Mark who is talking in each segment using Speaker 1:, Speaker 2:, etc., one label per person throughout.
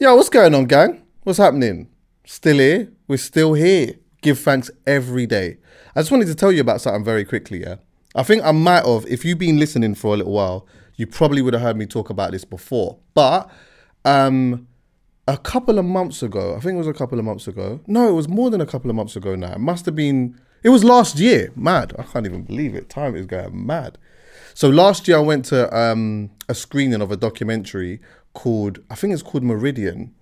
Speaker 1: Yo, what's going on, gang? What's happening? Still here? We're still here. Give thanks every day. I just wanted to tell you about something very quickly, yeah? I think I might have, if you've been listening for a little while, you probably would have heard me talk about this before. But um, a couple of months ago, I think it was a couple of months ago. No, it was more than a couple of months ago now. It must have been, it was last year. Mad. I can't even believe it. Time is going mad. So last year I went to um, a screening of a documentary called, I think it's called Meridian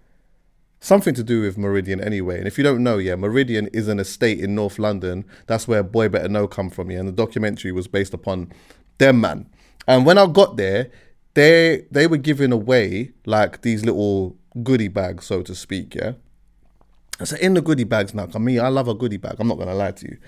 Speaker 1: something to do with Meridian anyway. And if you don't know, yeah, Meridian is an estate in North London. That's where Boy Better Know come from, yeah. And the documentary was based upon them, man. And when I got there, they they were giving away like these little goodie bags, so to speak, yeah. So in the goodie bags now, 'cause me, I love a goodie bag. I'm not gonna lie to you.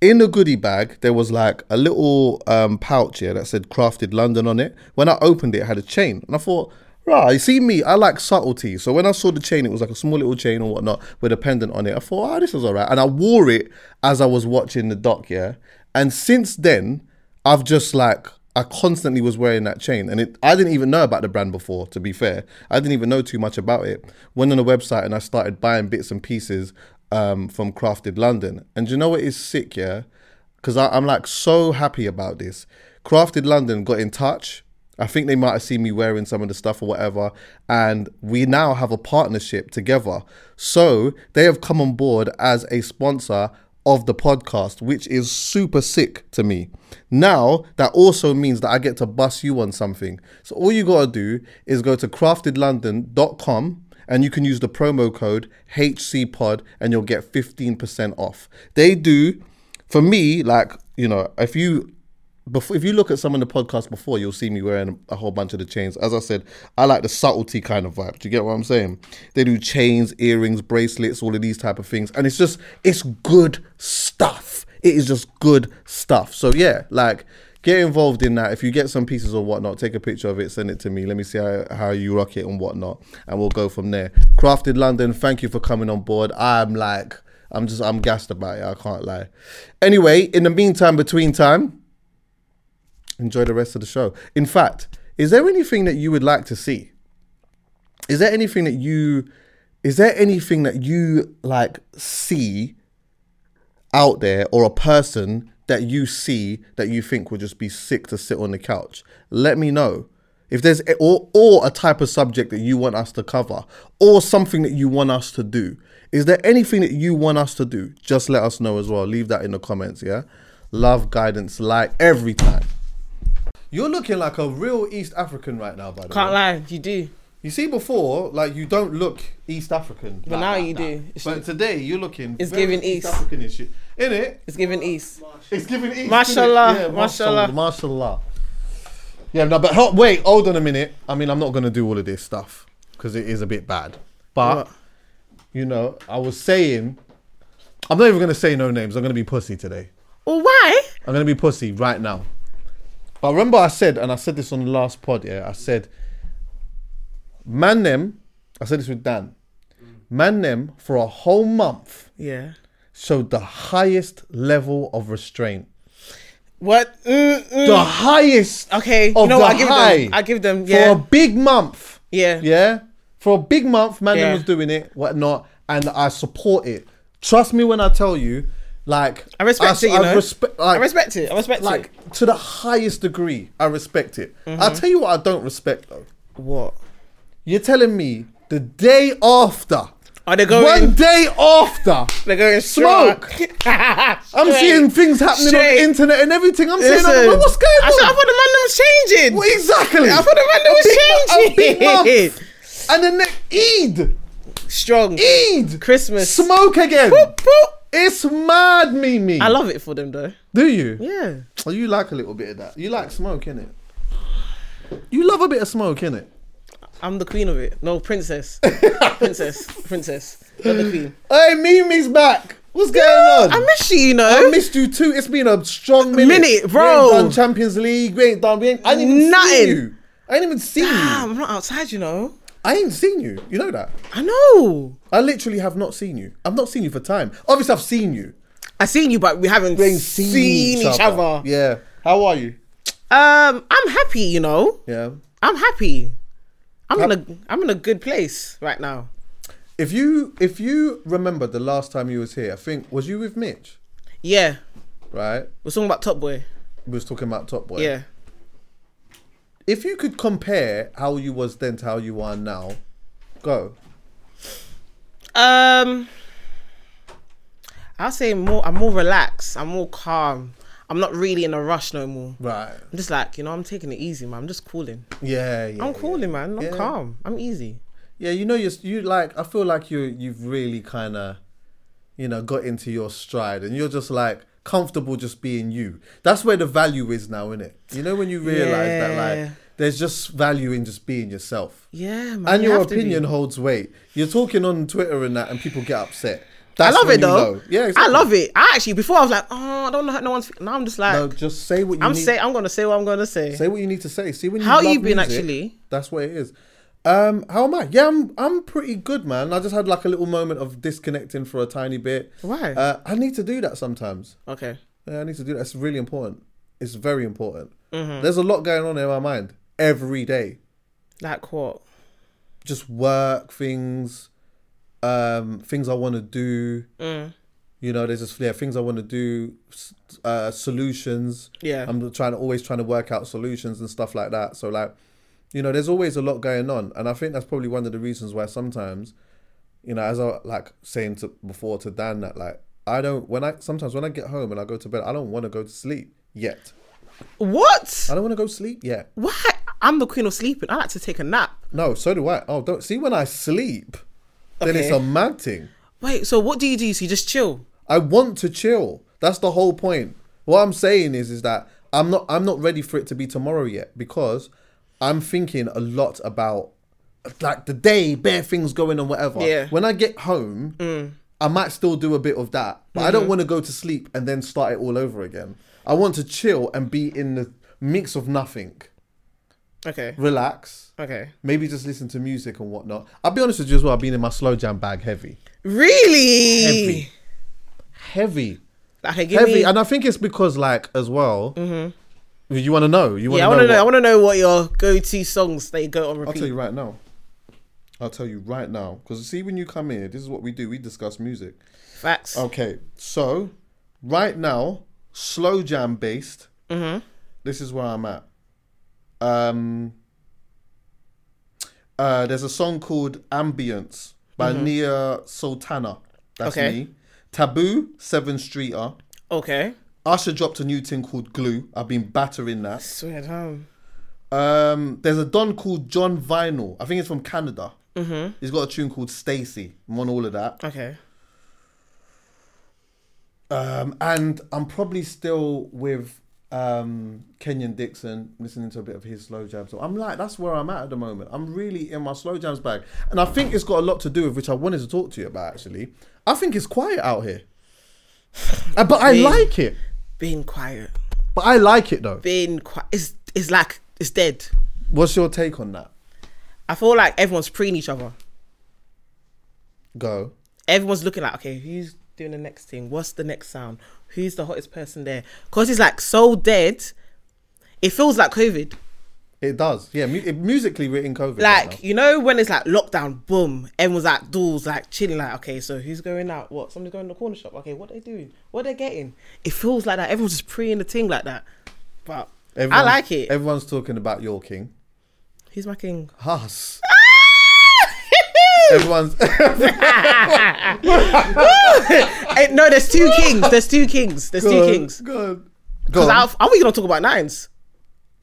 Speaker 1: In the goodie bag, there was like a little um, pouch here that said "Crafted London" on it. When I opened it, it had a chain, and I thought, "Right, you see me, I like subtlety." So when I saw the chain, it was like a small little chain or whatnot with a pendant on it. I thought, "Ah, this is alright," and I wore it as I was watching the doc, yeah. And since then, I've just like I constantly was wearing that chain, and it I didn't even know about the brand before. To be fair, I didn't even know too much about it. Went on the website and I started buying bits and pieces um, from Crafted London. And do you know what is sick, yeah? Because I'm like so happy about this. Crafted London got in touch. I think they might have seen me wearing some of the stuff or whatever. And we now have a partnership together. So they have come on board as a sponsor of the podcast, which is super sick to me. Now, that also means that I get to bus you on something. So all you gotta do is go to craftedlondon.com and you can use the promo code HCPOD and you'll get 15% off. They do, for me, like, you know, if you before, if you look at some of the podcasts before, you'll see me wearing a whole bunch of the chains. As I said, I like the subtlety kind of vibe. Do you get what I'm saying? They do chains, earrings, bracelets, all of these type of things, and it's just it's good stuff. It is just good stuff. So yeah, like get involved in that. If you get some pieces or whatnot, take a picture of it, send it to me. Let me see how, how you rock it and whatnot, and we'll go from there. Crafted London, thank you for coming on board. I'm like. I'm just, I'm gassed about it. I can't lie. Anyway, in the meantime, between time, enjoy the rest of the show. In fact, is there anything that you would like to see? Is there anything that you is there anything that you like see out there or a person that you see that you think would just be sick to sit on the couch? Let me know. If there's or or a type of subject that you want us to cover or something that you want us to do. Is there anything that you want us to do? Just let us know as well. Leave that in the comments, yeah? Love, guidance, like every time. You're looking like a real East African right now, by the
Speaker 2: Can't
Speaker 1: way.
Speaker 2: lie, you do.
Speaker 1: You see, before like you don't look East African.
Speaker 2: But
Speaker 1: like
Speaker 2: now
Speaker 1: that
Speaker 2: you do. It's,
Speaker 1: But today you're looking.
Speaker 2: It's
Speaker 1: very
Speaker 2: giving
Speaker 1: East
Speaker 2: East.
Speaker 1: African shit, in it.
Speaker 2: it's giving east.
Speaker 1: It's giving East. innit?
Speaker 2: Mashallah,
Speaker 1: yeah,
Speaker 2: mashallah.
Speaker 1: mashallah. Yeah, no, but help, wait, hold on a minute. I mean, I'm not gonna do all of this stuff because it is a bit bad. But you know, I was saying, I'm not even gonna say no names. I'm gonna be pussy today.
Speaker 2: Well, why?
Speaker 1: I'm gonna be pussy right now. But remember, I said, and I said this on the last pod. Yeah, I said, man, them. I said this with Dan. Man, them for a whole month
Speaker 2: Yeah.
Speaker 1: showed the highest level of restraint.
Speaker 2: What? Mm, mm.
Speaker 1: The highest.
Speaker 2: Okay.
Speaker 1: Of
Speaker 2: You know
Speaker 1: the
Speaker 2: what? I give
Speaker 1: high
Speaker 2: them. I give them.
Speaker 1: For
Speaker 2: Yeah.
Speaker 1: a big month.
Speaker 2: yeah.
Speaker 1: Yeah. For a big month, man them
Speaker 2: Yeah.
Speaker 1: was doing it, whatnot, and I support it. Trust me when I tell you, like
Speaker 2: I respect it, you know.
Speaker 1: respe- like,
Speaker 2: I respect it. Mm-hmm. I respect
Speaker 1: like to the highest degree, I respect it. I'll tell you what I don't respect though.
Speaker 2: it. What?
Speaker 1: You're telling me the day after,
Speaker 2: Are they going?
Speaker 1: one day after,
Speaker 2: they're going
Speaker 1: Smoke.
Speaker 2: strong.
Speaker 1: I'm
Speaker 2: Straight.
Speaker 1: seeing things happening on
Speaker 2: Straight.
Speaker 1: the internet and everything. I'm
Speaker 2: Listen,
Speaker 1: saying, "Well, what's going
Speaker 2: I said, I
Speaker 1: on?
Speaker 2: thought the man them was changing.
Speaker 1: Well, exactly.
Speaker 2: I thought the man them
Speaker 1: A big
Speaker 2: was
Speaker 1: mo- a
Speaker 2: changing.
Speaker 1: big month. And then Eid,
Speaker 2: Strong.
Speaker 1: Eid,
Speaker 2: Christmas.
Speaker 1: smoke again.
Speaker 2: Boop, boop.
Speaker 1: It's mad, Mimi.
Speaker 2: I love it for them though.
Speaker 1: Do you?
Speaker 2: Yeah.
Speaker 1: Oh, you like a little bit of that. You like smoke, innit? You love a bit of smoke, innit?
Speaker 2: I'm the queen of it. No, princess. princess. Princess. Not the queen.
Speaker 1: Hey, Mimi's back. What's going on?
Speaker 2: I miss you, you know.
Speaker 1: I missed you too. It's been a strong minute,
Speaker 2: Minute,
Speaker 1: We
Speaker 2: bro.
Speaker 1: ain't done Champions League. We ain't done. We ain't, I didn't even see
Speaker 2: Nothing.
Speaker 1: you. I ain't even seen
Speaker 2: Damn,
Speaker 1: you.
Speaker 2: I'm not outside, you know.
Speaker 1: I ain't seen you. You know that.
Speaker 2: I know.
Speaker 1: I literally have not seen you. I've not seen you for time. Obviously, I've seen you.
Speaker 2: I seen you, but we haven't
Speaker 1: We ain't
Speaker 2: seen, each, other.
Speaker 1: Yeah. How are you?
Speaker 2: Um, I'm happy, you know.
Speaker 1: Yeah.
Speaker 2: I'm happy. I'm I'm in a I'm in a good place right now.
Speaker 1: If you if you remember the last time you was here, I think was you with Mitch,
Speaker 2: Yeah,
Speaker 1: right?
Speaker 2: we're talking about Top Boy.
Speaker 1: We was talking about Top Boy.
Speaker 2: Yeah,
Speaker 1: If you could compare how you was then to how you are now, go.
Speaker 2: Um, I'll say more. I'm more relaxed. I'm more calm. I'm not really in a rush no more.
Speaker 1: Right.
Speaker 2: I'm just like you know. I'm taking it easy, man. I'm just cooling.
Speaker 1: Yeah. yeah
Speaker 2: I'm
Speaker 1: yeah.
Speaker 2: cooling, man. I'm
Speaker 1: Yeah.
Speaker 2: calm. I'm easy.
Speaker 1: Yeah, you know, you you like. I feel like you you've really kind of, you know, got into your stride, and you're just like comfortable just being you. That's where the value is now, isn't it? You know, when you realize that
Speaker 2: Yeah.
Speaker 1: like there's just value in just being yourself,
Speaker 2: Yeah, man.
Speaker 1: and
Speaker 2: you
Speaker 1: your
Speaker 2: have to be.
Speaker 1: opinion holds weight. You're talking on Twitter and that, and people get upset.
Speaker 2: I
Speaker 1: That's
Speaker 2: love
Speaker 1: when
Speaker 2: it
Speaker 1: you
Speaker 2: though.
Speaker 1: know. Yeah,
Speaker 2: I love it. I actually before I was like, oh, I don't know how no one's. Now I'm just like,
Speaker 1: No, just say what you
Speaker 2: I'm
Speaker 1: need.
Speaker 2: say I'm gonna say what I'm gonna say.
Speaker 1: Say what you need to say. See when you
Speaker 2: How
Speaker 1: love
Speaker 2: you been,
Speaker 1: music,
Speaker 2: actually?
Speaker 1: That's what it is. Um, how am I? Yeah, I'm. I'm pretty good, man. I just had like a little moment of disconnecting for a tiny bit.
Speaker 2: Why?
Speaker 1: Uh, I need to do that sometimes.
Speaker 2: okay.
Speaker 1: Yeah, I need to do that. It's really important. It's very important. There's a lot going on in my mind every day.
Speaker 2: Like what?
Speaker 1: Just work things, um, things I want to do.
Speaker 2: Mm.
Speaker 1: You know, there's just yeah things I want to do, s- uh, solutions.
Speaker 2: Yeah.
Speaker 1: I'm trying to always trying to work out solutions and stuff like that. So like, you know, there's always a lot going on, and I think that's probably one of the reasons why sometimes, you know, as I like saying to before to Dan that like I don't when I sometimes when I get home and I go to bed I don't want to go to sleep yet.
Speaker 2: what?
Speaker 1: I don't want to go to sleep yet.
Speaker 2: Why? I'm the queen of sleeping. I like to take a nap.
Speaker 1: No, so do I. Oh, don't see when I sleep, then it's
Speaker 2: Okay.
Speaker 1: a mad thing.
Speaker 2: Wait. So what do you do? So you just chill.
Speaker 1: I want to chill. That's the whole point. What I'm saying is, is that I'm not, I'm not ready for it to be tomorrow yet because I'm thinking a lot about like the day, bare things going on, whatever.
Speaker 2: Yeah.
Speaker 1: When I get home, I might still do a bit of that, but I don't want to go to sleep and then start it all over again. I want to chill and be in the mix of nothing,
Speaker 2: Okay.
Speaker 1: relax.
Speaker 2: Okay.
Speaker 1: Maybe just listen to music and whatnot. I'll be honest with you as well. I've been in my slow jam bag heavy,
Speaker 2: Really?
Speaker 1: heavy, heavy.
Speaker 2: Okay, give
Speaker 1: heavy,
Speaker 2: me.
Speaker 1: and I think it's because like as well. You want to know? You want
Speaker 2: Mm-hmm. yeah, I
Speaker 1: to
Speaker 2: want to know. I
Speaker 1: what?
Speaker 2: want to know what your go-to songs that you go on
Speaker 1: I'll
Speaker 2: repeat.
Speaker 1: tell you right now. I'll tell you right now because see when you come here, this is what we do. We discuss music.
Speaker 2: Facts.
Speaker 1: Okay, so right now, slow jam based.
Speaker 2: Mm-hmm.
Speaker 1: This is where I'm at. Um. Uh, there's a song called Ambience by Nia Sultana. That's
Speaker 2: Mm-hmm. Okay.
Speaker 1: me. Taboo, Seven Streeter.
Speaker 2: Okay.
Speaker 1: Usher dropped a new thing called Glue. I've been battering that.
Speaker 2: Swear down.
Speaker 1: Um, there's a don called John Vinyl. I think it's from Canada. Mm-hmm. He's got a tune called Stacy. I'm on all of that.
Speaker 2: Okay.
Speaker 1: Um, and I'm probably still with um, Kenyon Dixon, listening to a bit of his slow jams. So I'm like, that's where I'm at at the moment. I'm really in my slow jams bag. And I think it's got a lot to do with which I wanted to talk to you about, actually. I think it's quiet out here. Uh, but I
Speaker 2: Yeah.
Speaker 1: like it.
Speaker 2: Being quiet.
Speaker 1: But I like it though.
Speaker 2: Being quiet. It's it's like it's dead.
Speaker 1: What's your take on that?
Speaker 2: I feel like everyone's preying each other.
Speaker 1: Go.
Speaker 2: Everyone's looking like, okay, who's doing the next thing? What's the next sound? Who's the hottest person there? Cause it's like so dead. It feels like COVID.
Speaker 1: It does. Yeah, mu- it, musically we're in COVID. right now.
Speaker 2: Like you know when it's like lockdown, boom, everyone's like doors, like chilling, like okay, so who's going out? What? Somebody's going to the corner shop. Okay, what they doing? What they getting? It feels like that. Everyone's just preying the thing like that. But I
Speaker 1: Everyone's-
Speaker 2: like it.
Speaker 1: Everyone's talking about your king.
Speaker 2: Who's my king?
Speaker 1: Us.
Speaker 2: Ah!
Speaker 1: everyone's
Speaker 2: Eh, no, there's two kings. There's two kings. There's two kings.
Speaker 1: Good.
Speaker 2: Because I'm we gonna talk about nines.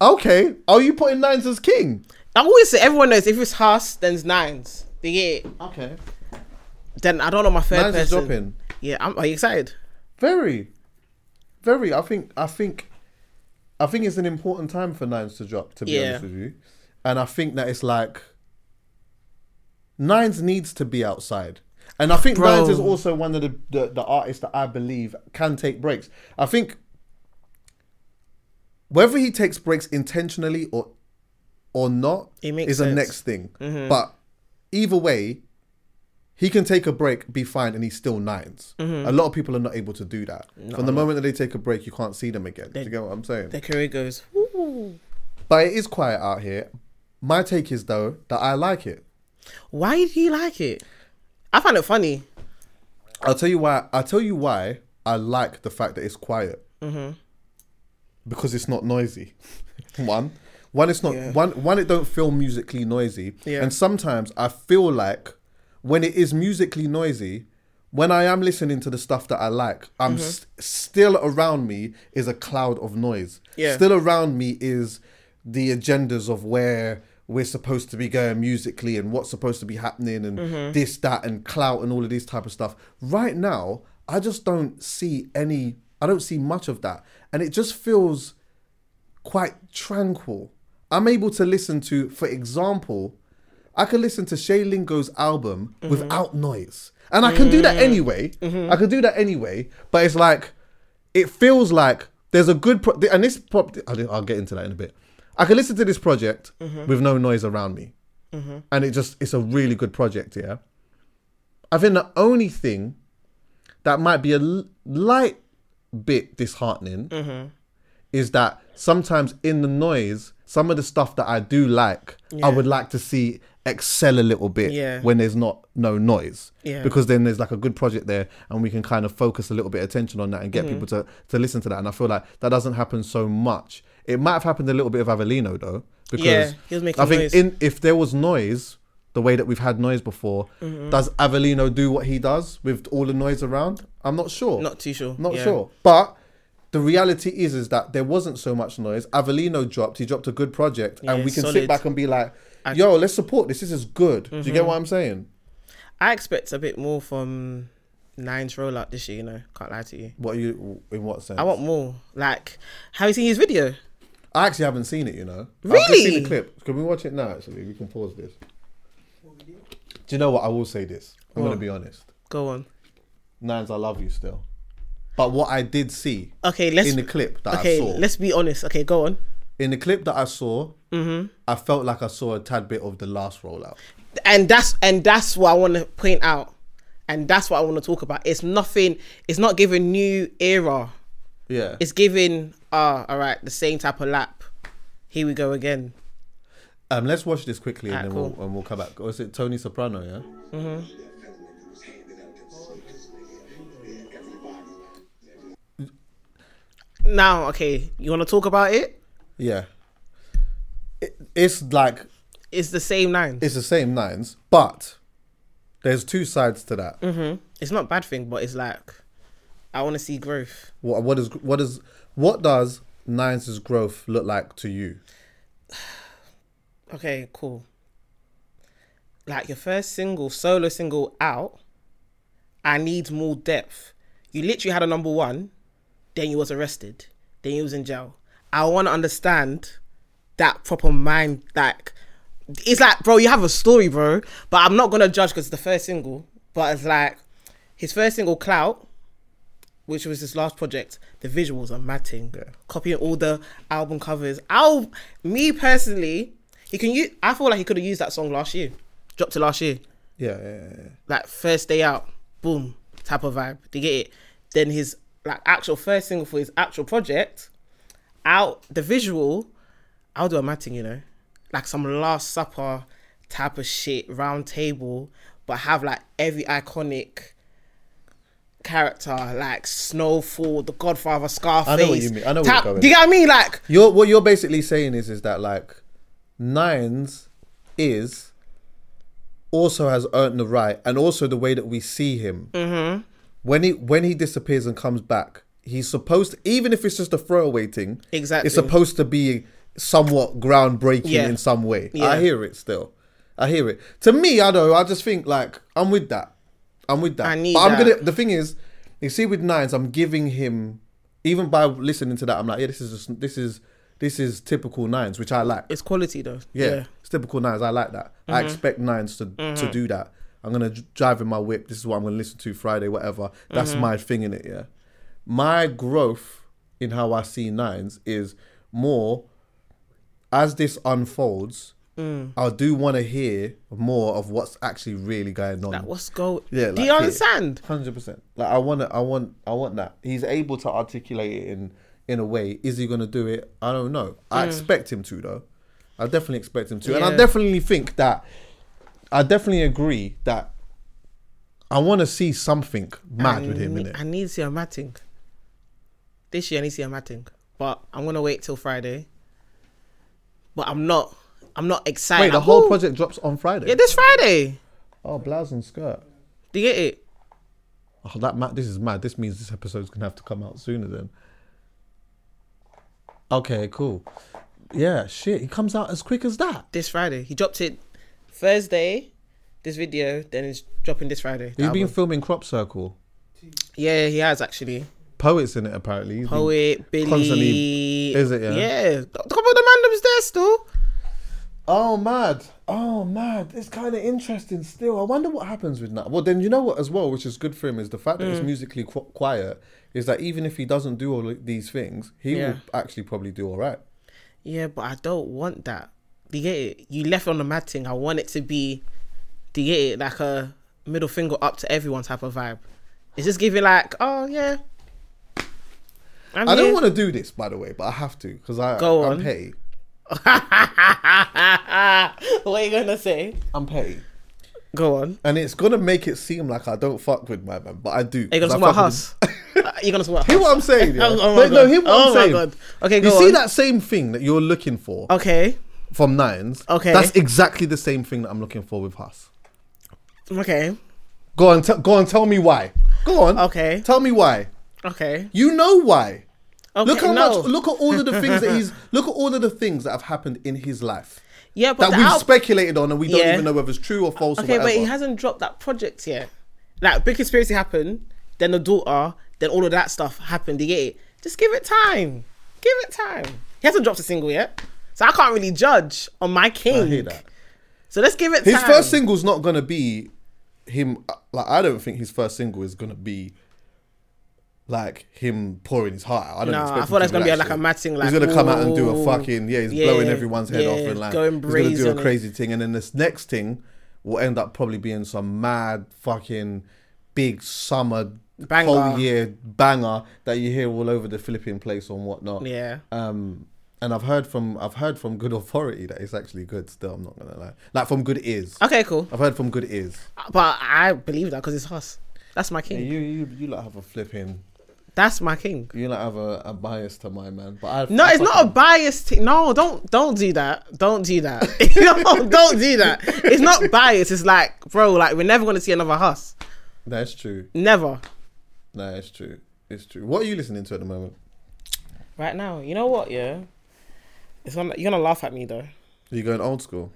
Speaker 1: Okay. Are you putting nines as king?
Speaker 2: I always say everyone knows if it's Haas, then it's nines. They get it.
Speaker 1: Okay.
Speaker 2: Then I don't know my third
Speaker 1: Nines is
Speaker 2: person.
Speaker 1: dropping.
Speaker 2: Yeah, I'm, are you excited?
Speaker 1: Very, very. I think. I think. I think it's an important time for nines to drop. To be
Speaker 2: Yeah.
Speaker 1: honest with you, and I think that it's like nines needs to be outside. And I think
Speaker 2: Bro.
Speaker 1: Nines is also one of the, the, the artists that I believe can take breaks. I think whether he takes breaks intentionally or or not
Speaker 2: It makes
Speaker 1: is the
Speaker 2: sense. Mm-hmm.
Speaker 1: next thing. But either way, he can take a break, be fine, and he's still 9s A lot of people are not able to do that. From the moment that they take a break, you can't see them again. do you get what I'm saying?
Speaker 2: Their career goes. Ooh.
Speaker 1: But it is quiet out here. My take is though that I like it.
Speaker 2: Why do you like it? I find it funny.
Speaker 1: I'll tell you why. I'll tell you why I like the fact that it's quiet.
Speaker 2: Mm-hmm.
Speaker 1: Because it's not noisy. one, one, it's not
Speaker 2: Yeah.
Speaker 1: one. One, it don't feel musically noisy.
Speaker 2: Yeah.
Speaker 1: And sometimes I feel like when it is musically noisy, when I am listening to the stuff that I like, I'm
Speaker 2: Mm-hmm.
Speaker 1: s- still around me is a cloud of noise.
Speaker 2: Yeah.
Speaker 1: Still around me is the agendas of where we're supposed to be going musically and what's supposed to be happening and this, that, and clout and all of these type of stuff. Right now, I just don't see any. I don't see much of that, and it just feels quite tranquil. I'm able to listen to, for example, I can listen to Shay Lingo's album without noise. And I can do that anyway. I can do that anyway. But it's like, it feels like there's a good, pro- and this, pro- I'll I'll get into that in a bit. I can listen to this project with no noise around me.
Speaker 2: Mm-hmm.
Speaker 1: And it just, it's a really good project, yeah. I think the only thing that might be a l- light bit disheartening
Speaker 2: Mm-hmm.
Speaker 1: is that sometimes in the noise, some of the stuff that I do like, I would like to see excel a little bit
Speaker 2: Yeah.
Speaker 1: when there's not no noise.
Speaker 2: Yeah.
Speaker 1: Because then there's like a good project there and we can kind of focus a little bit of attention on that and
Speaker 2: Mm-hmm.
Speaker 1: get people to, to listen to that. And I feel like that doesn't happen so much. It might have happened a little bit of Avellino though. Because
Speaker 2: Yeah, he was making
Speaker 1: I think
Speaker 2: noise.
Speaker 1: in if there was noise the way that we've had noise before,
Speaker 2: Mm-hmm.
Speaker 1: does Avellino do what he does with all the noise around? I'm not sure.
Speaker 2: Not too sure.
Speaker 1: Not
Speaker 2: Yeah.
Speaker 1: sure. But the reality is is that there wasn't so much noise. Avellino dropped, he dropped a good project, and
Speaker 2: Yeah,
Speaker 1: we can sit
Speaker 2: solid. Mm-hmm.
Speaker 1: back and be like, yo, let's support this. This is good. Do you get what I'm saying?
Speaker 2: I expect a bit more from Nine's rollout this year. You know, can't lie to you.
Speaker 1: What you in what sense?
Speaker 2: I want more. Like, have you seen his video?
Speaker 1: I actually haven't seen it, you know. I've just seen
Speaker 2: Really?
Speaker 1: the clip. Can we watch it now actually? We can pause this. Do you know what? I will say this. I'm gonna
Speaker 2: What?
Speaker 1: be honest.
Speaker 2: Go on.
Speaker 1: Nines, I love you still. But what I did see
Speaker 2: Okay, let's.
Speaker 1: in the clip that I
Speaker 2: okay,
Speaker 1: saw
Speaker 2: let's be honest. Okay, go on.
Speaker 1: in the clip that I saw,
Speaker 2: Mm-hmm.
Speaker 1: I felt like I saw a tad bit of the last rollout.
Speaker 2: and that's and that's what I want to point out, and that's what I want to talk about. It's nothing. It's not giving new era.
Speaker 1: Yeah.
Speaker 2: It's giving ah, all right, the same type of lap. Here we go again.
Speaker 1: Um, let's watch this quickly and
Speaker 2: Alright,
Speaker 1: then
Speaker 2: cool.
Speaker 1: we'll and we'll come back. Or is it Tony Soprano? Yeah.
Speaker 2: Now, okay, you want to talk about it?
Speaker 1: Yeah. It, it's like
Speaker 2: It's the same nine.
Speaker 1: it's
Speaker 2: It's,
Speaker 1: the same nines, but there's two sides to that.
Speaker 2: Mm-hmm. not a bad thing, but it's like I want to see growth.
Speaker 1: What what is what is what does nines' growth look like to you?
Speaker 2: Okay, cool. Like your first single, solo single out. I need more depth. You literally had a number one, then you was arrested, then you was in jail. I want to understand that proper mind. Like, it's like, bro, you have a story, bro. But I'm not gonna judge because it's the first single. But it's like his first single, Clout, which was his last project. The visuals are matting. Copying all the album covers. I'll, me personally, he can use. I feel like he could have used that song last year, dropped it last year
Speaker 1: Yeah, yeah, yeah, yeah.
Speaker 2: like first day out, boom, type of vibe. Do you get it? Then his like actual first single for his actual project, out the visual, I'll do a matting, you know, like some Last Supper type of shit, round table, but have like every iconic character like Snowfall, The Godfather, Scarface.
Speaker 1: what you mean. I know where
Speaker 2: type-
Speaker 1: you're going.
Speaker 2: Do you get what I mean? Like
Speaker 1: You're what you're basically saying is is that like Nines is also has earned the right, and also the way that we see him
Speaker 2: Mm-hmm.
Speaker 1: when he when he disappears and comes back, he's supposed to, even if it's just a throwaway thing,
Speaker 2: Exactly.
Speaker 1: it's supposed to be somewhat groundbreaking
Speaker 2: Yeah.
Speaker 1: in some way.
Speaker 2: Yeah.
Speaker 1: I hear it still, I hear it. To me, I know. I just think like I'm with that. I'm with that.
Speaker 2: I need
Speaker 1: but I'm
Speaker 2: that.
Speaker 1: gonna. The thing is, you see, with Nines, I'm giving him even by listening to that, I'm like, yeah, this is just, this is this is typical Nines, which I like.
Speaker 2: it's quality though.
Speaker 1: Yeah, it's typical nines. I like that. I expect nines to to do that. I'm gonna dr- drive in my whip. This is what I'm gonna listen to Friday, whatever. That's my thing in it. Yeah, my growth in how I see nines is more as this unfolds. I do want to hear more of what's actually really going on.
Speaker 2: Like what's go?
Speaker 1: Yeah,
Speaker 2: do
Speaker 1: like,
Speaker 2: you
Speaker 1: yeah.
Speaker 2: understand?
Speaker 1: Hundred percent. Like I want to I want. I want that. He's able to articulate it in in a way. Is he gonna do it? I don't know. I expect him to though. I definitely expect him to, and I
Speaker 2: Hmm. Yeah.
Speaker 1: definitely think that I definitely agree that I want to see something mad with him
Speaker 2: Ne-
Speaker 1: in it.
Speaker 2: I need to see a matting. This year I need to see a matting. But I'm gonna wait till Friday. But I'm not I'm not excited.
Speaker 1: Wait, the
Speaker 2: I'm-
Speaker 1: whole
Speaker 2: Ooh,
Speaker 1: project drops on Friday.
Speaker 2: Yeah, this Friday.
Speaker 1: oh, blouse and skirt.
Speaker 2: Do you get it?
Speaker 1: Oh, that mad. This is mad. This means this episode's gonna have to come out sooner then. Okay, cool. Yeah, shit. He comes out as quick as that.
Speaker 2: This Friday. He dropped it Thursday, this video, then it's dropping this Friday. the
Speaker 1: He's been
Speaker 2: album.
Speaker 1: filming Crop Circle.
Speaker 2: yeah, he has actually.
Speaker 1: Poets in it apparently. He's been-
Speaker 2: Poet, Billy.
Speaker 1: constantly- is it, yeah?
Speaker 2: Yeah. A couple of the man them's there still.
Speaker 1: Oh mad. Oh mad. It's kind of interesting still. I wonder what happens with that. Well, then you know what as well, which is good for him, is the fact that
Speaker 2: Mm.
Speaker 1: it's musically qu- quiet. Is that even if he doesn't do all of these things, he
Speaker 2: Yeah.
Speaker 1: will actually probably do all right.
Speaker 2: Yeah, but I don't want that. Do you get it? You left on the mad thing. I want it to be, do you get it? Like a middle finger up to everyone type of vibe. It's just giving like, oh yeah. I'm
Speaker 1: I don't
Speaker 2: here.
Speaker 1: want to do this, by the way, but I have to because I
Speaker 2: Go
Speaker 1: I'm
Speaker 2: on.
Speaker 1: petty.
Speaker 2: what are you gonna say?
Speaker 1: I'm petty.
Speaker 2: Go on.
Speaker 1: And it's gonna make it seem like I don't fuck with my man, but I do.
Speaker 2: Are you gonna
Speaker 1: 'cause I
Speaker 2: talk about
Speaker 1: fuck with
Speaker 2: us? You're gonna talk about
Speaker 1: Hear
Speaker 2: Huss?
Speaker 1: what I'm saying? Yeah?
Speaker 2: Oh, oh my
Speaker 1: But no,
Speaker 2: God.
Speaker 1: hear what
Speaker 2: Oh
Speaker 1: I'm
Speaker 2: my
Speaker 1: saying.
Speaker 2: God. Okay,
Speaker 1: you
Speaker 2: go
Speaker 1: see
Speaker 2: on.
Speaker 1: that same thing that you're looking for
Speaker 2: Okay.
Speaker 1: from Nines?
Speaker 2: Okay.
Speaker 1: that's exactly the same thing that I'm looking for with Huss.
Speaker 2: Okay.
Speaker 1: Go on, t- go on, tell me why. Go on.
Speaker 2: Okay.
Speaker 1: Tell me why.
Speaker 2: Okay.
Speaker 1: You know why.
Speaker 2: Okay.
Speaker 1: look how
Speaker 2: no.
Speaker 1: much. Look at all of the things that he's. Look at all of the things that have happened in his life
Speaker 2: yeah, but
Speaker 1: that
Speaker 2: the
Speaker 1: we've
Speaker 2: al-
Speaker 1: speculated on, and we don't
Speaker 2: Yeah.
Speaker 1: even know whether it's true or false.
Speaker 2: Okay,
Speaker 1: or whatever.
Speaker 2: but he hasn't dropped that project yet. Like big conspiracy happened, then the daughter, then all of that stuff happened. You get it? Just give it time. Give it time. He hasn't dropped a single yet, so I can't really judge on my king.
Speaker 1: I hear that.
Speaker 2: So let's give it
Speaker 1: His
Speaker 2: time.
Speaker 1: first single's not gonna be him. Like I don't think his first single is gonna be like him pouring his heart out. I don't
Speaker 2: Nah,
Speaker 1: expect
Speaker 2: I
Speaker 1: him
Speaker 2: thought that's
Speaker 1: do
Speaker 2: gonna be
Speaker 1: that
Speaker 2: like a
Speaker 1: shit.
Speaker 2: mad thing, like,
Speaker 1: he's gonna come out and do a
Speaker 2: ooh,
Speaker 1: fucking yeah. He's
Speaker 2: yeah,
Speaker 1: blowing everyone's head off
Speaker 2: yeah,
Speaker 1: and like
Speaker 2: going
Speaker 1: he's gonna do
Speaker 2: brazen.
Speaker 1: a crazy thing, and then this next thing will end up probably being some mad fucking big summer
Speaker 2: Banger.
Speaker 1: whole year banger that you hear all over the Philippine place and whatnot.
Speaker 2: Yeah.
Speaker 1: Um, and I've heard from I've heard from good authority that it's actually good. Still, I'm not gonna lie. Like from good ears.
Speaker 2: Okay, cool.
Speaker 1: I've heard from good ears.
Speaker 2: But I believe that because it's us. That's my king.
Speaker 1: you you you like have a flipping.
Speaker 2: That's my king.
Speaker 1: You like have a, a bias to my man, but I
Speaker 2: No,
Speaker 1: I
Speaker 2: it's not a
Speaker 1: fucking-
Speaker 2: biased. T- no, don't don't do that. Don't do that. no, don't do that. It's not biased. It's like, bro, like we're never gonna see another Huss.
Speaker 1: That's true.
Speaker 2: Never.
Speaker 1: No, it's true. It's true. What are you listening to at the moment?
Speaker 2: Right now, you know what? Yeah, it's gonna you're gonna laugh at me though.
Speaker 1: Are you going old school?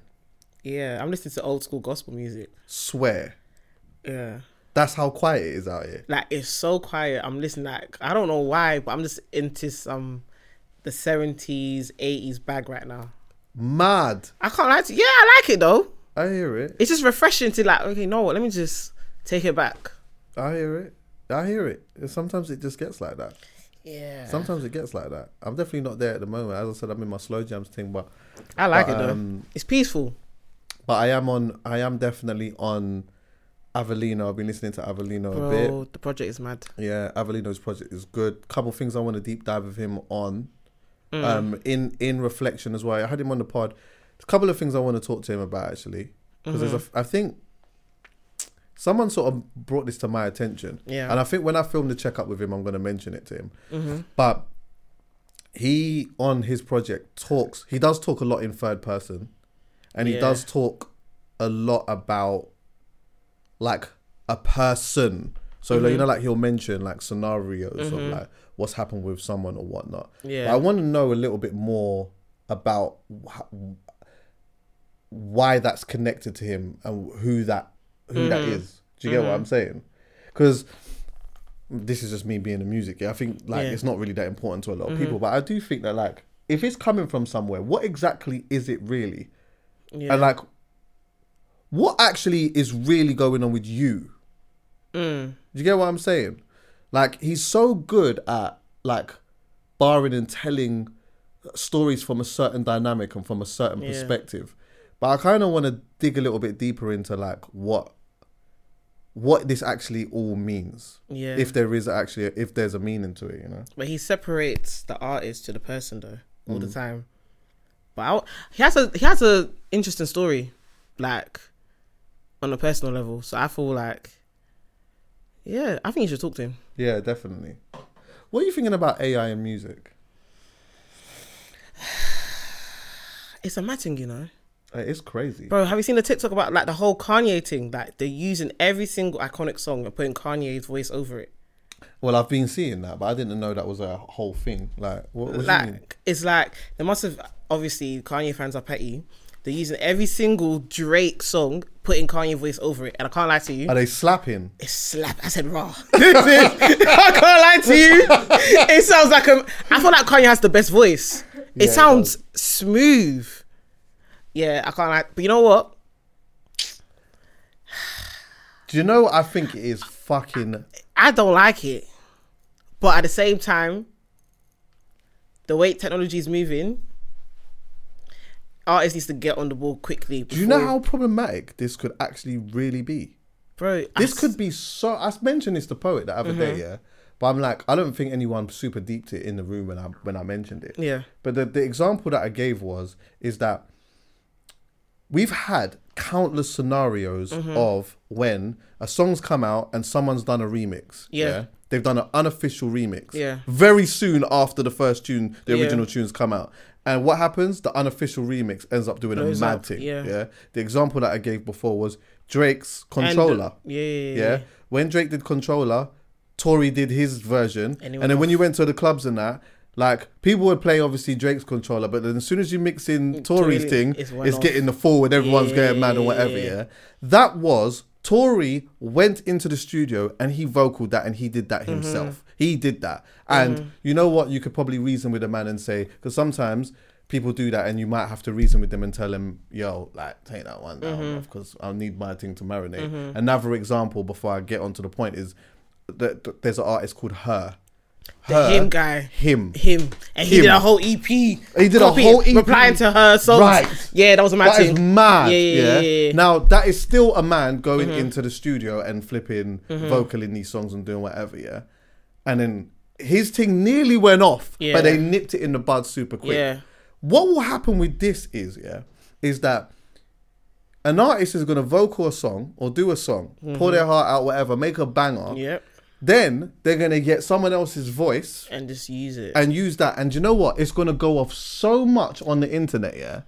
Speaker 2: Yeah, I'm listening to old school gospel music.
Speaker 1: Swear.
Speaker 2: Yeah,
Speaker 1: That's how quiet it is out here.
Speaker 2: like it's so quiet. I'm listening like I don't know why, but I'm just into some the 70s, 80s bag right now.
Speaker 1: Mad.
Speaker 2: I can't lie to you. Yeah, I like it though.
Speaker 1: I hear it.
Speaker 2: It's just refreshing to like. Okay, you know what? Let me just take it back.
Speaker 1: I hear it. I hear it. And Sometimes it just gets like that.
Speaker 2: Yeah,
Speaker 1: Sometimes it gets like that. I'm definitely not there at the moment. As I said, I'm in my slow jams thing, but
Speaker 2: I like
Speaker 1: but,
Speaker 2: it though.
Speaker 1: um,
Speaker 2: it's peaceful.
Speaker 1: but I am on. I am definitely on. Avelino. I've been listening to Avelino a bit.
Speaker 2: Bro, the project is mad.
Speaker 1: Yeah, Avelino's project is good. Couple things I want to deep dive with him on.
Speaker 2: Mm.
Speaker 1: Um, in in reflection as well. I had him on the pod. A couple of things I want to talk to him about actually, because there's a
Speaker 2: Mm-hmm.
Speaker 1: f I think someone sort of brought this to my attention.
Speaker 2: Yeah. Mm-hmm.
Speaker 1: And I think when I film the checkup with him, I'm going to mention it to him. But he on his project talks. He does talk a lot in third person, and he
Speaker 2: Yeah.
Speaker 1: does talk a lot about like a person. So
Speaker 2: Mm-hmm.
Speaker 1: like, you know, like he'll mention like scenarios of like what's happened with someone or whatnot.
Speaker 2: Yeah.
Speaker 1: But I want to know a little bit more about wh- why that's connected to him and who that who that
Speaker 2: Mm-hmm.
Speaker 1: is. Do you get what I'm saying? Because this is just me being in music. Yeah, I think like
Speaker 2: Yeah. Mm-hmm.
Speaker 1: it's not really that important to a lot of people, but I do think that like if it's coming from somewhere, what exactly is it really?
Speaker 2: Yeah.
Speaker 1: And like, what actually is really going on with you?
Speaker 2: Mm.
Speaker 1: Do you get what I'm saying? Like he's so good at like barring and telling stories from a certain dynamic and from a certain
Speaker 2: Yeah.
Speaker 1: perspective. But I kind of want to dig a little bit deeper into like what what this actually all means.
Speaker 2: Yeah.
Speaker 1: If there is actually if there's a meaning to it, you know. Mm.
Speaker 2: But he separates the artist to the person though all the time. But I, he has a he has a interesting story, like on a personal level. So I feel like, yeah, I think you should talk to him.
Speaker 1: Yeah, definitely. What are you thinking about AI and music?
Speaker 2: It's a mad thing, you know.
Speaker 1: Uh, It's crazy.
Speaker 2: Bro, have you seen the TikTok about like the whole Kanye thing? Like they're using every single iconic song and putting Kanye's voice over it.
Speaker 1: Well, I've been seeing that, but I didn't know that was a whole thing. Like, what, what do you mean?
Speaker 2: Like it's like they must have obviously Kanye fans are petty. They're using every single Drake song, putting Kanye voice over it. And I can't lie to you.
Speaker 1: Are they slapping?
Speaker 2: It's slap. I said raw. I can't lie to you. It sounds like a. I feel like Kanye has the best voice.
Speaker 1: Yeah,
Speaker 2: it
Speaker 1: he
Speaker 2: sounds smooth. Yeah, I can't like. But you know what?
Speaker 1: Do you know what I think it is fucking
Speaker 2: I don't like it. But at the same time, the way technology is moving, artists needs to get on the ball quickly.
Speaker 1: Do you know how problematic this could actually really be?
Speaker 2: bro?
Speaker 1: This could be so. I mentioned this to poet the other
Speaker 2: Mm-hmm.
Speaker 1: day, yeah. But I'm like, I don't think anyone super deeped it in the room when I when I mentioned it.
Speaker 2: Yeah.
Speaker 1: But the, the example that I gave was is that we've had countless scenarios
Speaker 2: Mm-hmm.
Speaker 1: of when a song's come out and someone's done a remix.
Speaker 2: Yeah.
Speaker 1: They've done an unofficial remix.
Speaker 2: Yeah.
Speaker 1: Very soon after the first tune, the
Speaker 2: Yeah.
Speaker 1: original tunes come out. And what happens? The unofficial remix ends up doing
Speaker 2: Blows
Speaker 1: a mad
Speaker 2: up,
Speaker 1: thing.
Speaker 2: yeah.
Speaker 1: yeah. The example that I gave before was Drake's
Speaker 2: And-
Speaker 1: Controller.
Speaker 2: yeah, yeah,
Speaker 1: yeah.
Speaker 2: yeah.
Speaker 1: When Drake did Controller, Tory did his version.
Speaker 2: And it
Speaker 1: And,
Speaker 2: went
Speaker 1: then when you went to the clubs and that, like people would play obviously Drake's Controller, but then as soon as you mix in Tory's
Speaker 2: Mm, Tory
Speaker 1: thing,
Speaker 2: is
Speaker 1: it's,
Speaker 2: one off.
Speaker 1: getting the forward, everyone's going mad and whatever,
Speaker 2: Yeah.
Speaker 1: yeah. That was Tory went into the studio and he vocaled that and he did that
Speaker 2: Mm-hmm.
Speaker 1: himself. He did that. And you know what? You could probably reason with a man and say, because sometimes people do that and you might have to reason with them and tell them, yo, like, take that one
Speaker 2: Mm-hmm.
Speaker 1: down because I'll need my thing to marinate. Another example before I get onto the point is that that there's an artist called Her.
Speaker 2: the him guy,
Speaker 1: Him.
Speaker 2: him, and he
Speaker 1: Him.
Speaker 2: did a whole E EP. He
Speaker 1: did a whole EP.
Speaker 2: replying to her songs.
Speaker 1: Right.
Speaker 2: Yeah, that was a mad
Speaker 1: That is
Speaker 2: thing.
Speaker 1: mad.
Speaker 2: Yeah, yeah, yeah, yeah, Mm-hmm. yeah.
Speaker 1: Now that is still a man going into the studio and flipping
Speaker 2: Mm-hmm.
Speaker 1: vocal in these songs and doing whatever. Yeah, and then his thing nearly went off,
Speaker 2: Yeah.
Speaker 1: but they nipped it in the bud super quick.
Speaker 2: Yeah.
Speaker 1: What will happen with this is yeah, is that an artist is going to vocal a song or do a song,
Speaker 2: Mm-hmm.
Speaker 1: pour their heart out, whatever, make a banger.
Speaker 2: Yep.
Speaker 1: Then they're going to get someone else's voice
Speaker 2: And just use it.
Speaker 1: and use that. And you know what? It's gonna go off so much on the internet, yeah,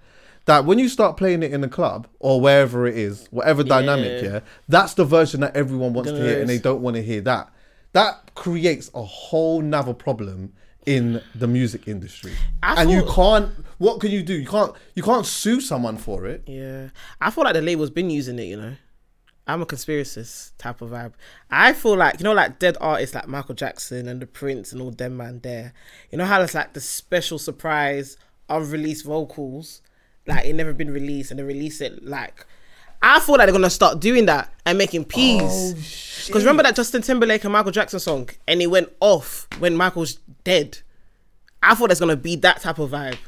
Speaker 1: that when you start playing it in the club or wherever it is, whatever dynamic,
Speaker 2: Yeah.
Speaker 1: yeah, that's the version that everyone wants to hear,
Speaker 2: Yes.
Speaker 1: and they don't want to hear that. That creates a whole nother problem in the music industry,
Speaker 2: I
Speaker 1: and you
Speaker 2: thought-
Speaker 1: can't. What can you do? You can't. You can't sue someone for it.
Speaker 2: Yeah, I feel like the label's been using it. You know, I'm a conspiracist type of vibe. I feel like you know, like dead artists like Michael Jackson and the Prince and all them man there. You know how it's like the special surprise unreleased vocals, like it never been released and they release it like. I feel like they're gonna start doing that and making peas. Because remember that Justin Timberlake and Michael Jackson song, and it went off when Michael's dead. I thought there's gonna be that type of vibe.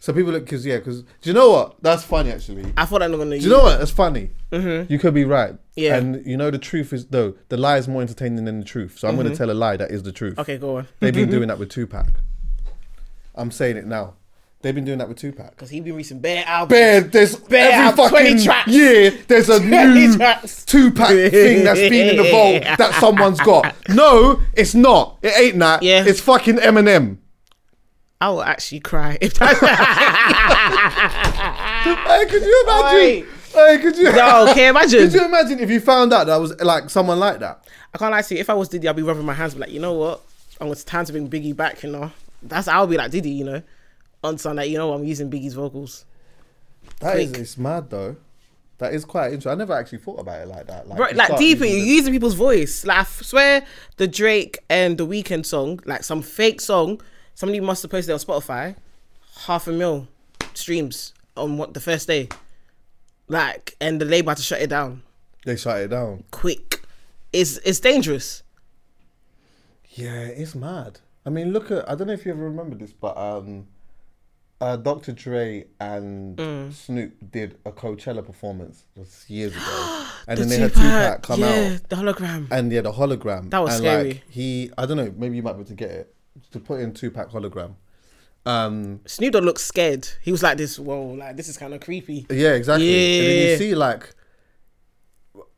Speaker 1: So people look because yeah, because do you know what? That's funny actually.
Speaker 2: I thought I'm gonna.
Speaker 1: Do you know what? That's funny. Mm-hmm. You could be right.
Speaker 2: Yeah.
Speaker 1: And you know the truth is though the lie is more entertaining than the truth. So I'm going to tell a lie that is the truth.
Speaker 2: Mm-hmm. Okay, Mm-hmm. go on.
Speaker 1: They've been doing that with Tupac. I'm saying it now. They've been doing that with Tupac.
Speaker 2: Because he been releasing bare albums.
Speaker 1: Bear, there's
Speaker 2: Bear
Speaker 1: every
Speaker 2: out 20
Speaker 1: fucking
Speaker 2: tracks.
Speaker 1: year there's a
Speaker 2: 20
Speaker 1: new
Speaker 2: tracks.
Speaker 1: Tupac thing that's been in the vault that someone's got. No, it's not. It ain't that.
Speaker 2: Yeah.
Speaker 1: It's fucking Eminem.
Speaker 2: I will actually cry if that's
Speaker 1: Hey, could you imagine? Hey, could you?
Speaker 2: no. Can you
Speaker 1: Could you
Speaker 2: imagine?
Speaker 1: imagine if you found out that I was like someone like that?
Speaker 2: I can't lie to you. If I was Diddy, I'd be rubbing my hands, be like, you know what? I'm it's time to bring Biggie back. You know, that's I'll be like Diddy. You know, on Sunday, you know, I'm using Biggie's vocals.
Speaker 1: That is,
Speaker 2: Quick.
Speaker 1: it's mad though. That is quite interesting. I never actually thought about it like that. Like,
Speaker 2: Bro,
Speaker 1: you
Speaker 2: like
Speaker 1: start
Speaker 2: deeper, you're
Speaker 1: using the-
Speaker 2: using people's voice. Like I f- swear, the Drake and the Weekend song, like some fake song, somebody must have posted it on Spotify, half a mil streams on what the first day, like, and the label had to shut it down
Speaker 1: They shut it down.
Speaker 2: quick. It's it's dangerous.
Speaker 1: Yeah, it's mad. I mean, look at I don't know if you ever remember this, but um, uh, Dr. Dre and
Speaker 2: Mm.
Speaker 1: Snoop did a Coachella performance just years ago, and then they had Tupac come
Speaker 2: yeah,
Speaker 1: out,
Speaker 2: the hologram.
Speaker 1: and yeah, the hologram.
Speaker 2: That was
Speaker 1: and,
Speaker 2: scary.
Speaker 1: Like, he, I don't know, maybe you might be able to get it to put in Tupac hologram. Um,
Speaker 2: Snoop Dogg looked scared. He was like this. Whoa, like this is kind of creepy.
Speaker 1: yeah, exactly. And then
Speaker 2: Yeah.
Speaker 1: you see, like,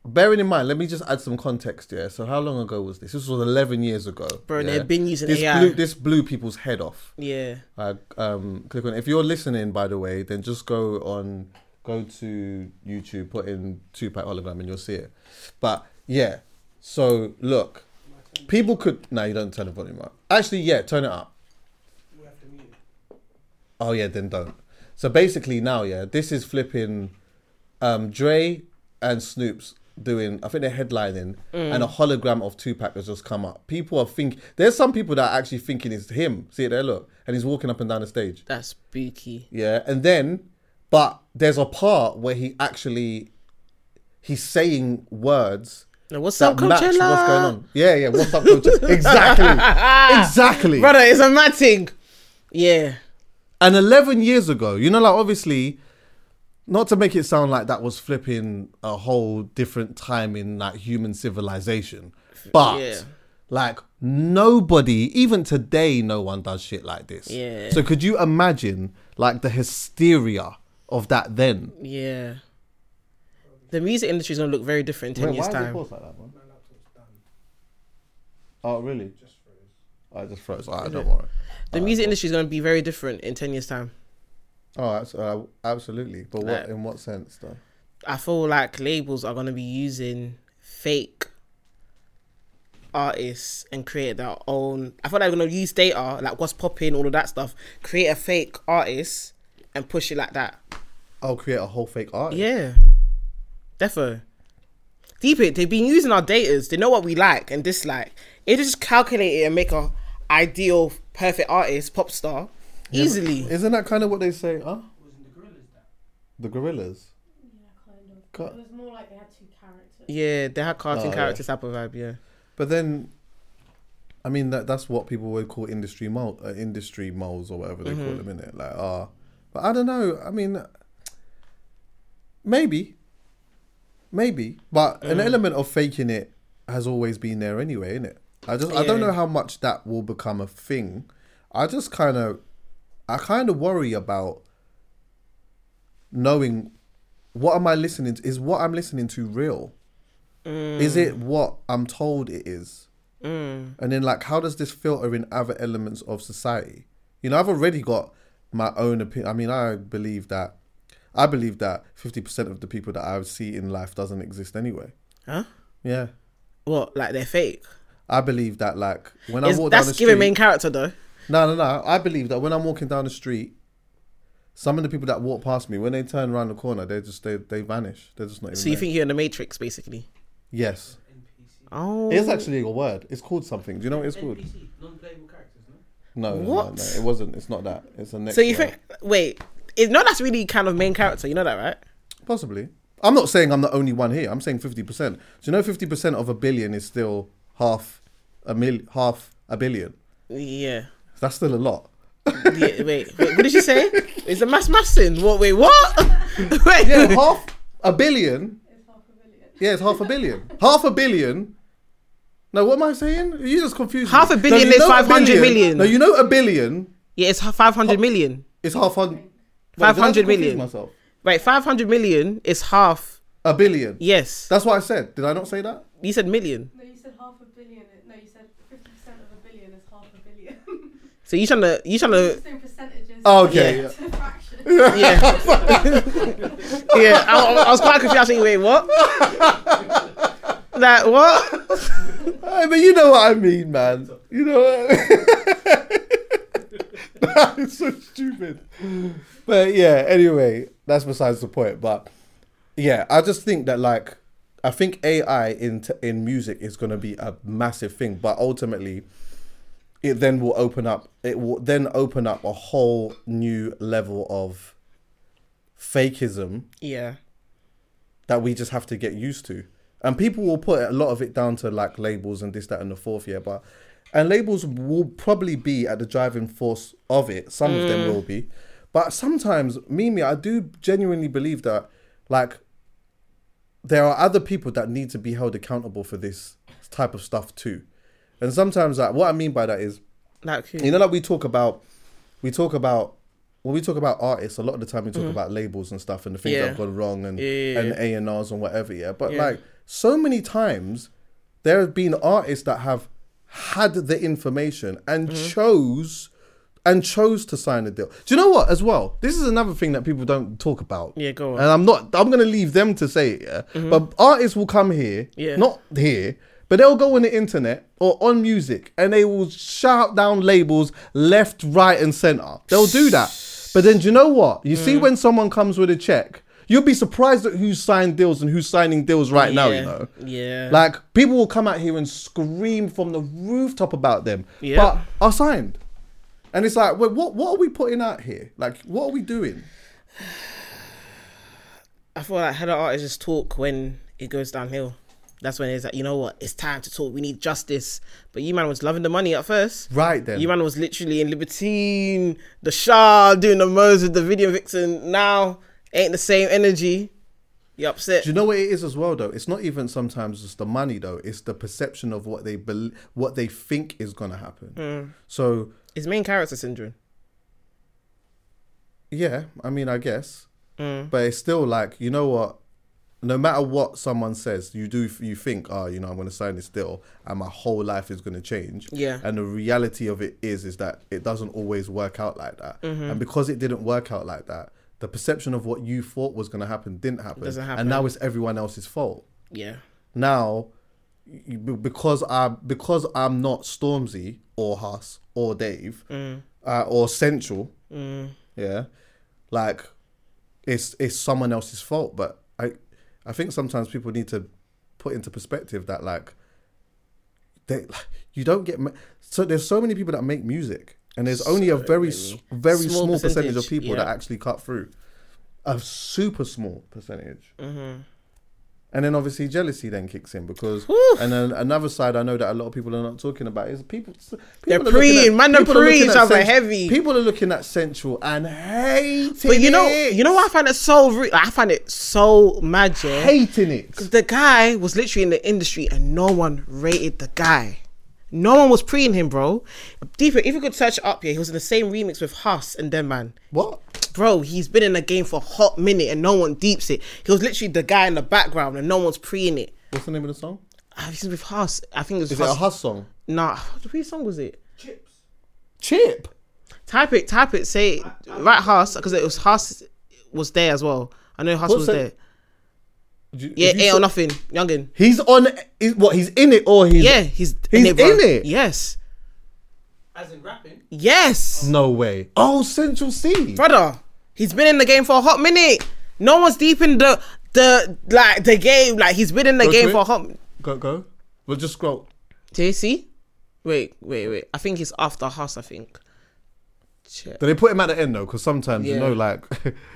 Speaker 1: bearing in mind, let me just add some context. Yeah. So how long ago was this? This was eleven years ago.
Speaker 2: Bro, and
Speaker 1: yeah?
Speaker 2: they've been using
Speaker 1: this
Speaker 2: AI.
Speaker 1: blew this blew people's head off.
Speaker 2: Yeah,
Speaker 1: Uh, um, click on. If you're listening, by the way, then just go on, go to YouTube, put in Tupac hologram, and you'll see it. But yeah, so look, people could. No, you don't turn the volume up. Actually, yeah, turn it up. Oh yeah, then don't. So basically, now yeah, this is flipping. Um, Dre and Snoop's doing. I think they're headlining, and a hologram of Tupac has just come up. People are think. There's some people that are actually thinking it's him. See it there, look, and he's walking up and down the stage.
Speaker 2: that's spooky.
Speaker 1: Yeah, and then, but there's a part where he actually, he's saying words.
Speaker 2: Now, what's
Speaker 1: That
Speaker 2: up,
Speaker 1: match what's
Speaker 2: Coachella?
Speaker 1: going on? Yeah, yeah. What's up, Coachella? exactly, exactly.
Speaker 2: Brother, it's a mad thing. Yeah,
Speaker 1: And 11 years ago, you know, like obviously, not to make it sound like that was flipping a whole different time in like human civilization, but
Speaker 2: Yeah.
Speaker 1: like nobody, even today, no one does shit like this.
Speaker 2: Yeah.
Speaker 1: So could you imagine like the hysteria of that then?
Speaker 2: yeah. The music industry is gonna look very different in ten years time.
Speaker 1: Oh, really? I just froze. All right, don't worry.
Speaker 2: The music industry is gonna be very different in ten years time.
Speaker 1: Oh, abs- uh, absolutely. But what
Speaker 2: Like-
Speaker 1: in what sense though?
Speaker 2: I feel like labels are gonna be using fake artists and create their own. I feel like they're gonna use data, like what's popping, all of that stuff, create a fake artist and push it like that.
Speaker 1: I'll Oh, create a whole fake art.
Speaker 2: Yeah, defo. Deep it. They've been using our datas. They know what we like and dislike. It just calculate it and make a ideal perfect artist pop star easily.
Speaker 1: Isn't that kind of what they say? Huh? the gorillas?
Speaker 3: kind of.
Speaker 1: Cut.
Speaker 3: It was more like they had two characters.
Speaker 2: yeah, they had cartoon
Speaker 1: Oh, yeah.
Speaker 2: characters type of vibe. Yeah.
Speaker 1: But then, I mean that that's what people would call industry mole, uh, industry moles or whatever they call them in it. Like ah, but I don't know. I mean, maybe, maybe, but an element of faking it has always been there anyway, innit? I just I don't
Speaker 2: Yeah.
Speaker 1: know how much that will become a thing. I just kind of, I kind of worry about knowing what am I listening to? Is what I'm listening to real? Is
Speaker 2: Mm.
Speaker 1: it what I'm told it is? And then, like, how does this filter in other elements of society? You know, I've already got my own opinion. I mean, I believe that, I believe that 50% of the people that I see in life doesn't exist anyway.
Speaker 2: Huh?
Speaker 1: Yeah.
Speaker 2: What? Like they're fake.
Speaker 1: I believe that, like, when
Speaker 2: It's-
Speaker 1: I walk down
Speaker 2: that's
Speaker 1: the
Speaker 2: giving
Speaker 1: street.
Speaker 2: main character though.
Speaker 1: No, no, no. I believe that when I'm walking down the street, some of the people that walk past me, when they turn around the corner, they just, they, they vanish. They're just not even
Speaker 2: So you
Speaker 1: there.
Speaker 2: think you're in the Matrix, basically?
Speaker 1: Yes.
Speaker 2: Oh,
Speaker 1: It's actually a word. It's called something. Do you know what it's called?
Speaker 4: NPC, non-playable characters, no?
Speaker 1: No, no, no,
Speaker 2: What?
Speaker 1: no, it wasn't. It's not that. It's a next.
Speaker 2: so you
Speaker 1: word.
Speaker 2: think? Wait, it, no, that's really kind of main character. You know that, right?
Speaker 1: Possibly. I'm not saying I'm the only one here. I'm saying 50%. Do you know 50% of a billion is still half a mil, half a billion?
Speaker 2: Yeah.
Speaker 1: That's still a lot.
Speaker 2: yeah wait, wait, what did you say? Is a mass massing? What? Wait, what? wait,
Speaker 1: Yeah, half a billion.
Speaker 3: It's half a million.
Speaker 1: Yeah, it's half a billion. Half a billion. No, what am I saying? You just confused. me.
Speaker 2: Half a billion
Speaker 1: you
Speaker 2: is
Speaker 1: know a
Speaker 2: 500
Speaker 1: billion-
Speaker 2: million.
Speaker 1: No, you know a billion
Speaker 2: yeah, it's five hundred million.
Speaker 1: is half on. Wait, did I
Speaker 2: 500
Speaker 1: confuse
Speaker 2: million.
Speaker 1: Myself.
Speaker 2: Right, five hundred million is half.
Speaker 1: A billion.
Speaker 2: Yes,
Speaker 1: That's what I said. Did I not say that?
Speaker 2: you said million.
Speaker 3: No, you said half a billion. No, you said 50% of a billion is half a billion.
Speaker 2: So you trying to you trying to
Speaker 3: Just in percentages.
Speaker 1: Oh, okay,
Speaker 3: Yeah.
Speaker 1: yeah.
Speaker 3: To fractions.
Speaker 2: yeah yeah. I, I- I was quite confused. I was thinking, wait, what? Like what?
Speaker 1: I mean, you know what I mean, man. You know what? That's so stupid. But yeah, anyway, that's besides the point. But yeah, I just think that like I think AI in t- in music is going to be a massive thing, but ultimately it then will open up it will then open up a whole new level of fakeism
Speaker 2: Yeah.
Speaker 1: that we just have to get used to. And people will put a lot of it down to like labels and this, that, and the fourth, yeah. But and labels will probably be at the driving force of it. Some of them will be, but sometimes, Mimi, I do genuinely believe that like there are other people that need to be held accountable for this type of stuff too. And sometimes, like what I mean by that is
Speaker 2: Like who?
Speaker 1: you know, like we talk about we talk about when we talk about artists, a lot of the time we talk about labels and stuff and the things that
Speaker 2: Mm-hmm. Yeah.
Speaker 1: have gone wrong and
Speaker 2: Yeah, yeah,
Speaker 1: and A and R's and whatever. Yeah, but
Speaker 2: Yeah.
Speaker 1: like so many times, there have been artists that have had the information and
Speaker 2: Mm-hmm.
Speaker 1: chose and chose to sign a deal. Do you know what? As well, this is another thing that people don't talk about.
Speaker 2: Yeah, go on.
Speaker 1: And I'm not. I'm gonna leave them to say it. Yeah? But artists will come here.
Speaker 2: Mm-hmm. Yeah.
Speaker 1: Not here. But they'll go on the internet or on music and they will shout down labels left, right, and center. They'll do that. But then do you know what? You
Speaker 2: Mm.
Speaker 1: see, when someone comes with a check, you'll be surprised at who's signed deals and who's signing deals right now, you
Speaker 2: Yeah.
Speaker 1: know?
Speaker 2: Yeah.
Speaker 1: Like, people will come out here and scream from the rooftop about them,
Speaker 2: Yeah.
Speaker 1: but are signed. And it's like, wait, what, what are we putting out here? Like, what are we doing?
Speaker 2: I feel like header artists just talk when it goes downhill. That's when it's like, you know what, it's time to talk. We need justice. But you man was loving the money at first.
Speaker 1: Right then.
Speaker 2: You man was literally in Libertine, the Shah doing the most with the video vixen. Now ain't the same energy. You upset.
Speaker 1: Do you know what it is as well though? It's not even sometimes just the money though. It's the perception of what they bel what they think is gonna happen.
Speaker 2: Mm.
Speaker 1: So
Speaker 2: It's main character syndrome.
Speaker 1: yeah, I mean, I guess,
Speaker 2: Mm.
Speaker 1: but it's still like you know what. No matter what someone says, you do you think, oh, you know, I'm gonna sign this deal, and my whole life is gonna change.
Speaker 2: Yeah.
Speaker 1: And the reality of it is, is that it doesn't always work out like that.
Speaker 2: Mm-hmm.
Speaker 1: And because it didn't work out like that, the perception of what you thought was gonna happen didn't happen.
Speaker 2: Doesn't
Speaker 1: And
Speaker 2: happen.
Speaker 1: now it's everyone else's fault.
Speaker 2: Yeah.
Speaker 1: now you- be- because I because I'm not Stormzy or Huss or Dave uh, or Central,
Speaker 2: Mm.
Speaker 1: yeah, like it's it's someone else's fault. But I I think sometimes people need to put into perspective that like they you don't get ma- so there's so many people that make music and there's only a
Speaker 2: So
Speaker 1: very s
Speaker 2: many.
Speaker 1: very small,
Speaker 2: Small
Speaker 1: percentage, of
Speaker 2: percentage,
Speaker 1: people that
Speaker 2: yeah.
Speaker 1: actually cut through a super small percentage
Speaker 2: Mm-hmm.
Speaker 1: and then obviously jealousy then kicks in because
Speaker 2: Whew.
Speaker 1: and then another side I know that a lot of people are not talking about is people. people
Speaker 2: They're
Speaker 1: are looking
Speaker 2: preying, man, they're
Speaker 1: people are looking
Speaker 2: preying,
Speaker 1: at
Speaker 2: sounds like
Speaker 1: Cent-
Speaker 2: heavy.
Speaker 1: People are looking at Central and hating
Speaker 2: But you know,
Speaker 1: it.
Speaker 2: you know what I find it so re- I find it so magic.
Speaker 1: hating it.
Speaker 2: The guy was literally in the industry and no one rated the guy. No one was preying him, bro. Deeper, if you could search up here, he was in the same remix with Huss and them man.
Speaker 1: What?
Speaker 2: Bro, he's been in the game for a hot minute and no one deeps it. He was literally the guy in the background and no one's preying it.
Speaker 1: What's the name of the song?
Speaker 2: I think with Huss. I think it was
Speaker 1: Is it a
Speaker 2: Huss.
Speaker 1: Huss song?
Speaker 2: Nah, which song was it?
Speaker 4: Chips.
Speaker 1: Chip.
Speaker 2: Type it, type it, say it. Right Huss, because it was Huss was there as well. I know Huss
Speaker 1: What
Speaker 2: was
Speaker 1: song-
Speaker 2: there.
Speaker 1: Do you-
Speaker 2: Yeah,
Speaker 1: if you
Speaker 2: eight
Speaker 1: saw-
Speaker 2: or nothing, youngin.
Speaker 1: He's on. Is, what? He's in it or he's?
Speaker 2: Yeah, he's
Speaker 1: He's
Speaker 2: bro.
Speaker 1: in it?
Speaker 2: Yes,
Speaker 4: As in rapping.
Speaker 2: yes.
Speaker 1: No way. Oh, Central C.
Speaker 2: brother. He's been in the game for a hot minute. No one's deep in the the like the game. Like he's been in the
Speaker 1: Go
Speaker 2: game
Speaker 1: to
Speaker 2: for
Speaker 1: it.
Speaker 2: a hot.
Speaker 1: Go go. We'll just scroll.
Speaker 2: JC, wait, wait, wait. I think he's after Huss. I think. Check.
Speaker 1: Do they put him at the end though? Because sometimes you
Speaker 2: Yeah.
Speaker 1: know, like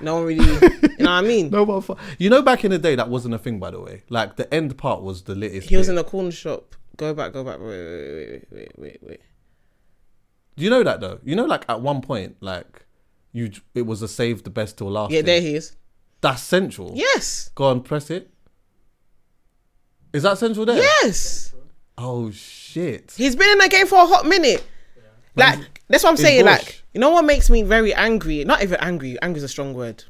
Speaker 2: No one really. you know what I mean?
Speaker 1: No one. Fu- you know, back in the day, that wasn't a thing. By the way, like the end part was the latest.
Speaker 2: He was
Speaker 1: bit.
Speaker 2: in a corner shop. Go back, go back. Wait, wait, wait, wait, wait, wait, wait.
Speaker 1: Do you know that though? You know, like at one point, like you, it was a save the best till last.
Speaker 2: Yeah, there
Speaker 1: thing.
Speaker 2: he is.
Speaker 1: That's central.
Speaker 2: Yes,
Speaker 1: Go on, press it. Is that central there?
Speaker 2: yes.
Speaker 1: Oh shit.
Speaker 2: He's been in the game for a hot minute. Like that's what I'm
Speaker 1: It's
Speaker 2: saying.
Speaker 1: bush.
Speaker 2: Like you know what makes me very angry? Not even angry. Angry is a strong word.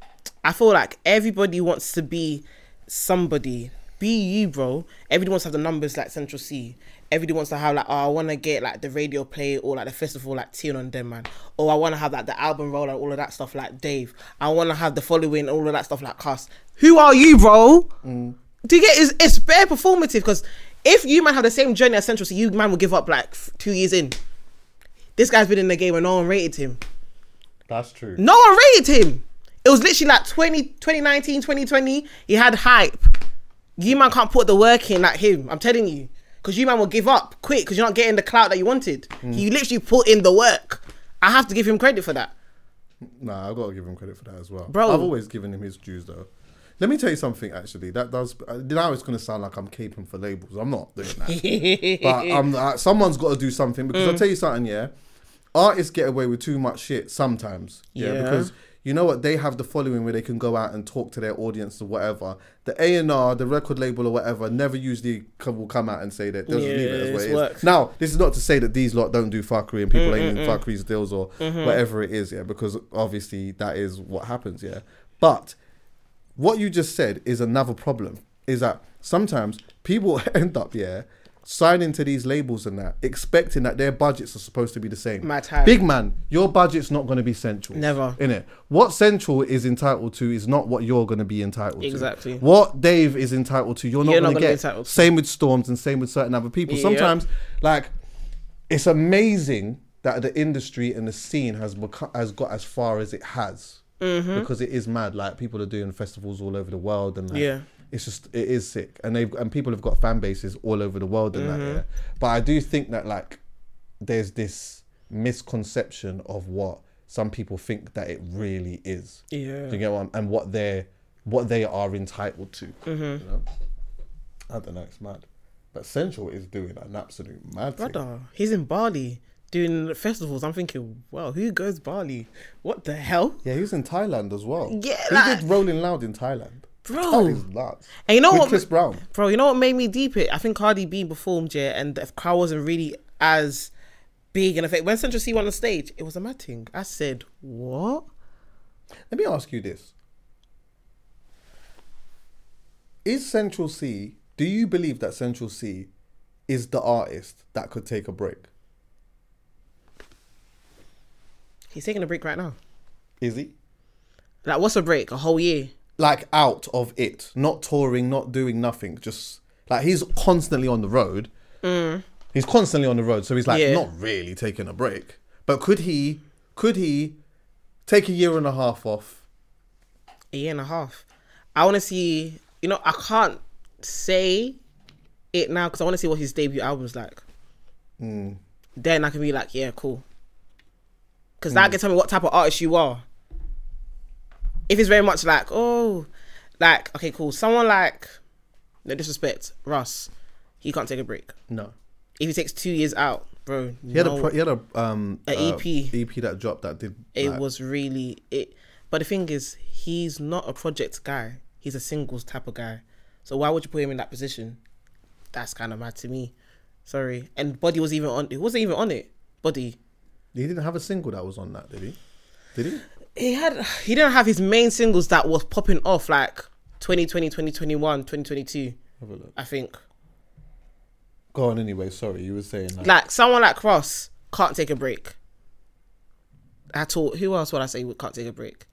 Speaker 2: I feel like everybody wants to be somebody. Be you, bro. Everybody wants to have the numbers like Central C. Everybody wants to have like, oh, I want to get like the radio play or like the festival like Tion on them man. Or I want to have like the album roll and all of that stuff like Dave. I want to have the following, all of that stuff like Cuss. Who are you, bro?
Speaker 1: Mm.
Speaker 2: Do you get it's, it's bare performative because if you man have the same journey as Central, so you man will give up like f- two years in. This guy's been in the game and no one rated him.
Speaker 1: That's true.
Speaker 2: No one rated him. It was literally like 20, 2019, 2020. He had hype. You man can't put the work in like him. I'm telling you. Because you man will give up quick because you're not getting the clout that you wanted. You literally put in the work. I have to give him credit for that.
Speaker 1: Nah, I've got to give him credit for that as well.
Speaker 2: Bro.
Speaker 1: I've always given him his dues though. Let me tell you something actually. That does uh, now it's gonna sound like I'm caping for labels. I'm not doing that. but um, uh, someone's got to do
Speaker 2: Mm.
Speaker 1: something because I'll tell you something, yeah. Artists get away with too much shit sometimes, yeah,
Speaker 2: Yeah.
Speaker 1: because you know what? They have the following where they can go out and talk to their audience or whatever. The A and R, the record label or whatever, never usually co- will come out and say that. They'll just leave it
Speaker 2: Yeah,
Speaker 1: as what
Speaker 2: it's
Speaker 1: it is.
Speaker 2: work.
Speaker 1: Now, this is not to say that these lot don't do fuckery and people ain't in fuckery's deals or
Speaker 2: Mm-hmm.
Speaker 1: whatever it is, yeah, because obviously that is what happens, yeah. But what you just said is another problem is that sometimes people end up yeah signing to these labels and that expecting that their budgets are supposed to be the same
Speaker 2: Mad hype.
Speaker 1: big man your budget's not going to be central
Speaker 2: Never.
Speaker 1: in it what central is entitled to is not what you're going to be entitled to
Speaker 2: Exactly.
Speaker 1: what dave is entitled to you're not
Speaker 2: You're not
Speaker 1: going to
Speaker 2: gonna be
Speaker 1: get
Speaker 2: entitled to.
Speaker 1: same with storms and same with certain other people
Speaker 2: Yeah.
Speaker 1: sometimes like it's amazing that the industry and the scene has become, has got as far as it has
Speaker 2: Mm-hmm.
Speaker 1: because it is mad. Like people are doing festivals all over the world, and like,
Speaker 2: Yeah.
Speaker 1: it's just it is sick. And they've and people have got fan bases all over the world and
Speaker 2: Mm-hmm.
Speaker 1: that. Yeah. But I do think that like there's this misconception of what some people think that it really is.
Speaker 2: Yeah.
Speaker 1: Do you get what I'm, and what they're what they are entitled to.
Speaker 2: Mm-hmm.
Speaker 1: You know? I don't know. It's mad. But Central is doing an absolute mad thing.
Speaker 2: Brother, he's in Bali doing festivals. I'm thinking, wow, who goes Bali? What the hell?
Speaker 1: Yeah, he was in Thailand as well.
Speaker 2: Yeah,
Speaker 1: he
Speaker 2: like-
Speaker 1: did Rolling Loud in Thailand.
Speaker 2: Bro.
Speaker 1: that is nuts.
Speaker 2: And you know
Speaker 1: With
Speaker 2: what-
Speaker 1: Chris Brown.
Speaker 2: Bro, you know what made me deep it? I think Cardi B performed, yeah, and the crowd wasn't really as big and effect. When Central C went on stage, it was a mad thing. I said, what?
Speaker 1: Let me ask you this: Is Central C? Do you believe that Central C is the artist that could take a break?
Speaker 2: He's taking a break right now.
Speaker 1: Is he
Speaker 2: Like, what's a break? A whole year?
Speaker 1: like out of it, not touring, not doing nothing, just like he's constantly on the road. He's constantly on the road, so he's like
Speaker 2: Mm. Yeah.
Speaker 1: not really taking a break. But could he? Could he take a year and a half off?
Speaker 2: a year and a half. I want to see, you know, I can't say it now because I want to see what his debut album's like.
Speaker 1: Mm.
Speaker 2: Then I can be like, yeah, cool. Because
Speaker 1: Mm.
Speaker 2: that can tell me what type of artist you are. If it's very much like, oh, like, okay, cool. Someone like, no disrespect, Russ, he can't take a break.
Speaker 1: No.
Speaker 2: If he takes two years out, bro,
Speaker 1: He had
Speaker 2: no,
Speaker 1: a pro- he had a um
Speaker 2: A E
Speaker 1: uh,
Speaker 2: EP.
Speaker 1: EP that dropped that did
Speaker 2: it
Speaker 1: like-
Speaker 2: was really it but the thing is he's not a project guy he's a singles type of guy so why would you put him in that position that's kind of mad to me sorry and body was even on it wasn't even on it body
Speaker 1: he didn't have a single that was on that did he did he
Speaker 2: he had he didn't have his main singles that was popping off like 2020 2021 2022
Speaker 1: have a look
Speaker 2: i think
Speaker 1: go on anyway sorry you were saying that.
Speaker 2: like someone like cross can't take a break at all who else would i say would can't take a break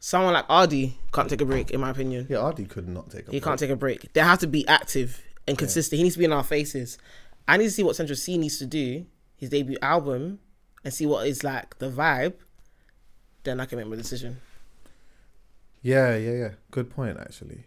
Speaker 2: someone like ardy can't take a break in my opinion
Speaker 1: yeah Ardy could not take a
Speaker 2: He
Speaker 1: break.
Speaker 2: can't take a break. They have to be active and consistent. He needs to be in our faces. I need to see what Central C needs to do, his debut album, and see what is like the vibe. Then I can make my decision.
Speaker 1: yeah yeah yeah good point actually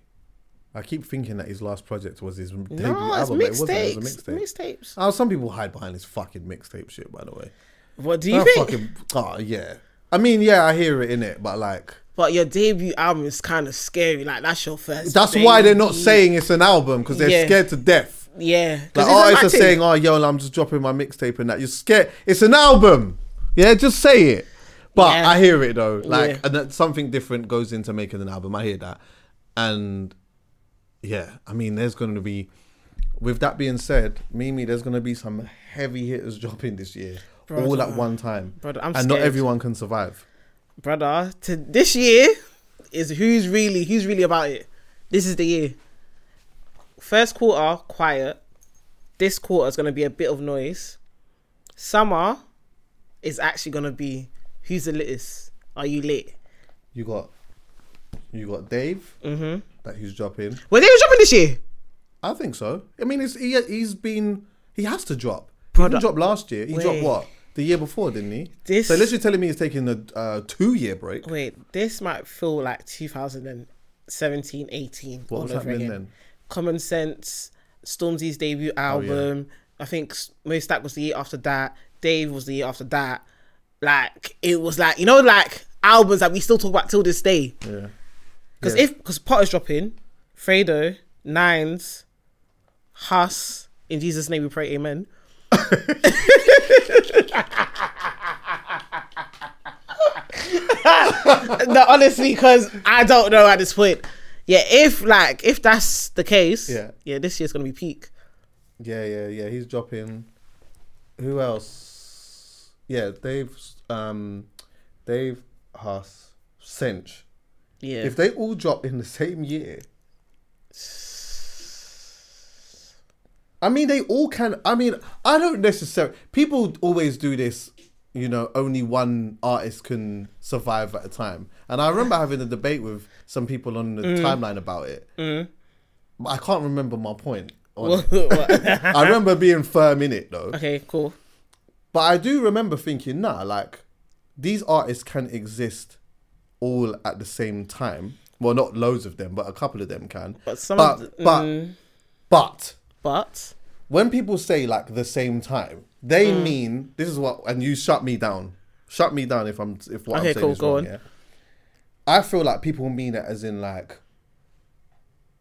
Speaker 1: I keep thinking that his last project was his debut
Speaker 2: no, it's
Speaker 1: album but it wasn't it was
Speaker 2: mixtapes.
Speaker 1: a mixtape
Speaker 2: Mixtapes.
Speaker 1: oh some people hide behind this fucking mixtape shit by the way
Speaker 2: What do you
Speaker 1: That
Speaker 2: think?
Speaker 1: fucking oh yeah I mean yeah I hear it in it but like
Speaker 2: But your debut album is kind of scary. Like that's your first.
Speaker 1: that's why they're not
Speaker 2: baby.
Speaker 1: saying it's an album because they're
Speaker 2: Yeah.
Speaker 1: scared to death
Speaker 2: Yeah,
Speaker 1: Like
Speaker 2: 'Cause it's a
Speaker 1: artists are
Speaker 2: matic.
Speaker 1: saying, "Oh, yo, I'm just dropping my mixtape and that." You're scared. It's an album. Yeah, just say it. But
Speaker 2: Yeah.
Speaker 1: I hear it though. Like,
Speaker 2: Yeah.
Speaker 1: and that something different goes into making an album. I hear that, and yeah, I mean, there's going to be. With that being said, Mimi, there's going to be some heavy hitters dropping this year, all at
Speaker 2: Brother.
Speaker 1: one time,
Speaker 2: Brother, I'm
Speaker 1: and not
Speaker 2: scared.
Speaker 1: everyone can survive.
Speaker 2: brother, to this year is who's really who's really about it. This is the year. First quarter quiet. This quarter is gonna be a bit of noise. Summer is actually gonna be who's the litest. Are you lit?
Speaker 1: You got, you got Dave, mm-hmm. that he's dropping.
Speaker 2: Were they dropping this year?
Speaker 1: I think so. I mean, it's, he he's been he has to drop. he
Speaker 2: Brother-
Speaker 1: didn't drop last year. He dropped
Speaker 2: Wait.
Speaker 1: what the year before, didn't he?
Speaker 2: This-
Speaker 1: So literally telling me he's taking a uh, two year break.
Speaker 2: Wait, this might feel like 2017, 18.
Speaker 1: What
Speaker 2: all
Speaker 1: was
Speaker 2: over
Speaker 1: happening
Speaker 2: again.
Speaker 1: then?
Speaker 2: Common Sense, Stormzy's debut album. I think S- Mo Stack was the year after that. Dave was the year after that. Like it was like you know like albums that we still talk about till this day.
Speaker 1: Yeah.
Speaker 2: Because
Speaker 1: Yeah.
Speaker 2: if because Potter's dropping, Fredo, Nines, Huss. In Jesus' name we pray, Amen. no, honestly, because I don't know at this point. Yeah, if like if that's the case,
Speaker 1: Yeah.
Speaker 2: yeah, this year's gonna be peak.
Speaker 1: Yeah, yeah, yeah. He's dropping. Who else? Yeah, Dave, um, Dave Huss, Cinch.
Speaker 2: Yeah,
Speaker 1: If they all drop in the same year, I mean, they all can. I mean, I don't necessarily. People always do this. You know, only one artist can survive at a time. And I remember having a debate with some people on the timeline about it. But I can't remember my point. on it. I remember being firm in it though.
Speaker 2: okay, cool.
Speaker 1: But I do remember thinking, nah, like these artists can exist all at the same time. Well, not loads of them, but a couple of them can.
Speaker 2: But some
Speaker 1: but
Speaker 2: of the- mm,
Speaker 1: but, but
Speaker 2: But
Speaker 1: when people say like the same time, they
Speaker 2: Mm.
Speaker 1: mean this is what. And you shut me down. Shut me down if I'm if what
Speaker 2: Okay,
Speaker 1: I'm saying
Speaker 2: cool,
Speaker 1: is
Speaker 2: go
Speaker 1: wrong.
Speaker 2: on.
Speaker 1: Yeah. I feel like people mean it as in like.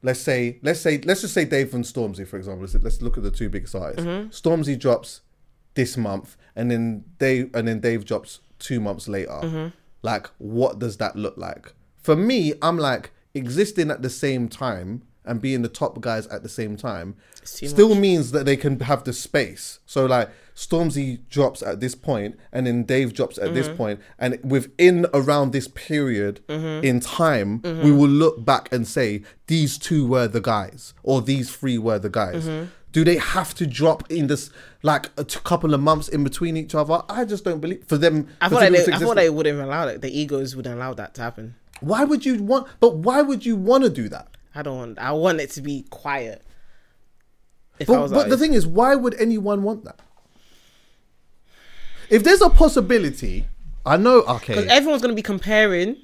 Speaker 1: Let's say, let's say, let's just say Dave and Stormzy, for example. Let's, let's look at the two biggest artists.
Speaker 2: Mm-hmm.
Speaker 1: Stormzy drops this month, and then Dave, and then Dave drops two months later. Like, what does that look like? For me, I'm like existing at the same time and being the top guys at the same time
Speaker 2: too
Speaker 1: still means that they can have the space. So like Stormzy drops at this point, and then Dave drops at this point, and within around this period in time, we will look back and say these two were the guys, or these three were the guys. Do they have to drop in this like a t- couple of months in between each other? I just don't believe for them.
Speaker 2: I
Speaker 1: for
Speaker 2: thought like
Speaker 1: people to
Speaker 2: they, I
Speaker 1: exist-
Speaker 2: thought they wouldn't allow it. The egos wouldn't allow that to happen.
Speaker 1: Why would you want? But why would you want to do that?
Speaker 2: I don't want. I want it to be quiet. If I
Speaker 1: But,
Speaker 2: was
Speaker 1: but the
Speaker 2: artist.
Speaker 1: thing is, why would anyone want that? If there's a possibility, I know. Okay,
Speaker 2: Because everyone's going to be comparing.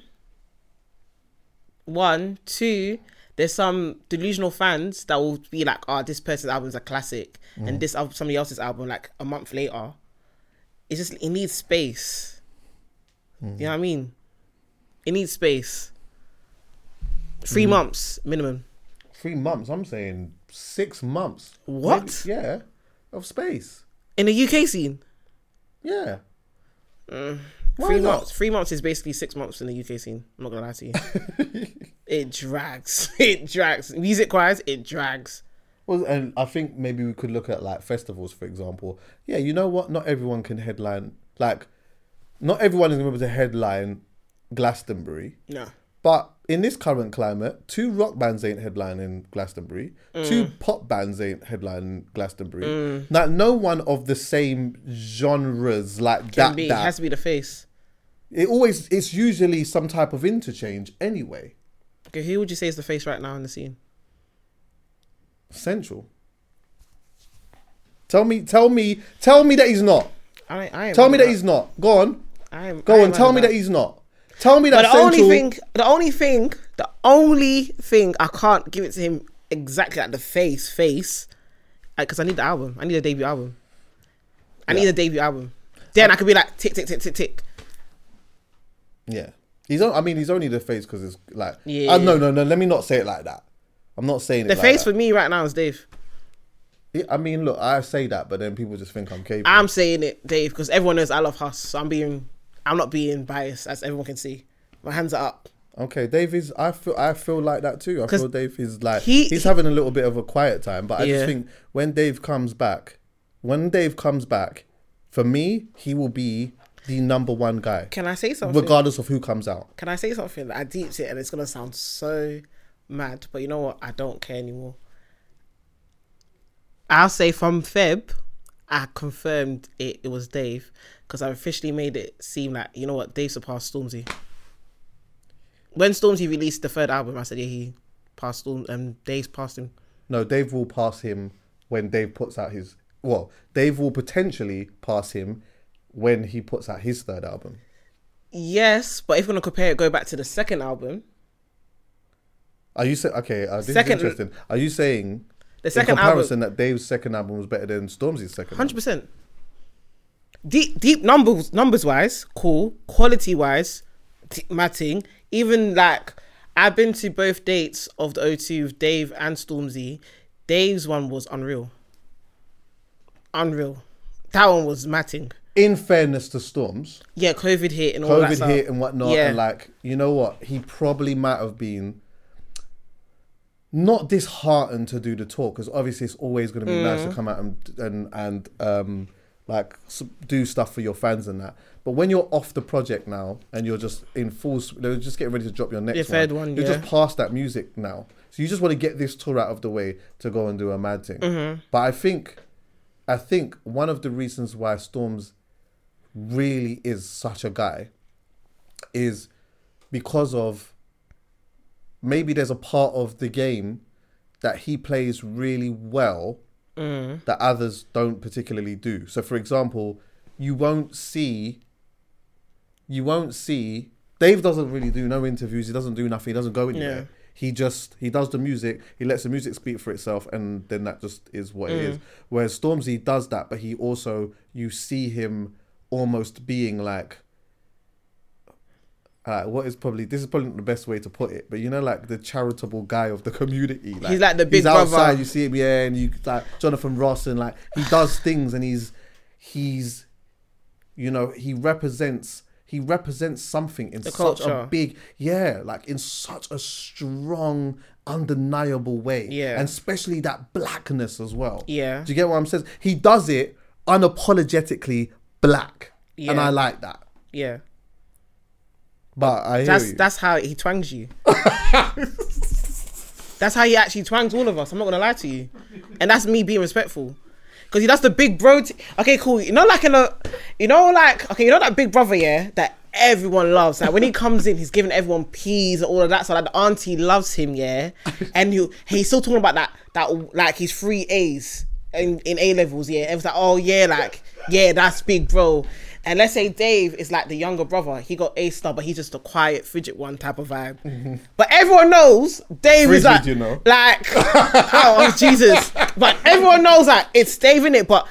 Speaker 2: One, two. There's some delusional fans that will be like, "Oh, this person's album's a classic,"
Speaker 1: Mm.
Speaker 2: and this album, somebody else's album, like a month later. It's just it needs space.
Speaker 1: Mm.
Speaker 2: You know what I mean? It needs space.
Speaker 1: Mm.
Speaker 2: Three months minimum.
Speaker 1: three months. I'm saying six months.
Speaker 2: What?
Speaker 1: Maybe- yeah, of space.
Speaker 2: in the UK scene?
Speaker 1: Yeah. Why
Speaker 2: Mm, Three
Speaker 1: not?
Speaker 2: months. Three months is basically six months in the UK scene. I'm not gonna lie to you. it drags. It drags. Music wise, it drags.
Speaker 1: Well, and I think maybe we could look at like festivals, for example. Yeah, you know what? Not everyone can headline. Like, not everyone is going to be able to headline Glastonbury.
Speaker 2: No.
Speaker 1: But in this current climate, two rock bands ain't headlining Glastonbury.
Speaker 2: Mm.
Speaker 1: Two pop bands ain't headlining Glastonbury. Like no one of the same genres like
Speaker 2: Can
Speaker 1: that.
Speaker 2: be.
Speaker 1: that.
Speaker 2: Has to be the face.
Speaker 1: it always it's usually some type of interchange anyway.
Speaker 2: Okay, who would you say is the face right now in the scene?
Speaker 1: Central. Tell me, tell me, tell me that he's not.
Speaker 2: I, I ain't
Speaker 1: Tell
Speaker 2: mad
Speaker 1: me
Speaker 2: at
Speaker 1: that he's not. Go on,
Speaker 2: I am, I
Speaker 1: go
Speaker 2: ain't
Speaker 1: on.
Speaker 2: mad
Speaker 1: Tell
Speaker 2: at
Speaker 1: me that he's not. Tell me that
Speaker 2: But the
Speaker 1: Central.
Speaker 2: only thing, the only thing, the only thing I can't give it to him exactly like the face, face, because I need the album. I need a debut album. I need a debut album. Then I could be like tick, tick, tick, tick, tick.
Speaker 1: Yeah, he's. On, I mean, he's only the face because it's like.
Speaker 2: Yeah.
Speaker 1: Uh, no, no, no. Let me not say it like that. I'm not saying it.
Speaker 2: The
Speaker 1: like
Speaker 2: face
Speaker 1: that.
Speaker 2: for me right now is Dave.
Speaker 1: Yeah, I mean, look, I say that, but then people just think I'm capable.
Speaker 2: I'm saying it, Dave, because everyone knows I love Huss. So I'm being, I'm not being biased, as everyone can see. My hands are up.
Speaker 1: okay, Dave is. I feel. I feel like that too. I
Speaker 2: 'Cause
Speaker 1: feel Dave is like
Speaker 2: he-
Speaker 1: he's having a little bit of a quiet time, but I just
Speaker 2: Yeah.
Speaker 1: think when Dave comes back, when Dave comes back, for me, he will be the number one guy,
Speaker 2: Can I say something?
Speaker 1: regardless of who comes out.
Speaker 2: Can I say something? I deeped it, and it's gonna sound so mad, but you know what? I don't care anymore. I'll say from Feb, I confirmed it. It was Dave because I officially made it seem like you know what Dave surpassed Stormzy. When Stormzy released the third album, I said yeah, he passed Storm. Um, Dave's passed him.
Speaker 1: No, Dave will pass him when Dave puts out his. Well, Dave will potentially pass him when he puts out his third album.
Speaker 2: Yes, but if we're gonna compare it, go back to the second album.
Speaker 1: Are you saying okay? Uh, this
Speaker 2: Second-
Speaker 1: is interesting. Are you saying
Speaker 2: The second
Speaker 1: in
Speaker 2: album,
Speaker 1: comparison that Dave's second album was better than Stormzy's second?
Speaker 2: hundred percent. Deep, deep numbers, numbers wise, cool. Quality wise, t- matting. Even like, I've been to both dates of the O2 with Dave and Stormzy. Dave's one was unreal. Unreal. That one was matting.
Speaker 1: in fairness to Storms,
Speaker 2: Yeah, COVID hit and all that
Speaker 1: COVID
Speaker 2: stuff.
Speaker 1: hit and whatnot,
Speaker 2: Yeah.
Speaker 1: and like you know what, he probably might have been not disheartened to do the tour because obviously it's always going to be nice
Speaker 2: Mm.
Speaker 1: to come out and and and um like s- do stuff for your fans and that. But when you're off the project now and you're just in full, s- they're just getting ready to drop your next
Speaker 2: Your third one,
Speaker 1: You're
Speaker 2: yeah.
Speaker 1: just past that music now, so you just want to get this tour out of the way to go and do a mad thing.
Speaker 2: Mm-hmm.
Speaker 1: But I think, I think one of the reasons why Storms really is such a guy is because of maybe there's a part of the game that he plays really well that others don't particularly do. So for example, you won't see you won't see Dave doesn't really do no interviews, he doesn't do nothing, he doesn't go anywhere.
Speaker 2: Yeah.
Speaker 1: He just he does the music, he lets the music speak for itself and then that just is what it is. Whereas Stormzy does that, but he also you see him almost being like uh, what is probably this is probably not the best way to put it, but you know, like the charitable guy of the community. Like,
Speaker 2: He's like the big
Speaker 1: he's outside,
Speaker 2: brother.
Speaker 1: You see him, yeah, and you like Jonathan Ross, and like he does things, and he's he's you know he represents he represents something in such a
Speaker 2: culture.
Speaker 1: big yeah, like in such a strong, undeniable way,
Speaker 2: Yeah.
Speaker 1: and especially that blackness as well.
Speaker 2: Yeah.
Speaker 1: do you get what I'm saying? He does it unapologetically black, and
Speaker 2: Yeah.
Speaker 1: I like that.
Speaker 2: Yeah.
Speaker 1: But I hear
Speaker 2: That's
Speaker 1: you.
Speaker 2: that's how he twangs you. that's how he actually twangs all of us. I'm not gonna lie to you, and that's me being respectful, because that's the big bro. T- okay, cool. You know, like in a, you know, like okay, you know that big brother, yeah, that everyone loves. Like when he comes in, he's giving everyone peas and all of that. So like the auntie loves him, yeah, and he he's still talking about that that like his three A's in, in A levels, yeah. It was like, oh yeah, like yeah, that's big bro. And let's say Dave is like the younger brother. He got A star, but he's just a quiet fidget one type of vibe. But everyone knows Dave is
Speaker 1: Frigid,
Speaker 2: like,
Speaker 1: you know.
Speaker 2: like, oh Jesus! But everyone knows that it's Dave in it. But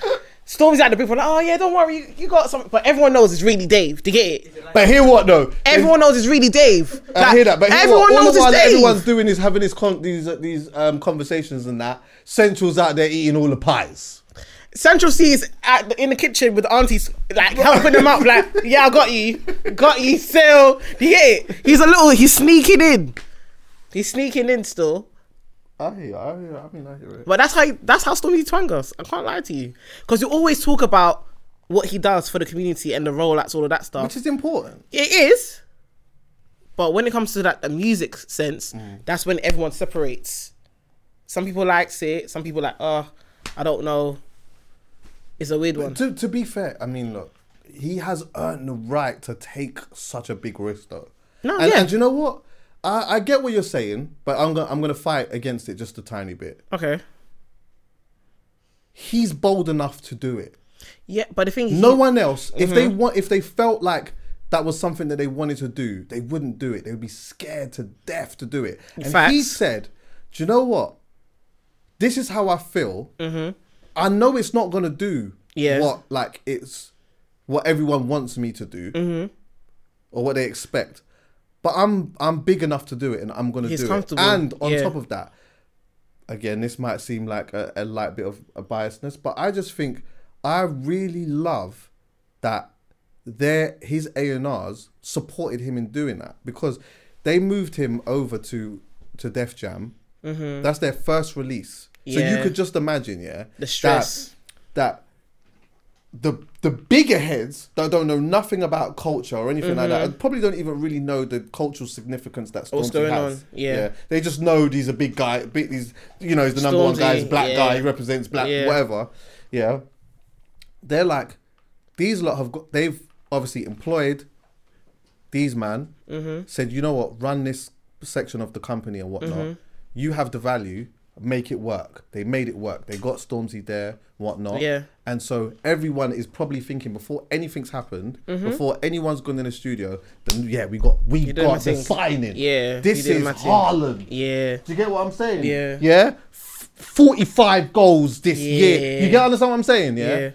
Speaker 2: Stormy's like the people, like, oh yeah, don't worry, you, you got something. But everyone knows it's really Dave. Do you get it?
Speaker 1: But hear what though?
Speaker 2: Everyone knows it's really Dave.
Speaker 1: I
Speaker 2: Like,
Speaker 1: hear that, but hear
Speaker 2: everyone
Speaker 1: what? All
Speaker 2: knows
Speaker 1: the
Speaker 2: it's
Speaker 1: while
Speaker 2: Dave.
Speaker 1: everyone's doing is having these con- these uh, these um, conversations and that. Central's out there eating all the pies.
Speaker 2: Central C is at the, in the kitchen with the aunties, like helping them up. Like, yeah, I got you, got you. Still, do you get it? He's a little, he's sneaking in. He's sneaking in still.
Speaker 1: I hear, I hear, I mean, I hear it.
Speaker 2: But that's how that's how Stormy twang us. I can't lie to you, because you always talk about what he does for the community and the role that's all of that stuff.
Speaker 1: Which is important.
Speaker 2: it is, but when it comes to that the music sense,
Speaker 1: Mm.
Speaker 2: that's when everyone separates. Some people likes it. Some people like, oh, I don't know. It's a weird one.
Speaker 1: To to be fair, I mean, look, he has earned the right to take such a big risk, though.
Speaker 2: No,
Speaker 1: and,
Speaker 2: yeah.
Speaker 1: and do you know what? I, I get what you're saying, but I'm gonna I'm gonna fight against it just a tiny bit.
Speaker 2: Okay.
Speaker 1: He's bold enough to do it.
Speaker 2: Yeah, but the thing is,
Speaker 1: No one else. If they want, if they felt like that was something that they wanted to do, they wouldn't do it. They would be scared to death to do it. And he
Speaker 2: Facts.
Speaker 1: said, "Do you know what? This is how I feel. I know it's not gonna do
Speaker 2: Yeah.
Speaker 1: what like it's what everyone wants me to do or what they expect, but I'm I'm big enough to do it, and I'm gonna
Speaker 2: He's
Speaker 1: do it.
Speaker 2: comfortable.
Speaker 1: And on
Speaker 2: Yeah.
Speaker 1: top of that, again, this might seem like a, a light bit of a biasness, but I just think I really love that their his A and R's supported him in doing that because they moved him over to to Def Jam. That's their first release, so you
Speaker 2: Mm-hmm. Yeah.
Speaker 1: could just imagine, yeah,
Speaker 2: The stress.
Speaker 1: that, that the the bigger heads that don't know nothing about culture or anything like that, and probably don't even really know the cultural significance that Stormzy
Speaker 2: Mm-hmm. What's going
Speaker 1: has.
Speaker 2: on, yeah.
Speaker 1: They just know he's a big guy, big, he's you know he's the number one guy,
Speaker 2: Stormzy,
Speaker 1: he's a black
Speaker 2: yeah.
Speaker 1: guy, he represents black,
Speaker 2: Yeah.
Speaker 1: whatever. Yeah, they're like these lot have got. They've obviously employed these man.
Speaker 2: Mm-hmm.
Speaker 1: Said you know what, run this section of the company and whatnot.
Speaker 2: Mm-hmm.
Speaker 1: You have the value, make it work. They made it work. They got Stormzy there, whatnot.
Speaker 2: Yeah.
Speaker 1: And so everyone is probably thinking before anything's happened, before anyone's gone in the studio, then yeah, we got we
Speaker 2: Mm-hmm. doing my
Speaker 1: got the
Speaker 2: thing.
Speaker 1: signing.
Speaker 2: Yeah,
Speaker 1: This
Speaker 2: you doing
Speaker 1: is
Speaker 2: my thing.
Speaker 1: Haaland.
Speaker 2: yeah,
Speaker 1: Do you get what I'm saying?
Speaker 2: Yeah.
Speaker 1: Yeah. F- 45 goals this year.
Speaker 2: Yeah.
Speaker 1: You get understand what I'm saying? Yeah?
Speaker 2: Yeah.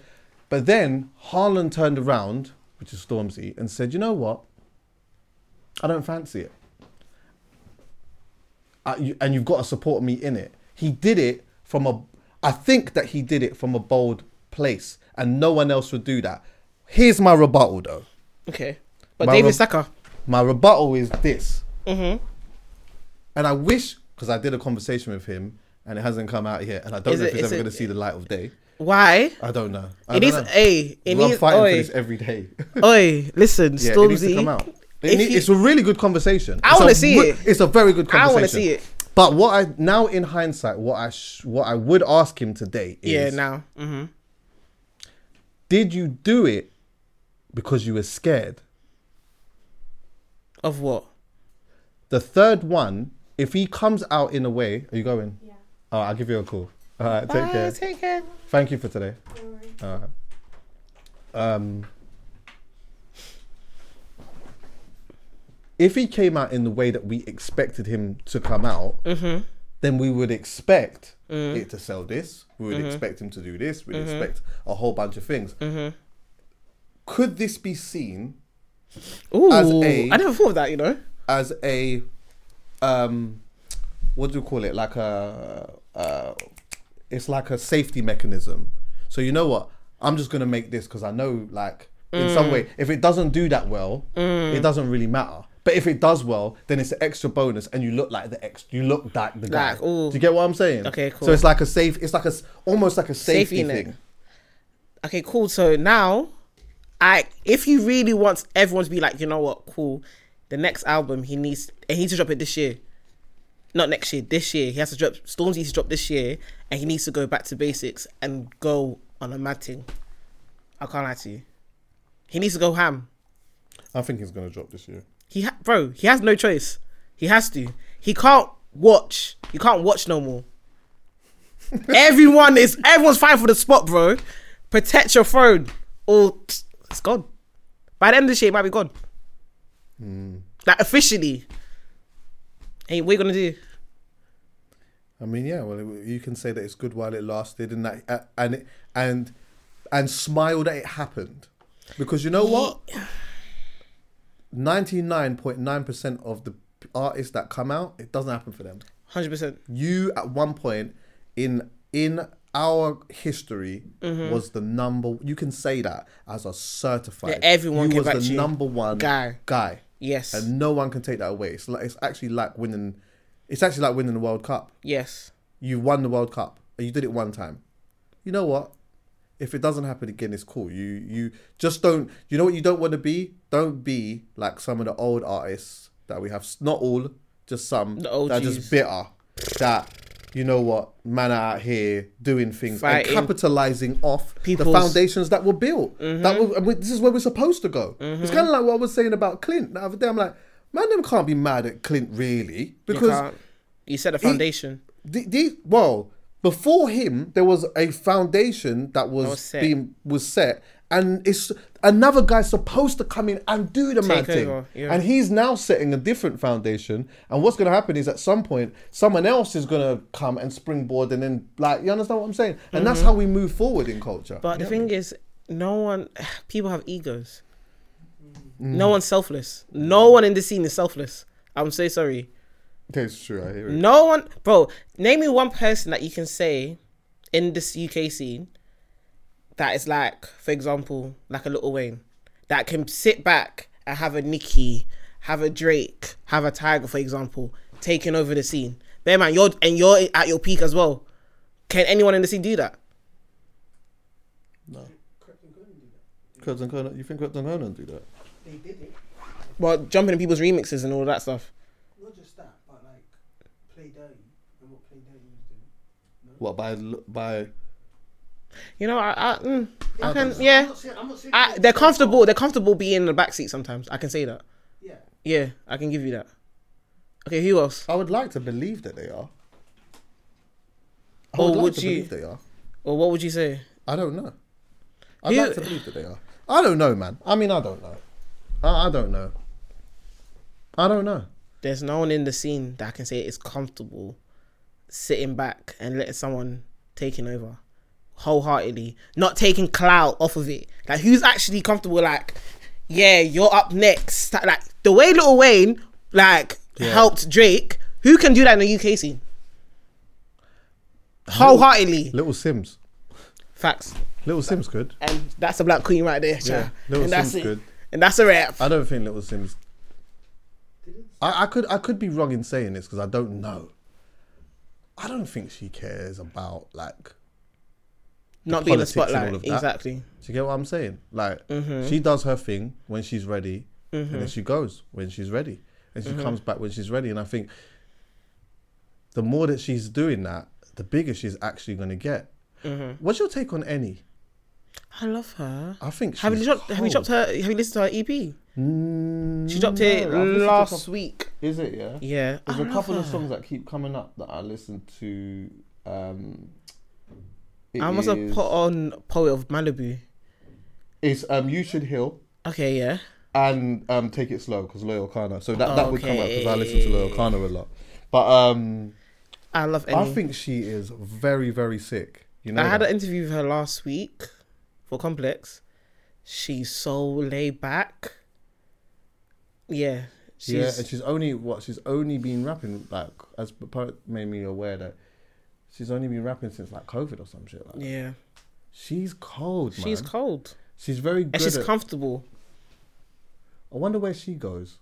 Speaker 1: But then Haaland turned around, which is Stormzy, and said, "You know what? I don't fancy it. I, you, and you've got to support me in it." He did it from a. I think that he did it from a bold place, and no one else would do that. Here's my rebuttal though.
Speaker 2: Okay. But
Speaker 1: My
Speaker 2: David
Speaker 1: rep-
Speaker 2: Saka.
Speaker 1: My rebuttal is this,
Speaker 2: Mm-hmm.
Speaker 1: and I wish because I did a conversation with him and it hasn't come out yet, and I don't
Speaker 2: Is
Speaker 1: know
Speaker 2: it-
Speaker 1: if it's
Speaker 2: is
Speaker 1: ever
Speaker 2: it-
Speaker 1: going to see the light of day.
Speaker 2: Why?
Speaker 1: I don't know. I
Speaker 2: It
Speaker 1: don't
Speaker 2: is
Speaker 1: know.
Speaker 2: a. It
Speaker 1: I'm
Speaker 2: needs.
Speaker 1: fighting for
Speaker 2: Oi,
Speaker 1: this every day.
Speaker 2: oi. Listen,
Speaker 1: yeah,
Speaker 2: Stormzy.
Speaker 1: it needs to come out. It
Speaker 2: if
Speaker 1: need-
Speaker 2: you-
Speaker 1: it's a really good conversation.
Speaker 2: I
Speaker 1: It's a
Speaker 2: wanna see
Speaker 1: re-
Speaker 2: it.
Speaker 1: It's a very good
Speaker 2: I
Speaker 1: conversation.
Speaker 2: want to see it.
Speaker 1: But what I now in hindsight, what I sh- what I would ask him today is,
Speaker 2: Yeah. Now. Mm-hmm.
Speaker 1: did you do it because you were scared?
Speaker 2: Of what?
Speaker 1: The third one, if he comes out in a way, are you going?
Speaker 3: Yeah.
Speaker 1: Oh, I'll give you a call. All right,
Speaker 2: Bye,
Speaker 1: take care.
Speaker 2: Take care.
Speaker 1: Thank you for today.
Speaker 3: No worries.
Speaker 1: All right. Um, if he came out in the way that we expected him to come out,
Speaker 2: Mm-hmm.
Speaker 1: then we would expect
Speaker 2: Mm.
Speaker 1: it to sell this. We would expect him to do this. We'd expect a whole bunch of things.
Speaker 2: Mm-hmm.
Speaker 1: Could this be seen
Speaker 2: Ooh. I
Speaker 1: As a-
Speaker 2: never thought of that. You know.
Speaker 1: as a, um, what do you call it? Like a, uh, it's like a safety mechanism. So you know what? I'm just gonna make this because I know, like, in
Speaker 2: Mm.
Speaker 1: some way, if it doesn't do that well, it doesn't really matter. But if it does well, then it's an extra bonus, and you look like the ex. You look like the guy.
Speaker 2: Like, ooh.
Speaker 1: Do you get what I'm saying?
Speaker 2: Okay,
Speaker 1: So
Speaker 2: cool.
Speaker 1: it's like a safe. It's like a s- almost like a safety,
Speaker 2: Safety net.
Speaker 1: thing.
Speaker 2: Okay. Cool. So now, I if you really want everyone to be like, you know what? Cool. The next album he needs. And he needs to drop it this year. Not next year. This year he has to drop. Storms needs to drop this year, and he needs to go back to basics and go on a mad thing. I can't lie to you. He needs to go ham.
Speaker 1: I think he's gonna drop this year.
Speaker 2: He ha- bro, he has no choice. He has to. He can't watch. You can't watch no more. Everyone is everyone's fighting for the spot, bro. Protect your phone, or t- it's gone. By the end of this year, it might be gone. Like officially. Hey, what you gonna do?
Speaker 1: I mean, yeah. Well, it- you can say that it's good while it lasted, and that a- and it, and and smile that it happened, because you know what? Ninety nine point nine percent of the p- artists that come out, it doesn't happen for them.
Speaker 2: Hundred percent.
Speaker 1: You at one point in in our history
Speaker 2: Mm-hmm.
Speaker 1: was the number. You can say that as a certified.
Speaker 2: Yeah, everyone
Speaker 1: you
Speaker 2: came
Speaker 1: was
Speaker 2: back
Speaker 1: the
Speaker 2: to you.
Speaker 1: number one
Speaker 2: Guy.
Speaker 1: guy,
Speaker 2: Yes.
Speaker 1: Hmm. and no one can take that away. It's like it's actually like winning. It's actually like winning the World Cup
Speaker 2: yes.
Speaker 1: you won the World Cup and you did it one time. You know what? If it doesn't happen again, it's cool. You you just don't. You know what you don't want to be? Don't be like some of the old artists that we have. Not all, just some
Speaker 2: The OGs.
Speaker 1: that are just bitter. That you know what? Man are out here doing things
Speaker 2: Fighting.
Speaker 1: and capitalizing off the
Speaker 2: People's- Mm-hmm.
Speaker 1: foundations that were built. That were, and we- this is where we're supposed to go. It's kind of like what I was saying about Clint the other day. I'm like, man, them can't be mad at Clint really
Speaker 2: Because you,
Speaker 1: because
Speaker 2: can't. you set a foundation.
Speaker 1: the, the well before him there was a foundation that was,
Speaker 2: was set.
Speaker 1: being was set and it's another guy supposed to come in and do the mad thing
Speaker 2: over, yeah.
Speaker 1: and he's now setting a different foundation and what's going to happen is at some point someone else is going to come and springboard and then like you understand what i'm saying and that's how we move forward in culture
Speaker 2: Mm-hmm. But the thing is, no one, people have egos. No one's selfless. No one in this scene is selfless. I'm so sorry.
Speaker 1: that's true i hear it
Speaker 2: No one, bro, name me one person that you can say in this UK scene that is like, for example, like a Little Wayne, that can sit back and have a Nicki, have a Drake, have a Tiger, for example, taking over the scene. Bear in mind, you're, and you're at your peak as well. Can anyone in the scene do that?
Speaker 1: Krebs and Conan, you think Krebs and Conan do that
Speaker 4: They did it.
Speaker 2: Well, jumping in people's remixes and all that stuff.
Speaker 4: Not just that, but like play dirty and what play dirty was doing.
Speaker 1: what by by
Speaker 2: You know, I, I, mm, I
Speaker 1: I
Speaker 2: can,
Speaker 1: don't
Speaker 4: I'm
Speaker 2: yeah.
Speaker 4: not saying. I'm not saying.
Speaker 2: I, they're comfortable. They're comfortable being in the backseat sometimes. I can say that.
Speaker 4: Yeah.
Speaker 2: Yeah, I can give you that. Okay, who else?
Speaker 1: i would like to believe that they are I
Speaker 2: Or
Speaker 1: would, like
Speaker 2: would
Speaker 1: to
Speaker 2: you-
Speaker 1: believe they are
Speaker 2: Or what would you say?
Speaker 1: I don't know. I'd
Speaker 2: You-
Speaker 1: like to believe that they are. I don't know, man. I mean, I don't know. I, I don't know. I don't know.
Speaker 2: There's no one in the scene that I can say is comfortable sitting back and letting someone taking over wholeheartedly, not taking clout off of it. Like, who's actually comfortable? Like, yeah, you're up next. Like the way Little Wayne like
Speaker 1: Yeah.
Speaker 2: helped Drake. Who can do that in the UK scene? Wholeheartedly.
Speaker 1: Little Sims.
Speaker 2: Facts.
Speaker 1: Little Sim's good.
Speaker 2: And that's the black queen right there.
Speaker 1: Yeah,
Speaker 2: Yeah.
Speaker 1: Little
Speaker 2: and that's
Speaker 1: Sim's
Speaker 2: it.
Speaker 1: good.
Speaker 2: And that's a wrap.
Speaker 1: I don't think Little Sim's.
Speaker 4: Didn't
Speaker 1: I, I could I could be wrong in saying this because I don't know. I don't think she cares about like.
Speaker 2: Not being in the
Speaker 1: politics and
Speaker 2: spotlight.
Speaker 1: all of that.
Speaker 2: Exactly.
Speaker 1: Do you get what I'm saying? Like
Speaker 2: Mm-hmm.
Speaker 1: she does her thing when she's ready, and then she goes when she's ready, and
Speaker 2: Mm-hmm.
Speaker 1: she comes back when she's ready. And I think the more that she's doing that, the bigger she's actually going to get.
Speaker 2: Mm-hmm.
Speaker 1: What's your take on Annie?
Speaker 2: I love her.
Speaker 1: I think she's
Speaker 2: Have you dropped? Have you dropped
Speaker 1: cold.
Speaker 2: her? Have you listened to her EP?
Speaker 1: Mm,
Speaker 2: She dropped it
Speaker 1: no, I've listened to a
Speaker 2: last
Speaker 1: couple-
Speaker 2: week.
Speaker 1: Is it yeah?
Speaker 2: Yeah,
Speaker 1: There's
Speaker 2: I
Speaker 1: a
Speaker 2: love
Speaker 1: couple of
Speaker 2: her.
Speaker 1: songs that keep coming up that I listen to. Um, it
Speaker 2: I must have
Speaker 1: is-
Speaker 2: put on Poet of Malibu.
Speaker 1: It's um, you should heal
Speaker 2: Okay, yeah.
Speaker 1: and um, take it slow because Loyal Kana. So that, that would come up because I listen to
Speaker 2: Oh, Okay.
Speaker 1: Loyal Kana a lot. But um,
Speaker 2: I love Annie.
Speaker 1: I think she is very very sick. You know,
Speaker 2: I had
Speaker 1: that?
Speaker 2: an interview with her last week for Complex. She's so laid back. Yeah, she's
Speaker 1: yeah, and she's only what she's only been rapping like as Poet made me aware that she's only been rapping since like COVID or some shit like. that.
Speaker 2: yeah,
Speaker 1: She's cold.
Speaker 2: she's
Speaker 1: man.
Speaker 2: cold
Speaker 1: She's very good.
Speaker 2: and she's
Speaker 1: at-
Speaker 2: comfortable.
Speaker 1: I wonder where she goes.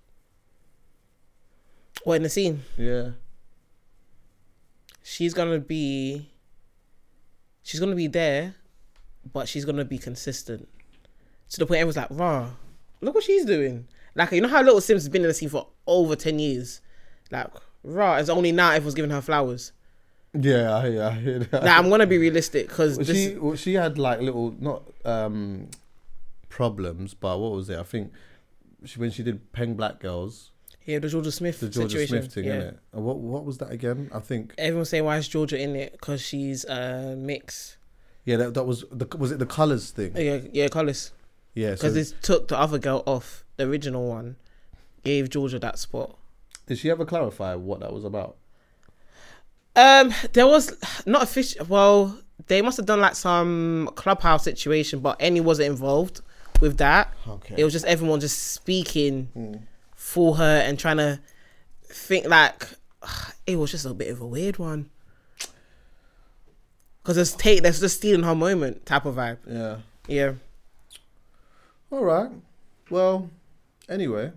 Speaker 2: Well, in the scene,
Speaker 1: Yeah.
Speaker 2: she's gonna be. She's gonna be there, but she's gonna be consistent to the point everyone's like, "Rah, look what she's doing." Like you know how Little Sims has been in the scene for over ten years. Like, rah, it's only now everyone's giving her flowers.
Speaker 1: Yeah, I, I hear that.
Speaker 2: Now I'm gonna be realistic because
Speaker 1: Well,
Speaker 2: this.
Speaker 1: she well, she had like little not um problems, but what was it? I think she when she did Peng Black Girls,
Speaker 2: Yeah, the Georgia Smith
Speaker 1: the Georgia
Speaker 2: situation.
Speaker 1: Smith thing,
Speaker 2: yeah.
Speaker 1: innit? And what what was that again? I think
Speaker 2: Everyone's saying why is Georgia in it because she's uh, mixed. Oh,
Speaker 1: yeah, that that was the was it the colours thing?
Speaker 2: Yeah, yeah, Collis.
Speaker 1: Yeah, so
Speaker 2: Because this took the other girl off the original one, gave Georgia that spot.
Speaker 1: did she ever clarify what that was about?
Speaker 2: Um, there was not official. Well, they must have done like some clubhouse situation, but Annie wasn't involved with that.
Speaker 1: Okay,
Speaker 2: It was just everyone just speaking
Speaker 1: Hmm,
Speaker 2: for her and trying to think like it was just a bit of a weird one. Cause it's take that's just stealing her moment type of vibe.
Speaker 1: yeah.
Speaker 2: Yeah.
Speaker 1: All right. Well, anyway,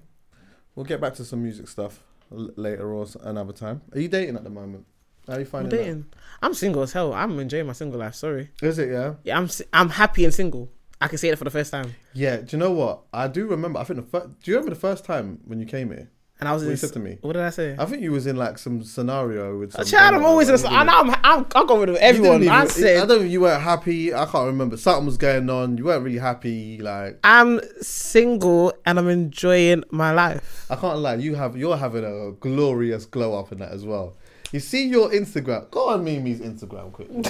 Speaker 1: we'll get back to some music stuff l- later or s- another time. Are you dating at the moment? How are you
Speaker 2: I'm
Speaker 1: finding
Speaker 2: dating. I'm single as hell. I'm enjoying my single life. Sorry.
Speaker 1: that? Is it yeah?
Speaker 2: Yeah, I'm si- I'm happy and single. I can say that for the first time.
Speaker 1: Yeah, do you know what? I do remember. I think the first. Do you remember the first time when you came here?
Speaker 2: And I was
Speaker 1: What
Speaker 2: in
Speaker 1: you
Speaker 2: this-
Speaker 1: said to me?
Speaker 2: What did I say?
Speaker 1: I think you was in like some scenario with.
Speaker 2: A
Speaker 1: Some
Speaker 2: child, I'm always in this. I know I'm, I'm, I'm going with everyone. I
Speaker 1: e- I
Speaker 2: said,
Speaker 1: don't. You weren't happy. I can't remember. Something was going on. You weren't really happy. Like
Speaker 2: I'm single and I'm enjoying my life.
Speaker 1: I can't lie. You have. You're having a glorious glow up in that as well. You see your Instagram. Go on Mimi's Instagram quick. Go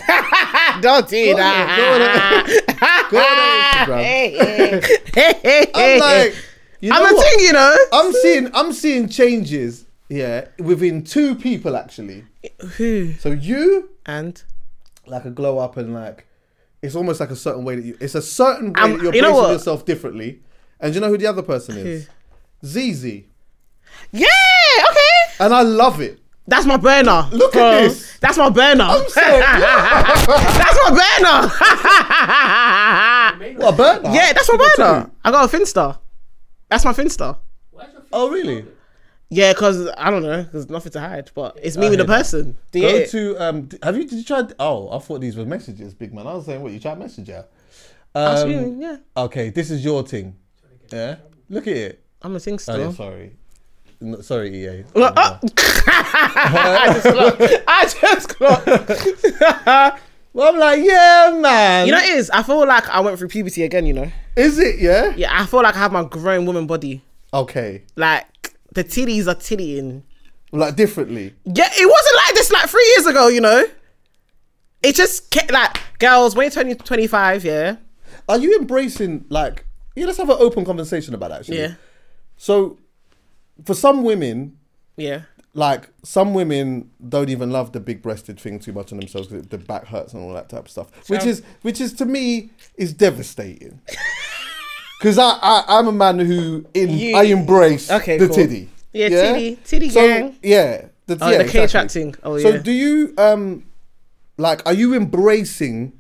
Speaker 2: don't do
Speaker 1: on, her- go on, her- go on her Instagram.
Speaker 2: hey, hey, hey,
Speaker 1: I'm
Speaker 2: hey.
Speaker 1: like, you know
Speaker 2: I'm a
Speaker 1: what?
Speaker 2: thing, you know.
Speaker 1: I'm seeing. I'm seeing changes. Yeah, within two people actually.
Speaker 2: Who?
Speaker 1: So you
Speaker 2: And
Speaker 1: like a glow up and like it's almost like a certain way that you it's a certain way
Speaker 2: Um,
Speaker 1: that you're
Speaker 2: you know
Speaker 1: placing
Speaker 2: what?
Speaker 1: yourself differently. And do you know who the other person is? ZZ.
Speaker 2: yeah, okay.
Speaker 1: And I love it.
Speaker 2: That's my burner.
Speaker 1: Look at
Speaker 2: bro.
Speaker 1: this.
Speaker 2: That's my burner.
Speaker 1: I'm saying,
Speaker 2: That's my burner.
Speaker 1: what a burner.
Speaker 2: yeah, that's my
Speaker 1: You got
Speaker 2: burner.
Speaker 1: two.
Speaker 2: I got a Finster. That's my Finster.
Speaker 4: Why's your face
Speaker 1: Oh really?
Speaker 2: Yeah, cause I don't know, cause nothing to hide. But it's me
Speaker 1: I
Speaker 2: with the
Speaker 1: hear that.
Speaker 2: person.
Speaker 1: Go
Speaker 2: Yeah.
Speaker 1: to um d- have you did you try oh, I thought these were messages, big man. I was saying what you tried messenger.
Speaker 2: That's
Speaker 1: Um,
Speaker 2: you, yeah,
Speaker 1: okay, this is your thing. Yeah? Look at it.
Speaker 2: I'm a
Speaker 1: Oh yeah,
Speaker 2: Finster.
Speaker 1: sorry. No, sorry, E EA.
Speaker 2: Look, oh. I just clocked. I just clocked.
Speaker 1: Well I'm like, yeah man.
Speaker 2: you know what it is? I feel like I went through puberty again. You know?
Speaker 1: is it, yeah?
Speaker 2: Yeah, I feel like I have my grown woman body.
Speaker 1: Okay.
Speaker 2: Like the titties are tittying.
Speaker 1: Like differently.
Speaker 2: Yeah, it wasn't like this like three years ago. You know? It just kept, like girls when you turn 25, yeah,
Speaker 1: Are you embracing like? Yeah, let's have an open conversation about that. Actually.
Speaker 2: yeah,
Speaker 1: So, for some women,
Speaker 2: yeah.
Speaker 1: like some women don't even love the big-breasted thing too much on themselves because the back hurts and all that type of stuff, which
Speaker 2: Sure.
Speaker 1: is which is to me is devastating. Because I, I I'm a man who in
Speaker 2: You-
Speaker 1: I embrace
Speaker 2: Okay,
Speaker 1: the
Speaker 2: cool.
Speaker 1: titty.
Speaker 2: Yeah, titty- titty gang.
Speaker 1: Yeah. The,
Speaker 2: Oh,
Speaker 1: yeah,
Speaker 2: the K
Speaker 1: exactly.
Speaker 2: track thing. Oh
Speaker 1: So
Speaker 2: yeah.
Speaker 1: do you um like are you embracing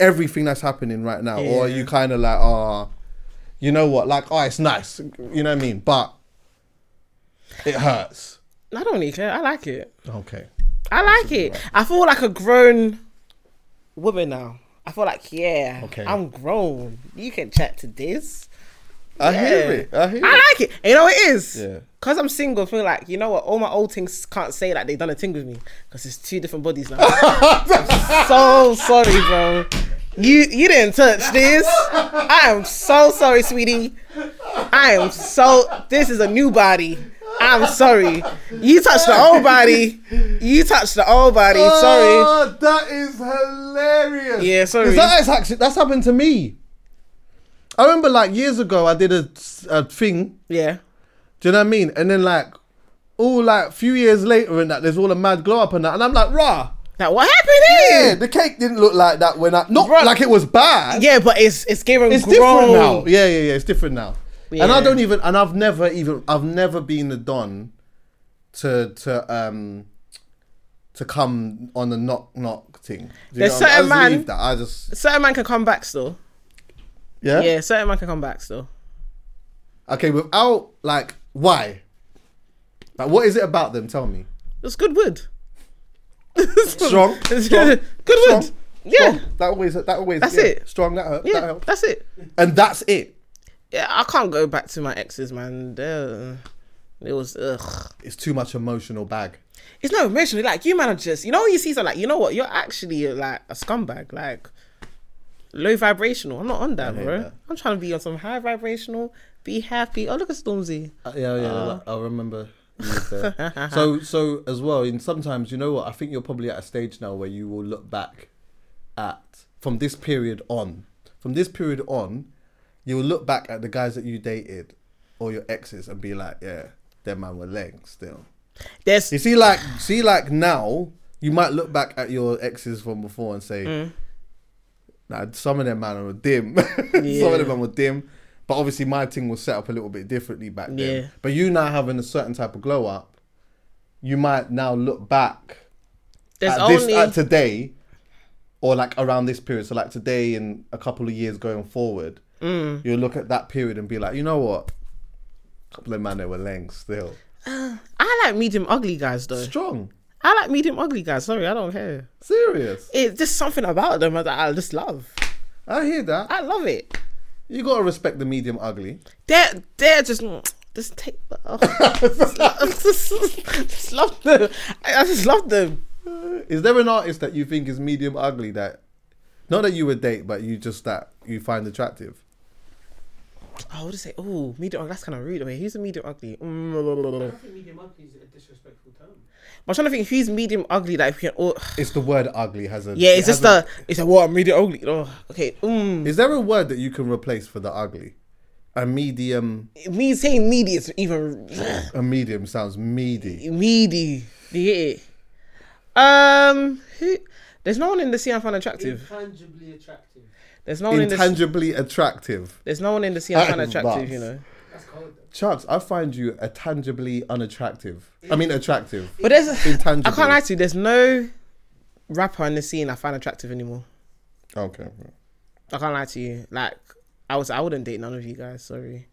Speaker 1: everything that's happening right now, or are
Speaker 2: Yeah.
Speaker 1: you kind of like, ah, you know what? Like, oh, it's nice. You know what I mean? But it hurts.
Speaker 2: I don't really care. I like it.
Speaker 1: Okay.
Speaker 2: I like it. I feel like a grown woman now. I feel like, yeah,
Speaker 1: Okay.
Speaker 2: I'm grown. You can chat to this.
Speaker 1: I hear
Speaker 2: Yeah.
Speaker 1: it. I hear it.
Speaker 2: I like it. And you know what it is?
Speaker 1: Yeah.
Speaker 2: Because I'm single, I feel like, you know what? All my old things can't say that they done a thing with me because it's two different bodies now. I'm so sorry, bro. You you didn't touch this. I am so sorry, sweetie. I am so. This is a new body. I'm sorry. You touched the old body. You touched the old body. Sorry.
Speaker 1: Oh, that is hilarious.
Speaker 2: Yeah, sorry.
Speaker 1: 'Cause That is actually that's happened to me. I remember like years ago, I did a, a thing.
Speaker 2: Yeah.
Speaker 1: Do you know what I mean? And then like, all like few years later, and that there's all a mad glow up and that, and I'm like, rah.
Speaker 2: Now what happened here?
Speaker 1: Yeah, the cake didn't look like that when I not
Speaker 2: Bruh.
Speaker 1: like it was bad.
Speaker 2: Yeah, but it's it's given
Speaker 1: it's
Speaker 2: grown.
Speaker 1: different now. Yeah, yeah, yeah. It's different now. And
Speaker 2: Yeah.
Speaker 1: I don't even. And I've never even. I've never been the don to to um to come on the knock knock thing. Do you
Speaker 2: There's
Speaker 1: know what I mean? I
Speaker 2: certain
Speaker 1: just
Speaker 2: man-
Speaker 1: leave that. I just
Speaker 2: Certain man can come back still.
Speaker 1: yeah.
Speaker 2: Yeah, certain man can come back still.
Speaker 1: Okay, without like why. Like, what is it about them? Tell me.
Speaker 2: It's good wood.
Speaker 1: Strong.
Speaker 2: It's
Speaker 1: strong,
Speaker 2: good, good
Speaker 1: strong,
Speaker 2: wood. Yeah,
Speaker 1: strong. That always. That always.
Speaker 2: That's
Speaker 1: yeah,
Speaker 2: it.
Speaker 1: Strong. That helps.
Speaker 2: yeah,
Speaker 1: That helps.
Speaker 2: that's it.
Speaker 1: And that's it.
Speaker 2: Yeah, I can't go back to my exes, man. They're- It was ugh.
Speaker 1: It's too much emotional bag.
Speaker 2: It's not emotional. Like you, man, are just you know when you see something like you know what you're actually like a scumbag, like low vibrational. I'm not on that,
Speaker 1: hate
Speaker 2: bro.
Speaker 1: that.
Speaker 2: I'm trying to be on some high vibrational, be happy. Oh look at Stormzy.
Speaker 1: Uh, yeah, yeah, like, I remember. you was there. so, so as well, and sometimes you know what? I think you're probably at a stage now where you will look back at from this period on. From this period on, you'll look back at the guys that you dated or your exes and be like, yeah, them man were legs still.
Speaker 2: There's
Speaker 1: You see, like, see, like now, you might look back at your exes from before and say,
Speaker 2: Mm.
Speaker 1: "Nah, some of them man were dim. some
Speaker 2: Yeah.
Speaker 1: of them man were dim." But obviously, my thing was set up a little bit differently back then.
Speaker 2: Yeah.
Speaker 1: But you now having a certain type of glow up, you might now look back
Speaker 2: there's
Speaker 1: at
Speaker 2: only
Speaker 1: this at today, or like around this period. So like today and a couple of years going forward,
Speaker 2: Mm.
Speaker 1: you'll look at that period and be like, you know what, a couple of man they were lengths still
Speaker 2: I like medium ugly guys though.
Speaker 1: strong.
Speaker 2: I like medium ugly guys. Sorry, I don't care.
Speaker 1: Serious.
Speaker 2: It's just something about them that I just love.
Speaker 1: I hear that.
Speaker 2: I love it.
Speaker 1: You gotta respect the medium ugly.
Speaker 2: They're they're just mm, just take. the- Oh. just, love, just love them. I, I just love them.
Speaker 1: Uh, Is there an artist that you think is medium ugly that, not that you would date, but you just that you find attractive?
Speaker 2: I would say, oh, medium. ugly, That's kind of rude. Wait, who's a medium ugly? Mm.
Speaker 4: I think medium ugly is a disrespectful term.
Speaker 2: I'm trying to think who's medium ugly. Like if we can all.
Speaker 1: It's the word ugly has a
Speaker 2: Yeah, it's
Speaker 1: it
Speaker 2: just
Speaker 1: has
Speaker 2: a. It's a what medium ugly. Oh, okay. Mm.
Speaker 1: Is there a word that you can replace for the ugly? A medium,
Speaker 2: Me saying meaty is even
Speaker 1: a medium sounds meaty.
Speaker 2: meaty. Do you get it? Um, who? There's no one in the scene I find attractive.
Speaker 4: Intangibly attractive.
Speaker 2: There's no one in the.
Speaker 1: Intangibly attractive.
Speaker 2: There's no one in the scene I find
Speaker 1: That is
Speaker 2: attractive. You
Speaker 1: nuts.
Speaker 2: know.
Speaker 4: That's cold. though.
Speaker 1: Chucks, I find you a tangibly unattractive. I mean, attractive.
Speaker 2: But there's.
Speaker 1: Intangible.
Speaker 2: I can't lie to you. There's no rapper in the scene I find attractive anymore.
Speaker 1: Okay.
Speaker 2: I can't lie to you. Like I was, I wouldn't date none of you guys. Sorry.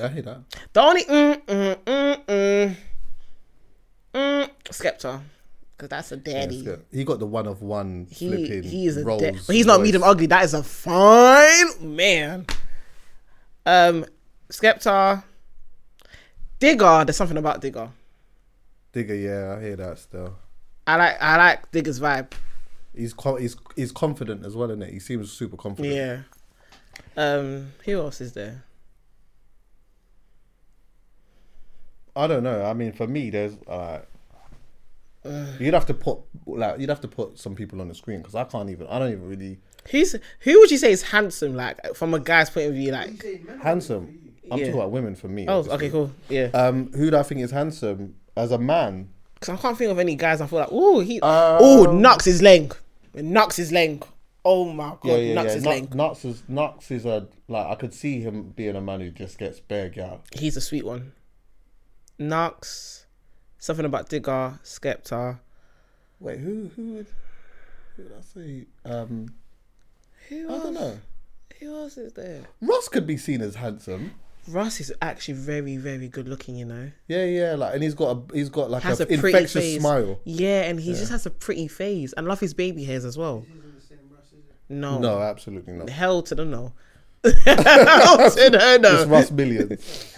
Speaker 1: I hear that.
Speaker 2: The only mm mm mm mm, mm Skepta, because that's a
Speaker 1: Yeah,
Speaker 2: daddy.
Speaker 1: it's good. he got the one of one
Speaker 2: he
Speaker 1: flipping.
Speaker 2: he is a
Speaker 1: Rolls
Speaker 2: daddy. But he's not
Speaker 1: Royce.
Speaker 2: medium ugly. That is a fine man. Um, Skepta, Digger. There's something about Digger.
Speaker 1: Digger, yeah, I hear that still.
Speaker 2: I like I like Digger's vibe.
Speaker 1: He's co- he's he's confident as well, isn't it? He seems super confident.
Speaker 2: Yeah. Um, who else is there?
Speaker 1: I don't know. I mean, for me, there's uh, you'd have to put like you'd have to put some people on the screen because I can't even. I don't even really
Speaker 2: Who's who would you say is handsome? Like from a guy's point of view,
Speaker 4: You
Speaker 2: like
Speaker 4: say men are ugly for
Speaker 1: handsome.
Speaker 4: you.
Speaker 1: I'm
Speaker 2: Yeah.
Speaker 1: talking about women for me.
Speaker 2: oh,
Speaker 1: obviously.
Speaker 2: okay, cool, yeah.
Speaker 1: Um, who do I think is handsome as a man?
Speaker 2: Because I can't think of any guys. I feel like oh he
Speaker 1: Um,
Speaker 2: oh knocks his leg, knocks his leg. Oh my god,
Speaker 1: Yeah, yeah,
Speaker 2: knocks
Speaker 1: yeah.
Speaker 2: his
Speaker 1: Nut-
Speaker 2: leg.
Speaker 1: Nuts is Nuts is a like I could see him being a man who just gets big. Yeah,
Speaker 2: He's a sweet one. Knox, something about Digger, Skepta.
Speaker 1: Wait, who who would Who did I say? Um,
Speaker 2: Who
Speaker 1: I don't know.
Speaker 2: Who else is there?
Speaker 1: Ross could be seen as handsome.
Speaker 2: Russ is actually very, very good looking, you know.
Speaker 1: Yeah, yeah. Like, and he's got a he's got like
Speaker 2: Has
Speaker 1: an
Speaker 2: a pretty
Speaker 1: infectious
Speaker 2: face.
Speaker 1: smile.
Speaker 2: Yeah, and he just has a pretty face. And love his baby hairs as well.
Speaker 4: This isn't the same Russ, is it?
Speaker 2: No.
Speaker 1: No, absolutely not.
Speaker 2: Hell to the no. Hell to the no.
Speaker 1: It's Ross Millions.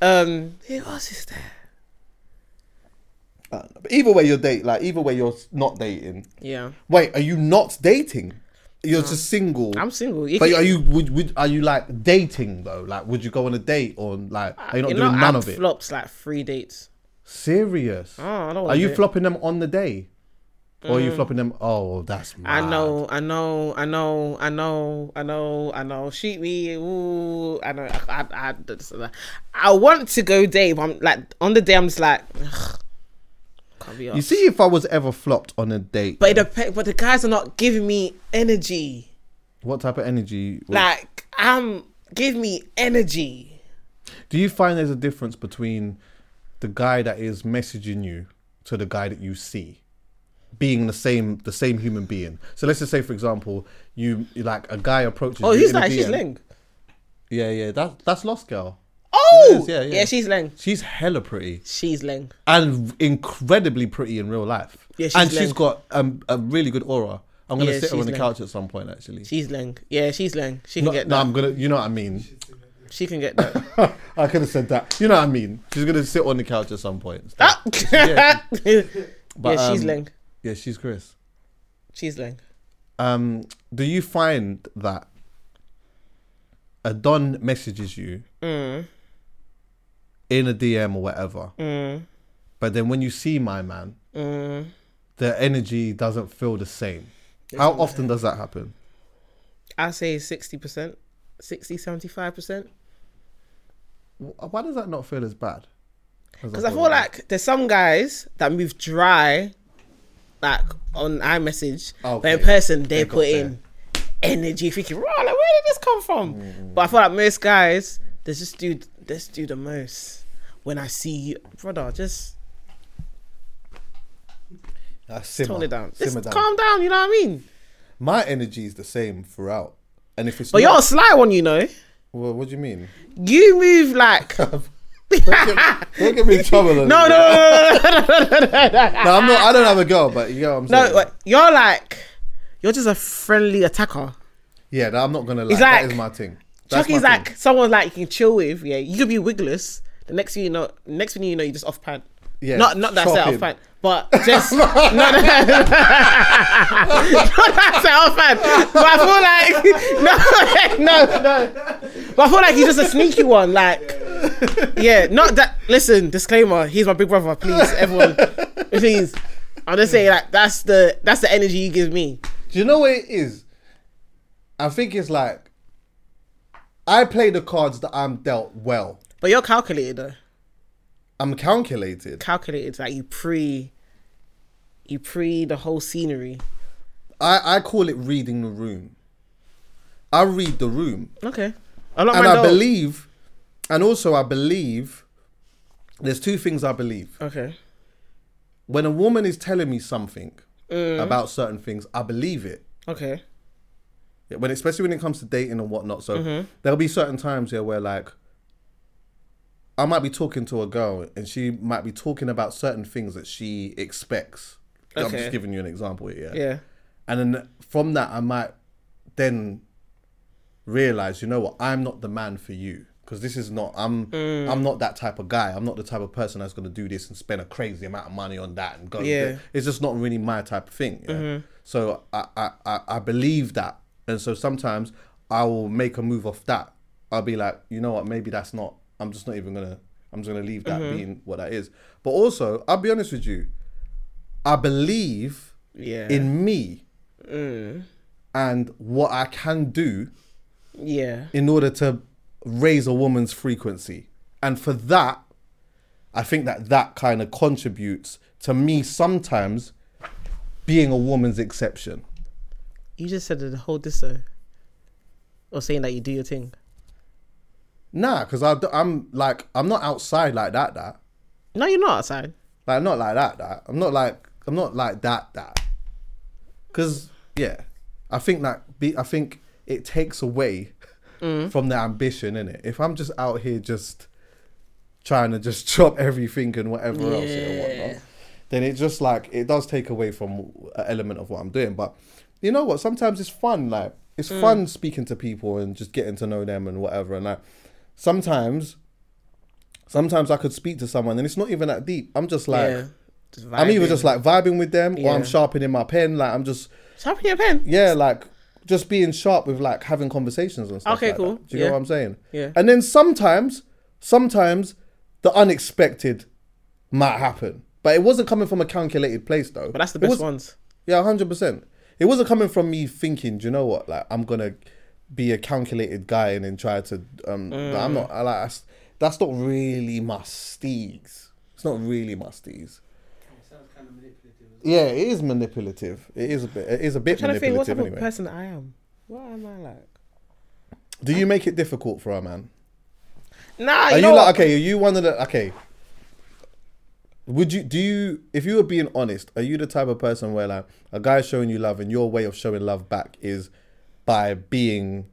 Speaker 2: Um, who else is there?
Speaker 1: Uh, but either way, you're date. Like, either way, you're s- not dating.
Speaker 2: Yeah,
Speaker 1: Wait, are you not dating? You're just single.
Speaker 2: I'm single. You
Speaker 1: but
Speaker 2: can-
Speaker 1: are you would, would are you like dating though? Like, would you go on a date or like are you not
Speaker 2: you know,
Speaker 1: doing none
Speaker 2: I've
Speaker 1: of it?
Speaker 2: Flopped like three dates.
Speaker 1: Serious?
Speaker 2: Oh, I don't.
Speaker 1: are
Speaker 2: wanna
Speaker 1: you
Speaker 2: do it. Mm.
Speaker 1: flopping them on the day, or are you flopping them? Oh, that's
Speaker 2: I
Speaker 1: mad.
Speaker 2: know, I know, I know, I know, I know, I know. Shoot me, ooh, I know. I, I, I, that's- I want to go date, but I'm like on the day, I'm just like, ugh, can't be
Speaker 1: You
Speaker 2: asked.
Speaker 1: see, if I was ever flopped on a date,
Speaker 2: But it depends. But the guys are not giving me energy.
Speaker 1: what type of energy?
Speaker 2: Like I'm, give me energy.
Speaker 1: Do you find there's a difference between the guy that is messaging you to the guy that you see? Being the same, the same human being. So let's just say, for example, you you like a guy approaches.
Speaker 2: Oh,
Speaker 1: you
Speaker 2: who's
Speaker 1: in a
Speaker 2: that? She's
Speaker 1: DM.
Speaker 2: Ling.
Speaker 1: Yeah, yeah, that that's Lost Girl.
Speaker 2: Oh,
Speaker 1: yeah,
Speaker 2: yeah,
Speaker 1: yeah.
Speaker 2: yeah. she's Ling.
Speaker 1: She's hella pretty
Speaker 2: She's Ling.
Speaker 1: and incredibly pretty in real life.
Speaker 2: Yeah, she's
Speaker 1: and she's
Speaker 2: leng.
Speaker 1: got um, a really good aura. I'm gonna
Speaker 2: Yeah,
Speaker 1: sit her
Speaker 2: she's
Speaker 1: on the
Speaker 2: leng.
Speaker 1: couch at some point, actually.
Speaker 2: She's Ling. Yeah, she's Ling. She can
Speaker 1: no,
Speaker 2: get
Speaker 1: no,
Speaker 2: that.
Speaker 1: I'm gonna. You know what I mean?
Speaker 2: She can get that.
Speaker 1: I could have said that. You know what I mean? She's gonna sit on the couch at some point.
Speaker 2: Ah!
Speaker 1: Yeah,
Speaker 2: yeah,
Speaker 1: But,
Speaker 2: she's
Speaker 1: um,
Speaker 2: Ling.
Speaker 1: Yeah, she's Chris.
Speaker 2: She's Ling.
Speaker 1: um, do you find that a don messages you
Speaker 2: Mm,
Speaker 1: in a DM or whatever,
Speaker 2: mm,
Speaker 1: but then when you see my man, the energy doesn't feel the same? How often does that happen?
Speaker 2: I say 60%, 60, 75%.
Speaker 1: Wh- Why does that not feel as bad?
Speaker 2: Because I feel like there's some guys that move dry, like on iMessage, but
Speaker 1: Oh, Okay.
Speaker 2: in person they,
Speaker 1: They got
Speaker 2: put in energy, thinking, "Raw, like, where did this come from?" But I feel like most guys, they just do, they just do the most. When I see you, brother, just
Speaker 1: Ah, simmer,
Speaker 2: tone it down. Just
Speaker 1: simmer down.
Speaker 2: calm down. You know what I mean?
Speaker 1: My energy is the same throughout, and if it's
Speaker 2: But
Speaker 1: not,
Speaker 2: you're a sly one, you know.
Speaker 1: well, what do you mean?
Speaker 2: You move like
Speaker 1: Don't get me in trouble. no,
Speaker 2: no, no, no, no, no, no, no,
Speaker 1: no, I'm not. I don't have a girl, but you know what I'm
Speaker 2: no,
Speaker 1: saying.
Speaker 2: no. wait, You're like, you're just a friendly attacker.
Speaker 1: Yeah, no, I'm not gonna lie.
Speaker 2: It's
Speaker 1: that
Speaker 2: like-
Speaker 1: is my thing. That's
Speaker 2: Chucky's
Speaker 1: my
Speaker 2: like
Speaker 1: thing.
Speaker 2: someone like you can chill with. Yeah, you could be wigless. The next thing you know, next thing you know, you just off pant.
Speaker 1: Yeah,
Speaker 2: not not that I said
Speaker 1: shopping.
Speaker 2: off pant, but just not that, not that I said off pant. But I feel like no, no, no. But I feel like he's just a sneaky one. Like, yeah, not that. Listen, disclaimer. He's my big brother. Please, everyone, please. I'm just saying, like that's the that's the energy you give me.
Speaker 1: Do you know what it is? I think it's like I play the cards that I'm dealt well.
Speaker 2: But you're calculated though.
Speaker 1: I'm calculated.
Speaker 2: calculated like you pre you pre the whole scenery
Speaker 1: I, I call it reading the room. I read the room.
Speaker 2: okay i like
Speaker 1: and
Speaker 2: Oh my
Speaker 1: I
Speaker 2: dog.
Speaker 1: believe and also I believe there's two things I believe.
Speaker 2: okay
Speaker 1: When a woman is telling me something about certain things, I believe it.
Speaker 2: okay
Speaker 1: Yeah, when especially when it comes to dating and whatnot. So there'll be certain times here where like I might be talking to a girl and she might be talking about certain things that she expects. I'm just
Speaker 2: Okay.
Speaker 1: giving you an example here.
Speaker 2: yeah
Speaker 1: And then from that I might then realize, you know what, I'm not the man for you. Because this is not I'm I'm not that type of guy. I'm not the type of person that's gonna do this and spend a crazy amount of money on that and go
Speaker 2: Yeah.
Speaker 1: there. it's just not really my type of thing. yeah. So I, I, I, I believe that. And so sometimes I will make a move off that. I'll be like, you know what, maybe that's not I'm just not even gonna I'm just gonna leave that being what that is. But also, I'll be honest with you, I believe
Speaker 2: yeah
Speaker 1: in me and what I can do
Speaker 2: yeah
Speaker 1: in order to raise a woman's frequency. And for that, I think that that kind of contributes to me sometimes being a woman's exception.
Speaker 2: you just said the whole disso or saying that you do your thing
Speaker 1: Nah, because I'm like, I'm not outside like that, that.
Speaker 2: no you're not outside
Speaker 1: Like, not like that, that. I'm not like, I'm not like that, that. because yeah, I think that be, I think it takes away from the ambition in it. If I'm just out here just trying to just chop everything and whatever else and
Speaker 2: Yeah.
Speaker 1: whatnot, then it just like it does take away from an element of what I'm doing. But you know what? Sometimes it's fun. Like it's fun speaking to people and just getting to know them and whatever. And like sometimes. Sometimes I could speak to someone and it's not even that deep. I'm just like,
Speaker 2: yeah. Just
Speaker 1: I'm either
Speaker 2: vibing.
Speaker 1: just like vibing with them or I'm
Speaker 2: Yeah.
Speaker 1: sharpening my pen. Like I'm just
Speaker 2: sharpen your pen.
Speaker 1: yeah, like just being sharp with like having conversations and stuff.
Speaker 2: Okay,
Speaker 1: like
Speaker 2: cool.
Speaker 1: that. Do you
Speaker 2: Yeah.
Speaker 1: know what I'm saying?
Speaker 2: Yeah.
Speaker 1: And then sometimes, sometimes the unexpected might happen. But it wasn't coming from a calculated place though.
Speaker 2: But that's
Speaker 1: It
Speaker 2: the best
Speaker 1: was-
Speaker 2: ones.
Speaker 1: Yeah, hundred percent. It wasn't coming from me thinking, do you know what? Like I'm gonna be a calculated guy and then try to um like,
Speaker 2: Mm.
Speaker 1: I'm not I like that's, that's not really my steez. It's not really my steez.
Speaker 4: It sounds kind of manipulative. as
Speaker 1: Yeah, it is manipulative. It is a bit. It is a
Speaker 2: I'm
Speaker 1: bit
Speaker 2: trying to think what type
Speaker 1: manipulative. Anyway,
Speaker 2: of person I am. What am I like?
Speaker 1: do you make it difficult for a man?
Speaker 2: Nah, you
Speaker 1: Are
Speaker 2: know
Speaker 1: you like
Speaker 2: what?
Speaker 1: okay? Are you one of the okay? Would you do you if you were being honest? Are you the type of person where like a guy showing you love and your way of showing love back is by being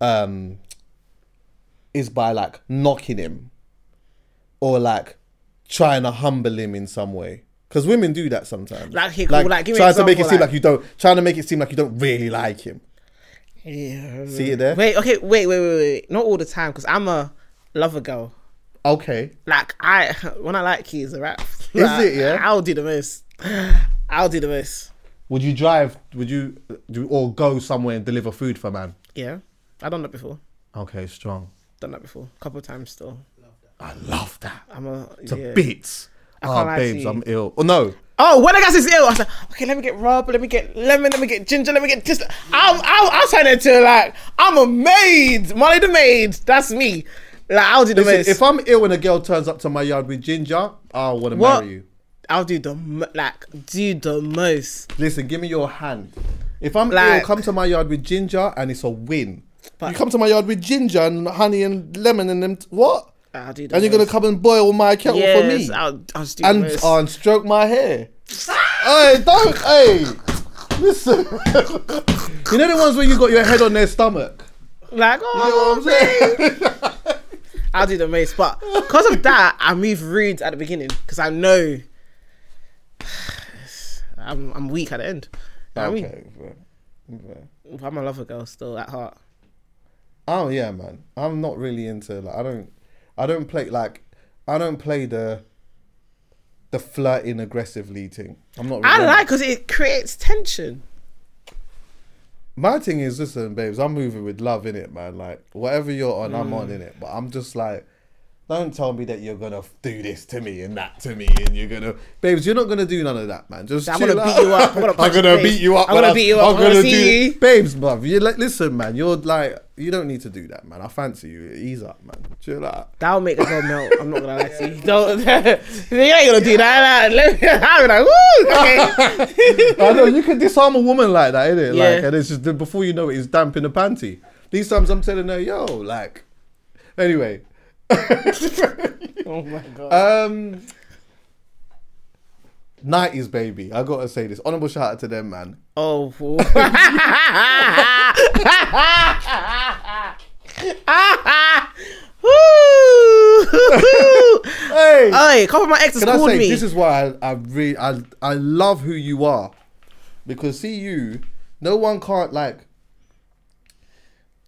Speaker 1: um is by like knocking him or like trying to humble him in some way? Because women do that sometimes.
Speaker 2: Like, here, cool, like, give me an
Speaker 1: trying to make it
Speaker 2: example,
Speaker 1: seem
Speaker 2: like-
Speaker 1: like you don't trying to make it seem like you don't really like him.
Speaker 2: Yeah.
Speaker 1: See it there?
Speaker 2: Wait, okay, wait, wait, wait, wait. Not all the time, because I'm a lover girl.
Speaker 1: Okay.
Speaker 2: Like I, when I like you, it's a wrap. Is
Speaker 1: it, yeah?
Speaker 2: I'll do the most. I'll do the most.
Speaker 1: Would you drive? Would you do or go somewhere and deliver food for man?
Speaker 2: Yeah, I've done that before.
Speaker 1: Okay, strong.
Speaker 2: Done that before. A couple of times still.
Speaker 1: I love that.
Speaker 2: I'm a.
Speaker 1: To
Speaker 2: yeah.
Speaker 1: bits.
Speaker 2: I
Speaker 1: oh,
Speaker 2: can't lie to
Speaker 1: babes,
Speaker 2: you.
Speaker 1: I'm ill. Oh no,
Speaker 2: Oh, when I got this ill, I was like, okay, let me get rub, let me get lemon, let me get ginger, let me get just. I'm, I'm, I'm turning into like I'm a maid, Molly the maid. That's me. Like I'll do the
Speaker 1: Listen,
Speaker 2: most.
Speaker 1: if I'm ill and a girl turns up to my yard with ginger, I want to
Speaker 2: What?
Speaker 1: marry you.
Speaker 2: I'll do the mo- like do the most.
Speaker 1: Listen, give me your hand. If I'm
Speaker 2: Like-
Speaker 1: ill, come to my yard with ginger, and it's a win.
Speaker 2: But-
Speaker 1: you come to my yard with ginger and honey and lemon and them. T- what?
Speaker 2: I'll do the
Speaker 1: And you're gonna come and boil my kettle for me
Speaker 2: yes, I'll, I'll just do the
Speaker 1: and,
Speaker 2: most.
Speaker 1: uh, and stroke my hair. hey, don't. Hey, listen. you know the ones where you got your head on their stomach.
Speaker 2: Like,
Speaker 1: You know
Speaker 2: oh,
Speaker 1: what I'm saying?
Speaker 2: I'll do the mace. But because of that, I move rude at the beginning because I know I'm, I'm weak at the end. You know what I mean?
Speaker 1: fair. Fair.
Speaker 2: But I'm a lover girl still at heart.
Speaker 1: Oh yeah, man. I'm not really into like I don't I don't play like I don't play the the flirting aggressively thing. I'm not
Speaker 2: I
Speaker 1: really
Speaker 2: like because it creates tension.
Speaker 1: my thing is listen, babes, I'm moving with love in it, man. Like whatever you're on, I'm
Speaker 2: Mm.
Speaker 1: on in it. But I'm just like don't tell me that you're gonna f- do this to me and that to me and you're gonna babes, you're not gonna do none of that, man. Just
Speaker 2: I'm gonna
Speaker 1: chill
Speaker 2: beat
Speaker 1: out.
Speaker 2: you up. I'm gonna,
Speaker 1: I'm
Speaker 2: punch
Speaker 1: gonna
Speaker 2: your face.
Speaker 1: beat you up.
Speaker 2: I'm gonna
Speaker 1: man.
Speaker 2: beat you up. I'm gonna, see you.
Speaker 1: babes, bruv. You like, listen, man. You're like, you don't need to do that, man. I fancy you. Ease up, man. Chill out.
Speaker 2: That'll make the girl melt. I'm not gonna lie to you. Don't. you ain't gonna do that. Like, let me, I'll be like, woo. Okay.
Speaker 1: I know you can disarm a woman like that, innit? Like,
Speaker 2: Yeah.
Speaker 1: and it's just before you know it, it's damp in the panty. These times I'm telling her, yo, like, anyway.
Speaker 2: oh my god.
Speaker 1: Um, 90s baby, I gotta say this. Honorable shout out to them, man.
Speaker 2: Oh. fool. Woo.
Speaker 1: Hey,
Speaker 2: Hey, a couple of my exes
Speaker 1: Can I
Speaker 2: called
Speaker 1: say
Speaker 2: me.
Speaker 1: this is why I I, re- I I love who you are, because see you, no one can't like.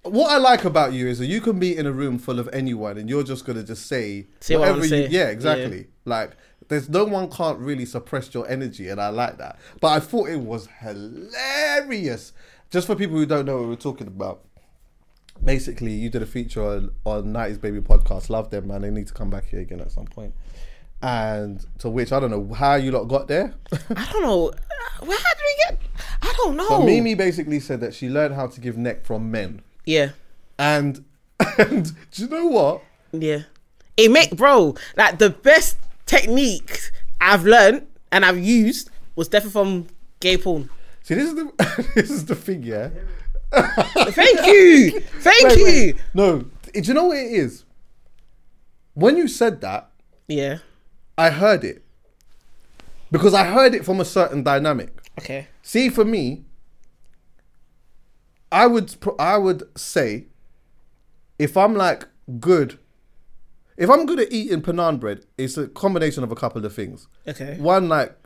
Speaker 1: What I like about you is that you can be in a room full of anyone and you're just gonna just say
Speaker 2: Say what I wanna
Speaker 1: you.
Speaker 2: say.
Speaker 1: Yeah, exactly. Like there's no one can't really suppress your energy, and I like that. But I thought it was hilarious. Just for people who don't know what we're talking about, basically you did a feature on, on 90s baby podcast love them man they need to come back here again at some point and to which i don't know how you lot got there
Speaker 2: I don't know. Where how did we get? I don't know.
Speaker 1: but mimi basically said that she learned how to give neck from men
Speaker 2: Yeah,
Speaker 1: and and do you know what
Speaker 2: yeah. It make bro like the best techniques I've learned and I've used was definitely from gay porn.
Speaker 1: see this is the this is the thing yeah
Speaker 2: Thank you, thank
Speaker 1: Wait,
Speaker 2: you.
Speaker 1: wait. no do you know what it is when you said that
Speaker 2: Yeah.
Speaker 1: i heard it because i heard it from a certain dynamic
Speaker 2: Okay.
Speaker 1: See, for me, I would pr- I would say, if I'm like good, if I'm good at eating panan bread, it's a combination of a couple of things.
Speaker 2: Okay.
Speaker 1: One like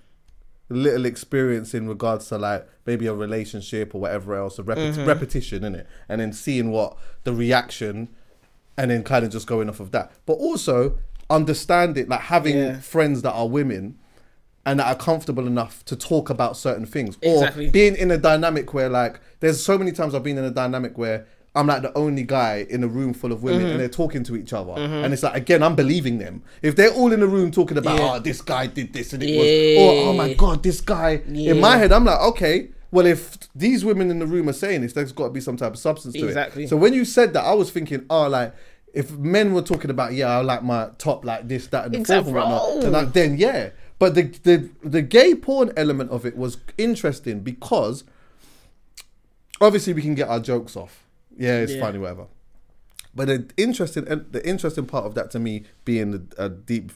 Speaker 1: little experience in regards to like maybe a relationship or whatever else, a repet-
Speaker 2: Mm-hmm.
Speaker 1: repetition in it, and then seeing what the reaction, and then kind of just going off of that. But also understand it like having
Speaker 2: Yeah.
Speaker 1: friends that are women and that are comfortable enough to talk about certain things or
Speaker 2: Exactly.
Speaker 1: being in a dynamic where like there's so many times I've been in a dynamic where I'm like the only guy in a room full of women
Speaker 2: Mm-hmm.
Speaker 1: and they're talking to each other and it's like again I'm believing them if they're all in a room talking about
Speaker 2: Yeah.
Speaker 1: oh this guy did this and it was or oh my
Speaker 2: Yeah.
Speaker 1: god this guy in my head I'm like okay well if these women in the room are saying this there's got to be some type of substance to
Speaker 2: Exactly.
Speaker 1: it so when you said that I was thinking oh like if men were talking about yeah I like my top like this that and the fourth
Speaker 2: Exactly.
Speaker 1: and whatnot then I- then yeah. But the, the the gay porn element of it was interesting because obviously we can get our jokes off. Yeah, it's
Speaker 2: Yeah.
Speaker 1: funny, whatever. But the interesting and the interesting part of that to me being a, a deep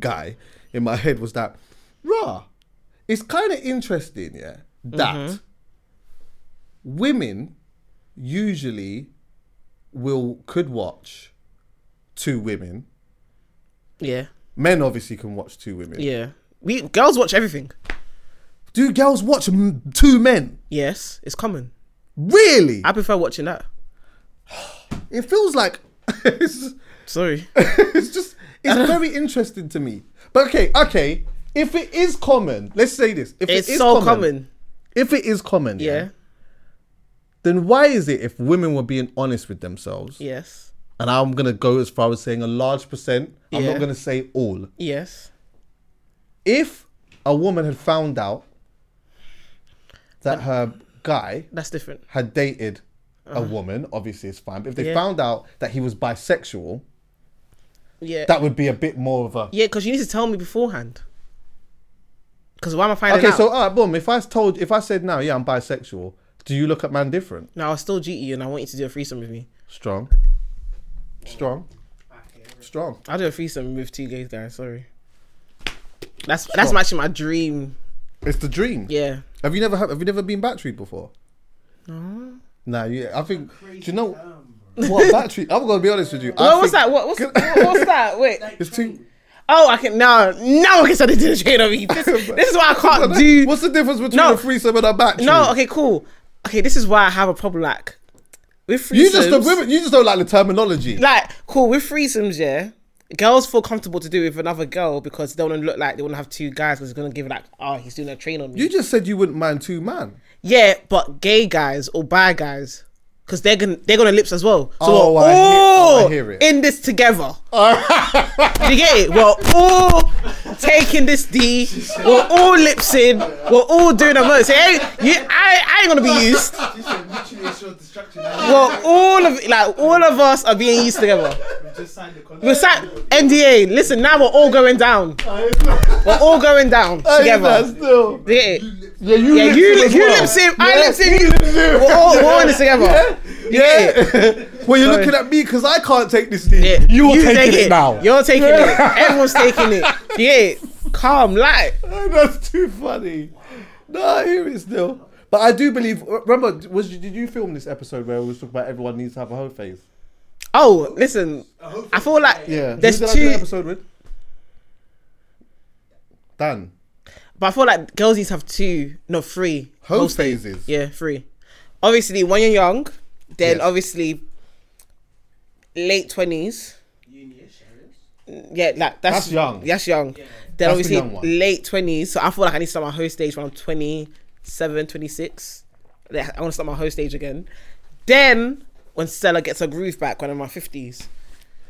Speaker 1: guy in my head was that rah, it's kind of interesting, yeah, that women usually will could watch two women.
Speaker 2: Yeah.
Speaker 1: Men obviously can watch two women.
Speaker 2: Yeah. We girls watch everything.
Speaker 1: Do girls watch m- two men?
Speaker 2: Yes, it's common.
Speaker 1: Really?
Speaker 2: I prefer watching that.
Speaker 1: It feels like it's,
Speaker 2: Sorry.
Speaker 1: it's just it's very interesting to me. But okay, okay. If it is common, let's say this. If it
Speaker 2: It's
Speaker 1: is
Speaker 2: so common.
Speaker 1: If it is common, yeah,
Speaker 2: Yeah.
Speaker 1: Then why is it if women were being honest with themselves?
Speaker 2: Yes.
Speaker 1: And I'm gonna go as far as saying a large percent. I'm
Speaker 2: Yeah.
Speaker 1: not gonna say all.
Speaker 2: Yes.
Speaker 1: If a woman had found out that her guy
Speaker 2: That's different.
Speaker 1: had dated a woman, obviously it's fine. But if they
Speaker 2: Uh-huh. Yeah.
Speaker 1: found out that he was bisexual,
Speaker 2: Yeah.
Speaker 1: that would be a bit more of a.
Speaker 2: yeah, because you need to tell me beforehand. Because why am I finding
Speaker 1: Okay,
Speaker 2: out?
Speaker 1: so all right, boom. If I told, if I said now, yeah, I'm bisexual. Do you look at man different?
Speaker 2: now I'll still cheat you, and I want you to do a threesome with me.
Speaker 1: Strong, strong, strong.
Speaker 2: I'll do a threesome with two gays guys. Sorry. That's that's actually my dream.
Speaker 1: It's the dream.
Speaker 2: Yeah.
Speaker 1: Have you never have, have you never been battery before? No. Nah, you, I think. Do you know what battery? I'm gonna be honest with you. I
Speaker 2: What was
Speaker 1: think-
Speaker 2: that? What, what's, what, what's that? Wait.
Speaker 1: It's too.
Speaker 2: Oh, I can no, no. I can start the trade over you. This, this is why I can't do.
Speaker 1: What's the difference between
Speaker 2: No.
Speaker 1: a threesome and a battery?
Speaker 2: No, okay, cool. Okay, this is why I have a problem. Like with threesomes,
Speaker 1: You just the women. You just don't like the terminology.
Speaker 2: like cool with threesomes, yeah. Girls feel comfortable to do with another girl because they want to look like they want to have two guys because it's gonna give like, oh, he's doing a train on me.
Speaker 1: you just said you wouldn't mind two man.
Speaker 2: yeah, but gay guys or bi guys, because they're gonna they're gonna lips as well. So
Speaker 1: Oh,
Speaker 2: we're
Speaker 1: I hear- oh, I
Speaker 2: all
Speaker 1: hear it.
Speaker 2: in this together. Do you get it? We're all taking this D. We're all lipsing. We're all doing a verse. Hey, you, I, I ain't gonna be used.
Speaker 4: She said mutually assured destruction.
Speaker 2: Well, all of like all of us are being used together.
Speaker 4: We just signed the contract.
Speaker 2: We're sat NDA. Listen, now we're all going down. We're all going down together.
Speaker 1: still.
Speaker 2: Do you get it?
Speaker 1: Yeah, Oh, you.
Speaker 2: Yeah, you
Speaker 1: lip
Speaker 2: li-
Speaker 1: as
Speaker 2: you
Speaker 1: well.
Speaker 2: lip sync, I
Speaker 1: Yeah,
Speaker 2: lip sync,
Speaker 1: you
Speaker 2: you-
Speaker 1: sync.
Speaker 2: We're all, we're all in this together. You get it?
Speaker 1: Yeah. well, you're
Speaker 2: Sorry.
Speaker 1: looking at me because I can't take this. Deal.
Speaker 2: Yeah,
Speaker 1: You are taking
Speaker 2: take
Speaker 1: it, now.
Speaker 2: You're taking it. Everyone's taking it. Yeah, calm, light.
Speaker 1: That's too funny. No, I hear it still. But I do believe. Remember, was did you film this episode where we was talking about everyone needs to have a hoe phase?
Speaker 2: Oh, listen. I feel like
Speaker 1: Yeah.
Speaker 2: there's
Speaker 1: Who did I do
Speaker 2: two,
Speaker 1: that episode with Dan.
Speaker 2: but I feel like girls need to have two, no three.
Speaker 1: Hoe
Speaker 2: mostly.
Speaker 1: phases.
Speaker 2: Yeah, three. Obviously, when you're young, then
Speaker 1: Yes.
Speaker 2: obviously late twenties.
Speaker 4: Union-ish, areas.
Speaker 2: Yeah, like that's,
Speaker 1: That's young.
Speaker 2: That's young.
Speaker 1: the
Speaker 2: Then obviously
Speaker 1: young one.
Speaker 2: late twenties. So I feel like I need to start my host stage when I'm 27, 26. Yeah, I want to start my host stage again. Then when Stella gets her groove back when I'm in my fifties.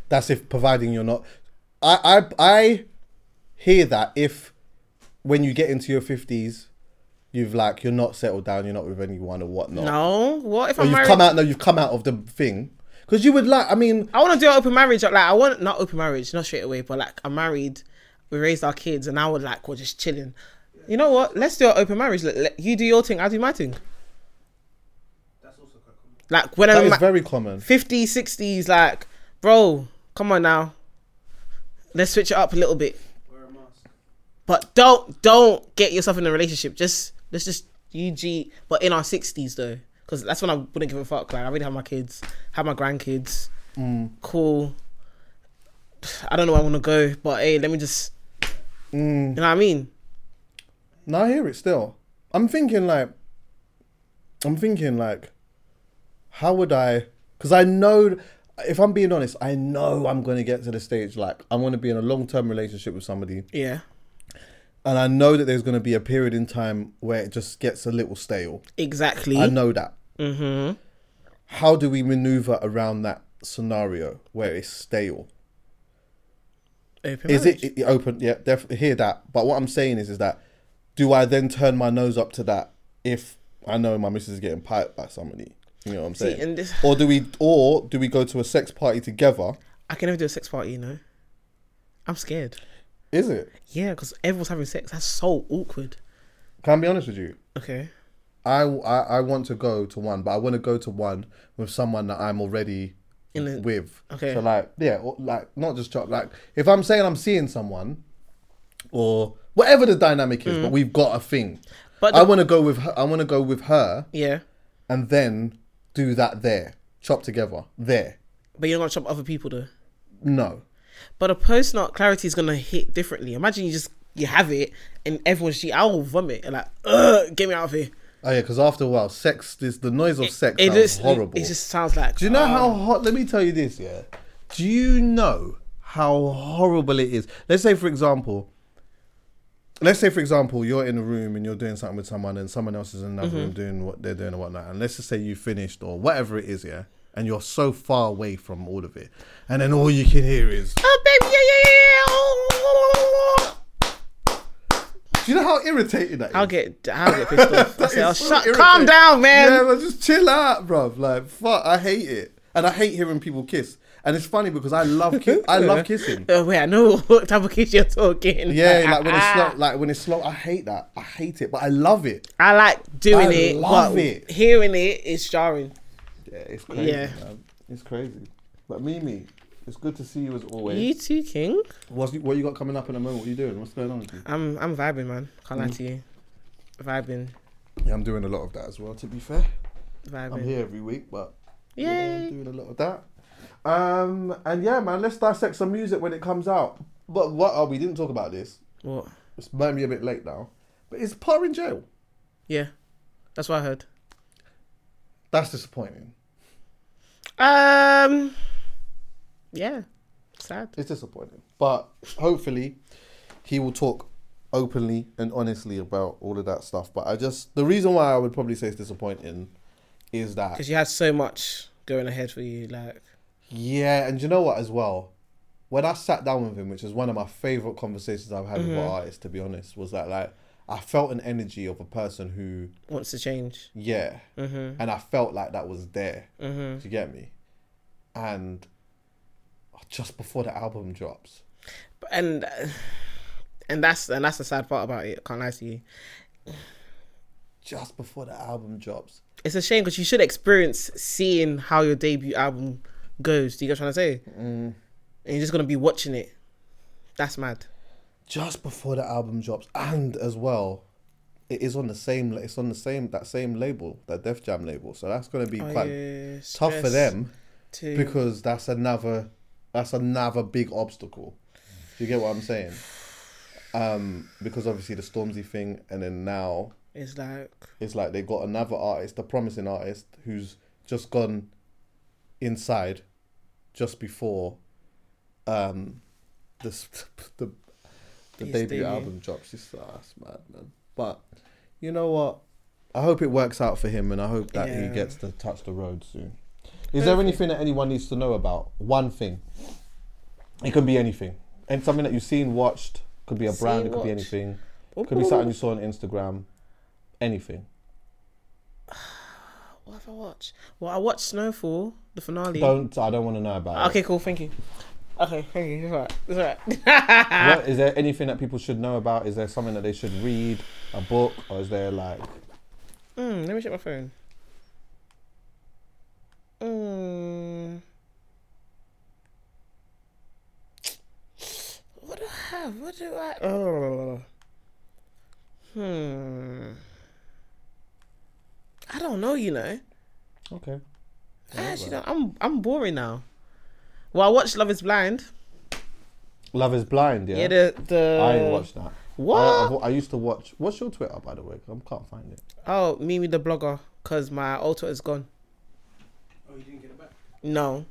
Speaker 1: That's if providing you're not. I I I hear that if when you get into your fifties, you've like you're not settled down, you're not with anyone or whatnot.
Speaker 2: No, what if
Speaker 1: Or
Speaker 2: I'm
Speaker 1: Oh. you've
Speaker 2: married?
Speaker 1: come out. No, you've come out of the thing. Because you would like. I mean,
Speaker 2: I want to do an open marriage. Like I want not open marriage, not straight away, but like I'm married. We raised our kids, and now we're like we're just chilling. You know what? Let's do an open marriage. Let, let- you do your thing, I do my thing.
Speaker 4: That's also quite common.
Speaker 2: Like when
Speaker 1: that
Speaker 2: I'm
Speaker 1: is
Speaker 2: ma-
Speaker 1: very common.
Speaker 2: 50s, 60s, like bro, come on now. Let's switch it up a little bit,
Speaker 4: Wear a mask.
Speaker 2: but don't don't get yourself in a relationship. Just let's just UG, but in our sixties though, because that's when I wouldn't give a fuck. Like I really have my kids, have my grandkids.
Speaker 1: Mm.
Speaker 2: Cool. I don't know where I want to go, but hey, let me just.
Speaker 1: Mm.
Speaker 2: You know what I mean?
Speaker 1: Now I hear it still. I'm thinking like, I'm thinking like, how would I? Because I know, if I'm being honest, I know I'm gonna get to the stage like I'm gonna be in a long term relationship with somebody,
Speaker 2: Yeah,
Speaker 1: and I know that there's gonna be a period in time where it just gets a little stale.
Speaker 2: exactly.
Speaker 1: I know that.
Speaker 2: Mm-hmm.
Speaker 1: How do we maneuver around that scenario where it's stale?
Speaker 2: Open
Speaker 1: Is
Speaker 2: marriage.
Speaker 1: it, it open? Yeah, def- hear that. But what I'm saying is, is that do I then turn my nose up to that if I know my missus is getting piped by somebody? You know what I'm
Speaker 2: See,
Speaker 1: saying?
Speaker 2: and this,
Speaker 1: or do we, or do we go to a sex party together?
Speaker 2: I can never do a sex party. You know, I'm scared.
Speaker 1: Is it?
Speaker 2: Yeah, because everyone's having sex. That's so awkward.
Speaker 1: Can I be honest with you?
Speaker 2: Okay.
Speaker 1: I, I, I want to go to one, but I want to go to one with someone that I'm already
Speaker 2: In the-
Speaker 1: with.
Speaker 2: okay.
Speaker 1: So like, yeah, or like not just chop. Like, if I'm saying I'm seeing someone, or whatever the dynamic is, but we've got a thing.
Speaker 2: Mm. But
Speaker 1: I
Speaker 2: the-
Speaker 1: want to go with her. I want to go with her.
Speaker 2: Yeah,
Speaker 1: and then do that there. Chop together there.
Speaker 2: but you're not gonna chop other people though.
Speaker 1: No.
Speaker 2: But a post not clarity is gonna hit differently. Imagine you just you have it and everyone's she I will vomit and like, Ugh, get me out of here.
Speaker 1: Oh yeah, because after a while, sex. This the noise of sex
Speaker 2: It
Speaker 1: sounds
Speaker 2: just
Speaker 1: horrible.
Speaker 2: It just oh. sounds like.
Speaker 1: do you know how hot? Let me tell you this. Yeah. Do you know how horrible it is? Let's say, for example. Let's say, for example, you're in a room and you're doing something with someone, and someone else is in another
Speaker 2: Mm-hmm.
Speaker 1: room doing what they're doing and whatnot. And let's just say you finished or whatever it is, yeah, and you're so far away from all of it, and then all you can hear is
Speaker 2: Oh baby, yeah, yeah, yeah, yeah.
Speaker 1: Do you know how irritating that is?
Speaker 2: I'll get I'll get pissed off. I
Speaker 1: That
Speaker 2: say, oh,
Speaker 1: is so
Speaker 2: shut, calm
Speaker 1: irritating.
Speaker 2: down, man.
Speaker 1: Yeah, but just chill out, bruv. Like, fuck, I hate it, and I hate hearing people kiss. And it's funny because I love kiss. I love kissing.
Speaker 2: Oh wait, I know what type of kids you're talking.
Speaker 1: Yeah, like when it's slow. Like when it's slow, I hate that. I hate it, but I love it.
Speaker 2: I like doing
Speaker 1: I
Speaker 2: it,
Speaker 1: love
Speaker 2: but
Speaker 1: it.
Speaker 2: hearing it is jarring.
Speaker 1: Yeah, it's crazy.
Speaker 2: Yeah.
Speaker 1: man. it's crazy. But Mimi, it's good to see you as always.
Speaker 2: You too, King.
Speaker 1: What's what you got coming up in a moment? What you doing? What's going on? With you?
Speaker 2: I'm I'm vibing, man. Can't lie
Speaker 1: Mm.
Speaker 2: to you. Vibing,
Speaker 1: Yeah, I'm doing a lot of that as well. To be fair, I'm
Speaker 2: vibing.
Speaker 1: here every week, but Yeah,
Speaker 2: Yay.
Speaker 1: doing a lot of that. Um, and yeah, man, let's dissect some music when it comes out. But what oh, we didn't talk about this.
Speaker 2: What?
Speaker 1: It's might be a bit late now. But is Potter in jail?
Speaker 2: Yeah, that's what I heard.
Speaker 1: That's disappointing.
Speaker 2: Um, yeah, sad.
Speaker 1: It's disappointing. But hopefully, he will talk openly and honestly about all of that stuff. But I just the reason why I would probably say it's disappointing is that
Speaker 2: Because you had so much going ahead for you, like
Speaker 1: yeah, and you know what as well. When I sat down with him, which is one of my favorite conversations I've had with an artist, to be honest, was that like I felt an energy of a person who
Speaker 2: wants to change.
Speaker 1: Yeah.
Speaker 2: Mhm.
Speaker 1: And I felt like that was there.
Speaker 2: Mhm.
Speaker 1: Do you get me? And just before the album drops.
Speaker 2: and uh, and that's and that's the sad part about it. Can't lie to you.
Speaker 1: Just before the album drops.
Speaker 2: It's a shame because you should experience seeing how your debut album goes. Do you get what I'm trying to say? Mm. And you're just gonna be watching it. That's mad.
Speaker 1: Just before the album drops. And as well, it is on the same it's on the same that same label, that Def Jam label. So that's gonna be quite
Speaker 2: Oh, yeah,
Speaker 1: tough for
Speaker 2: stress
Speaker 1: them
Speaker 2: To,
Speaker 1: because that's another that's another big obstacle. Do you get what I'm saying? Um, because obviously the Stormzy thing and then now
Speaker 2: it's like
Speaker 1: It's like they got another artist, a promising artist, who's just gone inside just before um the s- the, the
Speaker 2: His
Speaker 1: debut,
Speaker 2: debut.
Speaker 1: album drops. It's, ah, it's mad, man. But you know what? I hope it works out for him, and I hope that he
Speaker 2: Yeah.
Speaker 1: gets to touch the road soon. Is there anything that anyone needs to know about? One thing. It can be anything, and something that you've seen, watched. Could be a brand.
Speaker 2: Seen,
Speaker 1: it could be
Speaker 2: watched.
Speaker 1: anything. Could be something you saw on Instagram. Anything.
Speaker 2: What have I watched? Well, I watched Snowfall, the finale.
Speaker 1: Don't. I don't want to know about
Speaker 2: Okay, cool. Thank you. Okay, thank you. It's alright. It's alright.
Speaker 1: it.
Speaker 2: uh,
Speaker 1: What, is there anything that people should know about? Is there something that they should read, a book, or is there like?
Speaker 2: Mm, let me check my phone. Mm. What do I have? What do I? Oh. Hmm. I don't know, you know.
Speaker 1: Okay.
Speaker 2: I actually don't, I'm I'm boring now. Well, I watched Love Is Blind.
Speaker 1: Love is blind. Yeah.
Speaker 2: Yeah, the the
Speaker 1: I ain't watched that.
Speaker 2: What?
Speaker 1: I, I've- I used to watch. What's your Twitter, by the way? 'Cause I can't find it.
Speaker 2: oh, Mimi the blogger, cause my old Twitter's gone.
Speaker 4: Oh, you didn't get it back.
Speaker 2: No.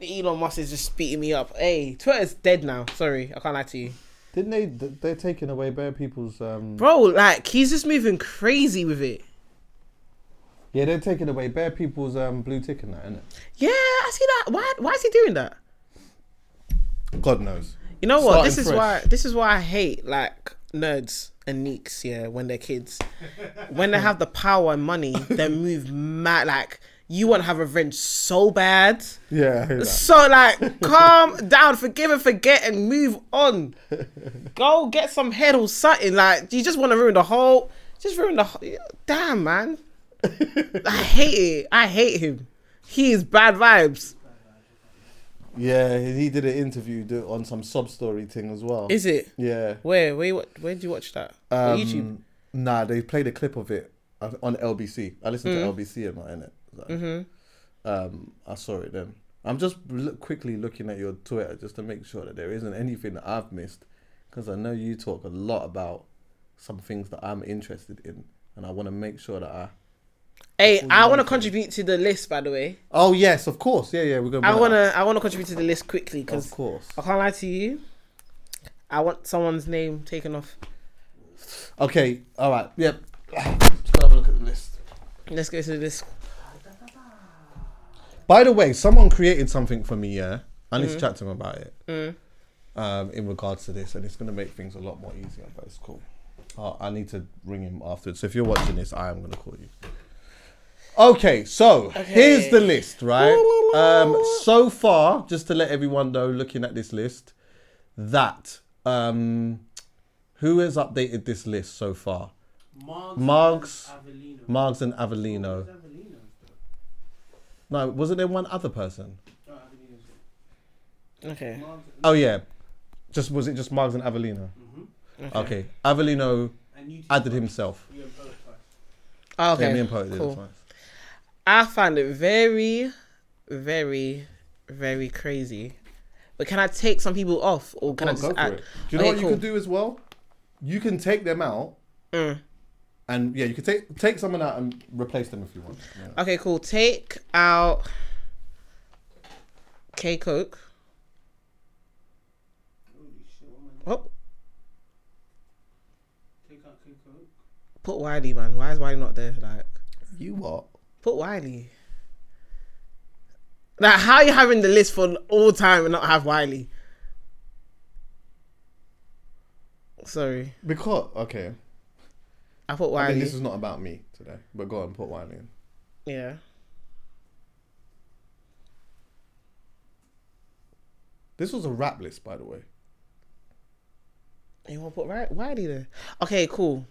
Speaker 2: Elon Musk is just beating me up. Hey, Twitter's dead now. Sorry, I can't lie to you,
Speaker 1: Didn't they? th- They're taking away bare people's. Um,
Speaker 2: bro. Like he's just moving crazy with it.
Speaker 1: yeah, they're taking away bare people's um, blue tick and that, isn't it?
Speaker 2: Yeah, I see that. Why? Why is he doing that?
Speaker 1: God knows.
Speaker 2: You know what?
Speaker 1: Starting
Speaker 2: This is
Speaker 1: fresh.
Speaker 2: why. This is why I hate like nerds and neeks. Yeah, when they're kids, when they have the power and money, they move mad. Like you want to have revenge so bad.
Speaker 1: Yeah. I hear that.
Speaker 2: So like, calm down, forgive and forget, and move on. Go get some head or something. Like you just want to ruin the whole. Just ruin the. whole Damn man, I hate it. I hate him. He is bad vibes.
Speaker 1: Yeah, he he did an interview do- on some sub story thing as well.
Speaker 2: Is it?
Speaker 1: yeah.
Speaker 2: Where? Where? you wa- Where did you watch that? On YouTube.
Speaker 1: Um, Nah, they played a clip of it on- on LBC. I listened
Speaker 2: Mm.
Speaker 1: to LBC and that in it.
Speaker 2: Mm-hmm.
Speaker 1: Um, I saw it then. I'm just look, quickly looking at your Twitter just to make sure that there isn't anything that I've missed, because I know you talk a lot about some things that I'm interested in, and I want to make sure that I.
Speaker 2: Hey,
Speaker 1: Before you
Speaker 2: I want to
Speaker 1: answer.
Speaker 2: contribute to the list, by the way.
Speaker 1: Oh yes, of course. Yeah, yeah, we're gonna.
Speaker 2: I
Speaker 1: bring
Speaker 2: wanna,
Speaker 1: that
Speaker 2: I wanna contribute to the list quickly
Speaker 1: up. Of
Speaker 2: because
Speaker 1: course.
Speaker 2: I can't lie to you. I want someone's name taken off.
Speaker 1: Okay. All right. Yep. Just gotta have a look at the list.
Speaker 2: Let's go to the list.
Speaker 1: By the way, someone created something for me, yeah? I need to chat to him about it. Um, in regards to this, and it's going to make things a lot more easier, but it's cool. Uh, I need to ring him afterwards. So if you're watching this, I am going to call you. Okay, so here's the list, right? Um, so far, just to let everyone know, looking at this list, that um, who has updated this list so far?
Speaker 4: Margs.
Speaker 1: Margs,
Speaker 4: Avellino.
Speaker 1: Margs, and
Speaker 4: Oh,
Speaker 1: Avellino.
Speaker 4: it's Avellino's though.
Speaker 1: No, wasn't there one other person?
Speaker 4: Oh, Avellino's good.
Speaker 2: Okay.
Speaker 4: Margs.
Speaker 1: Oh yeah, just was it just Margs and Avellino?
Speaker 4: Mhm.
Speaker 1: Okay, Avellino
Speaker 4: And you did
Speaker 1: added
Speaker 4: twice.
Speaker 1: himself.
Speaker 4: You and both twice.
Speaker 2: Oh,
Speaker 1: Yeah, me
Speaker 2: okay.
Speaker 1: and Poet did it
Speaker 2: cool.
Speaker 1: twice.
Speaker 2: I found it very, very, very crazy. But can I take some people off, or can I
Speaker 1: Go on,
Speaker 2: just
Speaker 1: go for
Speaker 2: add?
Speaker 1: it. Do you know
Speaker 2: Okay,
Speaker 1: what
Speaker 2: cool.
Speaker 1: you could do as well? You can take them out,
Speaker 2: Mm.
Speaker 1: and yeah, you could take take someone out and replace them if you want. Yeah.
Speaker 2: Okay, cool. Take out K Coke.
Speaker 4: Holy shit, what am I
Speaker 2: Oh,
Speaker 4: Take out King Coke.
Speaker 2: put Wiley, man. Why is Wiley not there? Like.
Speaker 1: You what?
Speaker 2: Put Wiley. Like, how you having the list for all time and not have Wiley? Sorry,
Speaker 1: Because okay,
Speaker 2: I put
Speaker 1: I
Speaker 2: Wiley.
Speaker 1: mean this is not about me today, but go on, put Wiley in.
Speaker 2: Yeah.
Speaker 1: This was a rap list, by the way.
Speaker 2: You want to put Ri- Wiley there? Okay, cool.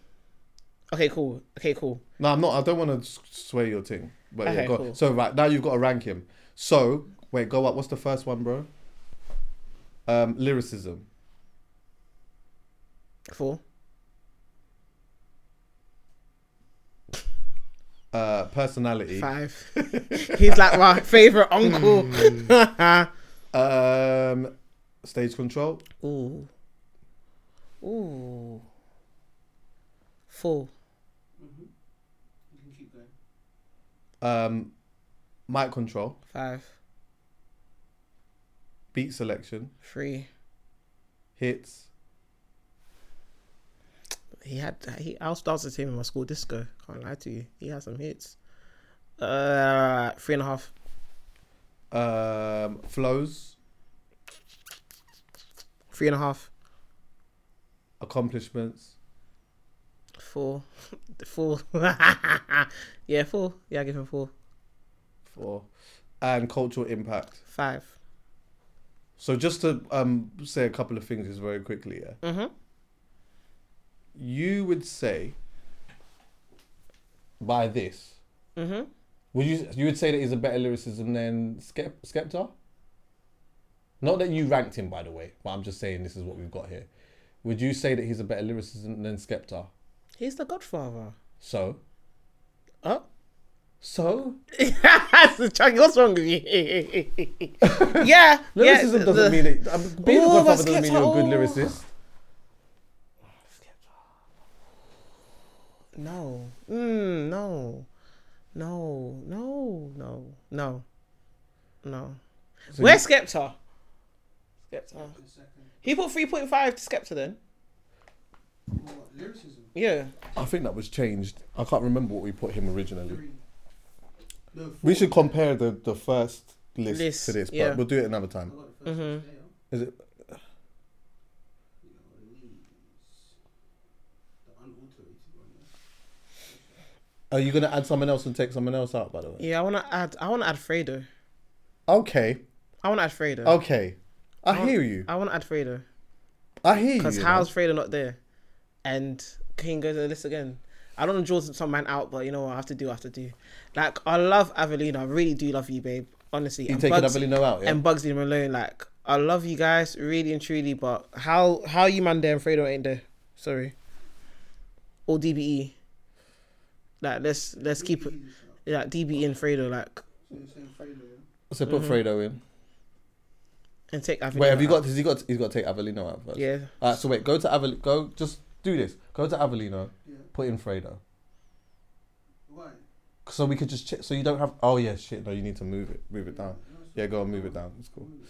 Speaker 2: Okay, cool. Okay, cool.
Speaker 1: No, I'm not. I don't want to sway your thing. But yeah,
Speaker 2: Okay,
Speaker 1: go.
Speaker 2: cool.
Speaker 1: So right now you've got to rank him. So wait, go up. What's the first one, bro? Um, lyricism.
Speaker 2: Four.
Speaker 1: Uh, personality.
Speaker 2: Five. He's like my favorite uncle.
Speaker 1: Um, stage control.
Speaker 2: Ooh. Ooh. Four.
Speaker 4: Mhm. You can keep going.
Speaker 1: Um, mic control.
Speaker 2: Five.
Speaker 1: Beat selection.
Speaker 2: Three.
Speaker 1: Hits.
Speaker 2: He had he outstars him in my school disco. Can't lie to you. He had some hits. Uh, three and a half.
Speaker 1: Um, flows.
Speaker 2: Three and a half.
Speaker 1: Accomplishments.
Speaker 2: Four. Four. yeah, four. Yeah, I give him four.
Speaker 1: Four. And cultural impact.
Speaker 2: Five.
Speaker 1: So just to um say a couple of things, just very quickly. Yeah.
Speaker 2: Mm-hmm.
Speaker 1: You would say by this
Speaker 2: Mm-hmm.
Speaker 1: Would you you would say that he's a better lyricism than Skep, Skepta? Not that you ranked him, by the way, but I'm just saying this is what we've got here. Would you say that he's a better lyricism than Skepta?
Speaker 2: He's the godfather.
Speaker 1: So
Speaker 2: Huh?
Speaker 1: So
Speaker 2: So, Chucky, what's wrong with you? yeah.
Speaker 1: lyricism
Speaker 2: yeah,
Speaker 1: doesn't
Speaker 2: the-
Speaker 1: mean it. um, Being
Speaker 2: Ooh,
Speaker 1: a godfather
Speaker 2: but
Speaker 1: doesn't mean you're a good
Speaker 2: Skepta- Oh.
Speaker 1: lyricist.
Speaker 2: No. Mm, no. No. No. No. No. No.
Speaker 1: So
Speaker 2: Where's Skepta? Skepta.
Speaker 4: The second.
Speaker 2: He put 3.5 to Skepta then?
Speaker 4: What, lyricism?
Speaker 2: Yeah.
Speaker 1: I think that was changed. I can't remember what we put him originally.
Speaker 4: Three. No, four.
Speaker 1: We should compare the, the first list,
Speaker 2: List,
Speaker 1: to this, but
Speaker 2: yeah.
Speaker 1: we'll do it another
Speaker 4: I
Speaker 1: time.
Speaker 4: got the first
Speaker 2: Mhm.
Speaker 4: one today, huh?
Speaker 1: Is it?
Speaker 4: You know what it means. The unalterated one, yeah.
Speaker 1: Are you gonna add someone else and take someone else out? By the way.
Speaker 2: Yeah, I wanna add I wanna add Fredo.
Speaker 1: Okay.
Speaker 2: I wanna add Fredo.
Speaker 1: Okay. I
Speaker 2: Oh.
Speaker 1: hear you.
Speaker 2: I wanna add Fredo.
Speaker 1: I hear you.
Speaker 2: Because
Speaker 1: you know.
Speaker 2: how's Fredo not there? And King goes on the list again. I don't want to draw some man out, but you know what? I have to do, I have to do. Like, I love Avelino. I really do love you, babe. Honestly.
Speaker 1: you
Speaker 2: And
Speaker 1: taking
Speaker 2: Bugs-
Speaker 1: Avelino out? Yeah.
Speaker 2: and Bugsy Malone. Like, I love you guys, really and truly, but how how you man there and Fredo ain't there? Sorry. Or DBE. Like, let's let's keep it.
Speaker 4: Easy shot.
Speaker 2: Like DBE and Fredo, like,
Speaker 4: So you're saying Fredo, yeah?
Speaker 1: so put
Speaker 2: Mm-hmm.
Speaker 1: Fredo in.
Speaker 2: and take Avelino.
Speaker 1: Wait, have you
Speaker 2: out.
Speaker 1: got? Has he got? He's got to take Avelino out first.
Speaker 2: Yeah.
Speaker 1: Alright, so wait. Go to Avel. Go. Just do this. Go to Avelino.
Speaker 4: Yeah.
Speaker 1: Put in Fredo.
Speaker 4: Why?
Speaker 1: So we could just check. So you don't have. Oh yeah, shit. No, you need to move it. Move it down.
Speaker 4: No, it's
Speaker 1: Yeah,
Speaker 4: not.
Speaker 1: go on. Move it down. It's cool.
Speaker 4: You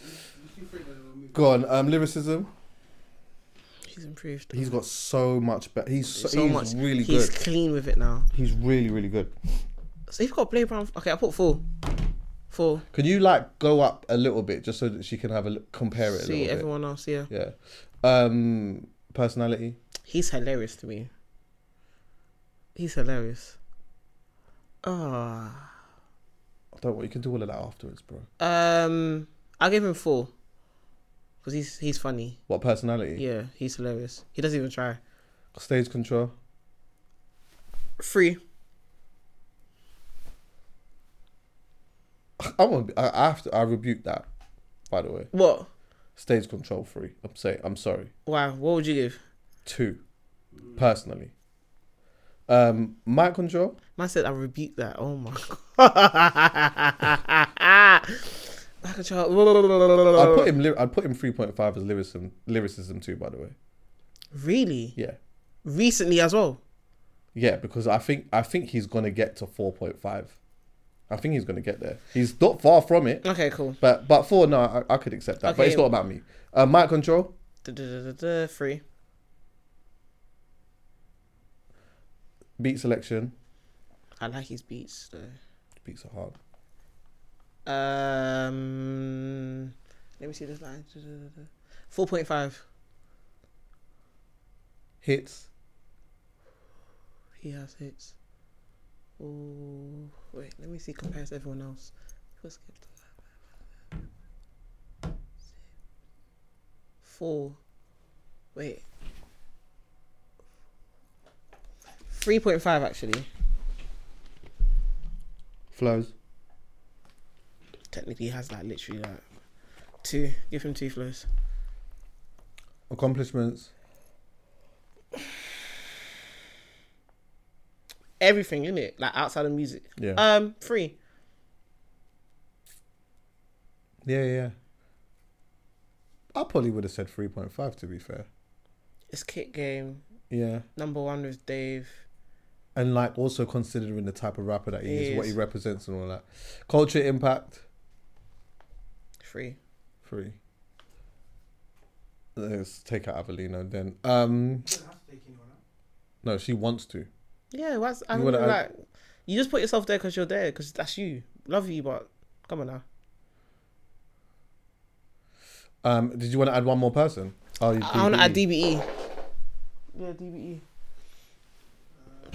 Speaker 4: see Fredo, I'll move it.
Speaker 1: Go on. Um, lyricism.
Speaker 2: He's improved.
Speaker 1: He's got so much better. He's so,
Speaker 2: So
Speaker 1: he's
Speaker 2: much-
Speaker 1: really
Speaker 2: He's
Speaker 1: good.
Speaker 2: clean with it now.
Speaker 1: He's really really good.
Speaker 2: So you've got Blade Brown. Okay, I put four. Four.
Speaker 1: Can you like go up a little bit just so that she can have a look, compare it a
Speaker 2: See
Speaker 1: little
Speaker 2: everyone else, yeah.
Speaker 1: bit? Yeah. Um, personality.
Speaker 2: He's hilarious to me. He's hilarious. Ah.
Speaker 1: I don't. want- You can do all of that afterwards, bro.
Speaker 2: um, I'll give him four. Because he's he's funny.
Speaker 1: What personality?
Speaker 2: Yeah, he's hilarious. He doesn't even try.
Speaker 1: Stage control.
Speaker 2: Three.
Speaker 1: I'm gonna be, I, I have to. I rebuke that. By the way,
Speaker 2: What?
Speaker 1: stage control free. I'm saying. I'm sorry.
Speaker 2: Wow. What would you give?
Speaker 1: Two, personally. Um, mic control.
Speaker 2: Man said I rebuke that. Oh my god. Back
Speaker 1: I'd
Speaker 2: control.
Speaker 1: put him. lyri- I'd put him three point five as lyricism. Lyricism too. By the way.
Speaker 2: Really?
Speaker 1: Yeah.
Speaker 2: Recently as well.
Speaker 1: Yeah, because I think I think he's gonna get to four point five. I think he's gonna get there. He's not far from it.
Speaker 2: Okay, cool.
Speaker 1: But but four, no, I, I could accept that. But
Speaker 2: Okay.
Speaker 1: it's not about me. Uh, mic control.
Speaker 2: Da-da-da-da-da, Three.
Speaker 1: Beat selection.
Speaker 2: I like his beats though.
Speaker 1: Beats are hard.
Speaker 2: Um, let me see this line. Four point five.
Speaker 1: Hits.
Speaker 2: He has hits. Ooh, wait. Let me see. Compares to everyone else. What's good? Four. Wait. Three point five actually.
Speaker 1: Flows.
Speaker 2: Technically, he has like literally like two. Give him two flows.
Speaker 1: Accomplishments.
Speaker 2: Everything in it, like outside of music.
Speaker 1: Yeah.
Speaker 2: Um, three.
Speaker 1: yeah, yeah. I probably would have said three point five to be fair.
Speaker 2: It's kick game.
Speaker 1: Yeah.
Speaker 2: Number one with Dave.
Speaker 1: And like also considering the type of rapper that he is,
Speaker 2: He
Speaker 1: what he
Speaker 2: is.
Speaker 1: represents and all that. Culture impact.
Speaker 2: Three.
Speaker 1: Three. Let's take out Avelino then. Um
Speaker 4: You don't have to take anyone out.
Speaker 1: no, she wants to.
Speaker 2: Yeah, what's I
Speaker 1: You
Speaker 2: mean,
Speaker 1: wanna add-
Speaker 2: like you just put yourself there because you're there because that's you. Love you, but come on now.
Speaker 1: Um did you want to add one more person? Oh you
Speaker 2: I want to add
Speaker 1: DBE.
Speaker 2: DBE. Yeah, DBE.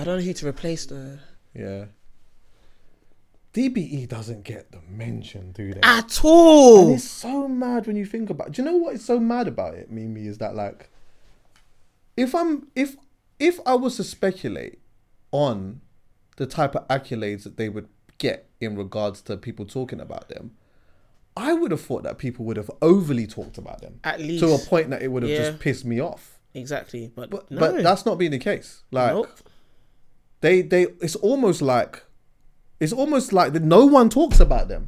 Speaker 2: I don't know who to replace the
Speaker 1: E. Yeah. DBE doesn't get the mention, do they?
Speaker 2: at
Speaker 1: And
Speaker 2: all.
Speaker 1: it's so mad when you think about. Do you know what is so mad about it, Mimi? Is that like, if I'm if if I was to speculate on the type of accolades that they would get in regards to people talking about them, I would have thought that people would have overly talked about them
Speaker 2: At least
Speaker 1: to a point that it would have just
Speaker 2: Yeah.
Speaker 1: pissed me off.
Speaker 2: exactly, but,
Speaker 1: But
Speaker 2: no.
Speaker 1: but that's not been the case. Like
Speaker 2: nope.
Speaker 1: they they it's almost like It's almost like that no one talks about them,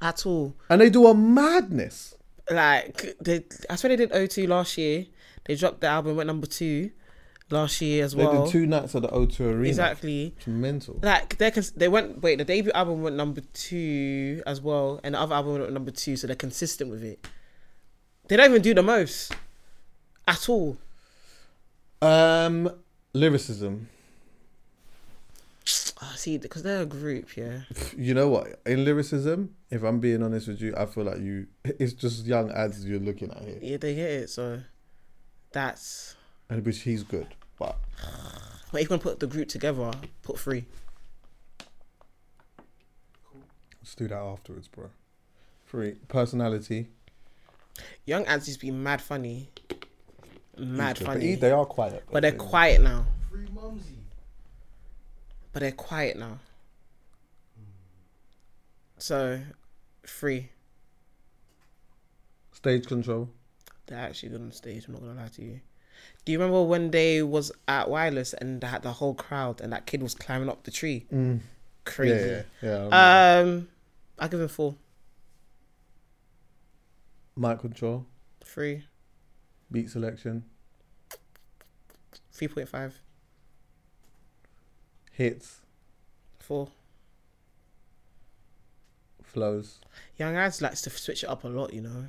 Speaker 2: at all.
Speaker 1: and they do a madness.
Speaker 2: Like they, I swear they did O2 last year. They dropped the album went number two last year as
Speaker 1: They
Speaker 2: well.
Speaker 1: did two nights at the O2 Arena.
Speaker 2: exactly.
Speaker 1: It's mental.
Speaker 2: Like they cons- they went wait the debut album went number two as well, and the other album went number two, so they're consistent with it. They don't even do the most at all.
Speaker 1: Um, lyricism.
Speaker 2: Ah, see, because they're a group, yeah.
Speaker 1: You know what? In lyricism, if I'm being honest with you, I feel like you. It's just young ads you're looking at here,
Speaker 2: Yeah, they get it. So that's
Speaker 1: and which he's good, but
Speaker 2: but if you can put the group together, put three.
Speaker 1: let's do that afterwards, bro. Three personality.
Speaker 2: Young Ads used to be mad funny, mad
Speaker 1: He's good.
Speaker 2: funny,
Speaker 1: But they are quiet.
Speaker 2: but they're quiet now.
Speaker 4: Free Mumsy.
Speaker 2: But they're quiet now. So three.
Speaker 1: Stage control.
Speaker 2: They're actually good on stage. I'm not gonna lie to you. Do you remember when they was at Wireless and they had the whole crowd and that kid was climbing up the tree?
Speaker 1: Mm.
Speaker 2: Crazy.
Speaker 1: Yeah, yeah. yeah I remember.
Speaker 2: Um, I give him four,
Speaker 1: Mic control.
Speaker 2: three,
Speaker 1: Beat selection.
Speaker 2: three point five,
Speaker 1: Hits.
Speaker 2: four.
Speaker 1: Flows.
Speaker 2: Young Ads likes to switch it up a lot, you know.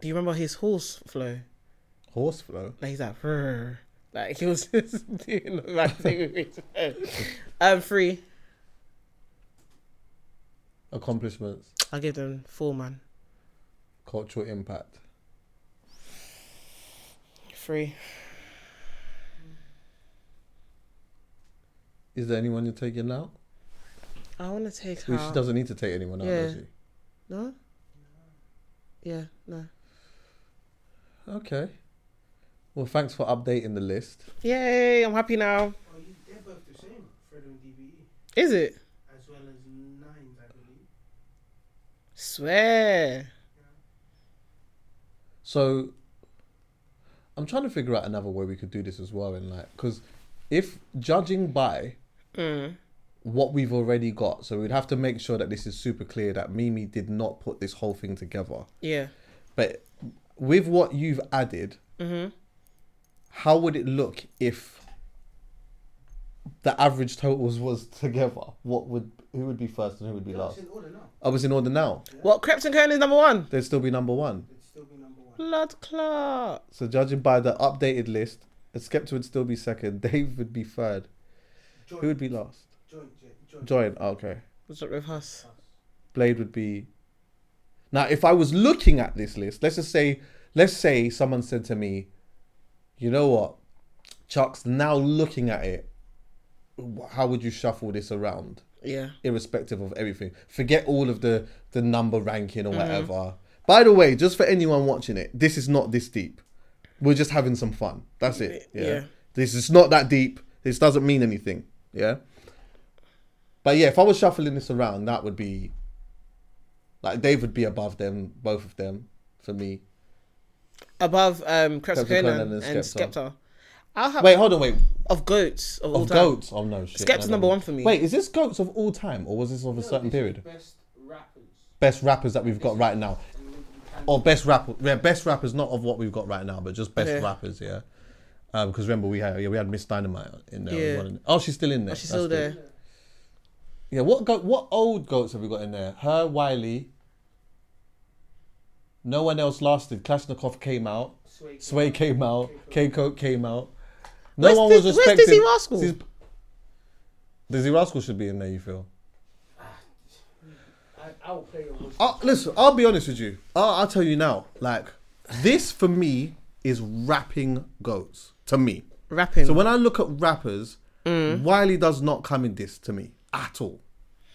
Speaker 2: Do you remember his horse flow?
Speaker 1: Horse flow.
Speaker 2: Like he's like, "Rrr." like he was just doing the right thing with his head. Um, three.
Speaker 1: Accomplishments.
Speaker 2: I'll give them four, man.
Speaker 1: Cultural impact.
Speaker 2: Three.
Speaker 1: Is there anyone you're taking out?
Speaker 2: I want to take
Speaker 1: Well,
Speaker 2: out.
Speaker 1: She doesn't need to take anyone out, does
Speaker 2: Yeah.
Speaker 1: she?
Speaker 2: No. Yeah, no.
Speaker 1: Okay. Well, thanks for updating the list.
Speaker 2: Yay! I'm happy now.
Speaker 4: Oh, you, they're both the same, Fred and DBE,
Speaker 2: Is it?
Speaker 4: as well as Nines, I believe.
Speaker 2: Swear.
Speaker 1: So, I'm trying to figure out another way we could do this as well, and like, because if judging by
Speaker 2: Mm.
Speaker 1: what we've already got, so we'd have to make sure that this is super clear that Mimi did not put this whole thing together.
Speaker 2: Yeah.
Speaker 1: But with what you've added,
Speaker 2: Mhm.
Speaker 1: how would it look if the average totals was together? What would who would be first and who would be
Speaker 4: Yeah,
Speaker 1: last?
Speaker 4: it's in order now.
Speaker 1: I was in order now.
Speaker 2: Well, Crepton Kern is number one.
Speaker 1: They'd still be number one.
Speaker 4: It'd still be number one.
Speaker 2: Blood clot.
Speaker 1: So judging by the updated list, Skepta would still be second. Dave would be third.
Speaker 4: Joint,
Speaker 1: Who would be last?
Speaker 4: joint, joint, joint.
Speaker 1: Join. Okay.
Speaker 2: What's up with us?
Speaker 1: Blade would be. Now, if I was looking at this list, let's just say, let's say someone said to me, you know what, Chuck's now looking at it. How would you shuffle this around,
Speaker 2: Yeah.
Speaker 1: irrespective of everything? Forget all of the the number ranking
Speaker 2: Mm.
Speaker 1: or whatever. By the way, just for anyone watching it, this is not this deep. We're just having some fun. That's it. Yeah.
Speaker 2: Yeah.
Speaker 1: This is not that deep. This doesn't mean anything. Yeah. But yeah, if I was shuffling this around, that would be like Dave would be above them, both of them, for me.
Speaker 2: Above um Crepton
Speaker 1: Crepton
Speaker 2: Kern
Speaker 1: Kern and
Speaker 2: and, and
Speaker 1: Skepta.
Speaker 2: Skepta. I'll have
Speaker 1: Wait, hold on, wait.
Speaker 2: of goats of Ah. all
Speaker 1: Of
Speaker 2: time.
Speaker 1: goats. Oh no shit.
Speaker 2: Skepta's
Speaker 1: no, no,
Speaker 2: number
Speaker 1: no.
Speaker 2: one for me.
Speaker 1: Wait, is this goats of all time or was this of a certain period?
Speaker 4: Best rappers.
Speaker 1: Best rappers that we've got right now.
Speaker 4: I mean, you can-
Speaker 1: Or best rapper yeah, best rappers, not of what we've got right now, but just best
Speaker 2: Yeah.
Speaker 1: rappers, yeah. Um, because remember we had yeah, we had Miss Dynamite in there.
Speaker 2: Yeah.
Speaker 1: wasn't it? Oh, she's still in there.
Speaker 2: Oh, she's still
Speaker 1: That's good.
Speaker 2: there.
Speaker 1: Yeah, what go- what old goats have we got in there? Her, Wiley. No one else lasted. Klashnikov came out.
Speaker 4: Sway.
Speaker 1: Sway came out. Keiko came out. No
Speaker 2: Where's
Speaker 1: one
Speaker 2: Diz-
Speaker 1: was
Speaker 2: where's
Speaker 1: respected.
Speaker 2: Dizzy Rascal?
Speaker 1: Diz- Dizzy Rascal should be in there. You feel?
Speaker 4: I, I will play a role.
Speaker 1: Uh, listen, I'll be honest with you. I'll, I'll tell you now. Like this for me is rapping goats to me.
Speaker 2: Rapping.
Speaker 1: So when I look at rappers,
Speaker 2: Mm.
Speaker 1: Wiley does not come in this to me at all.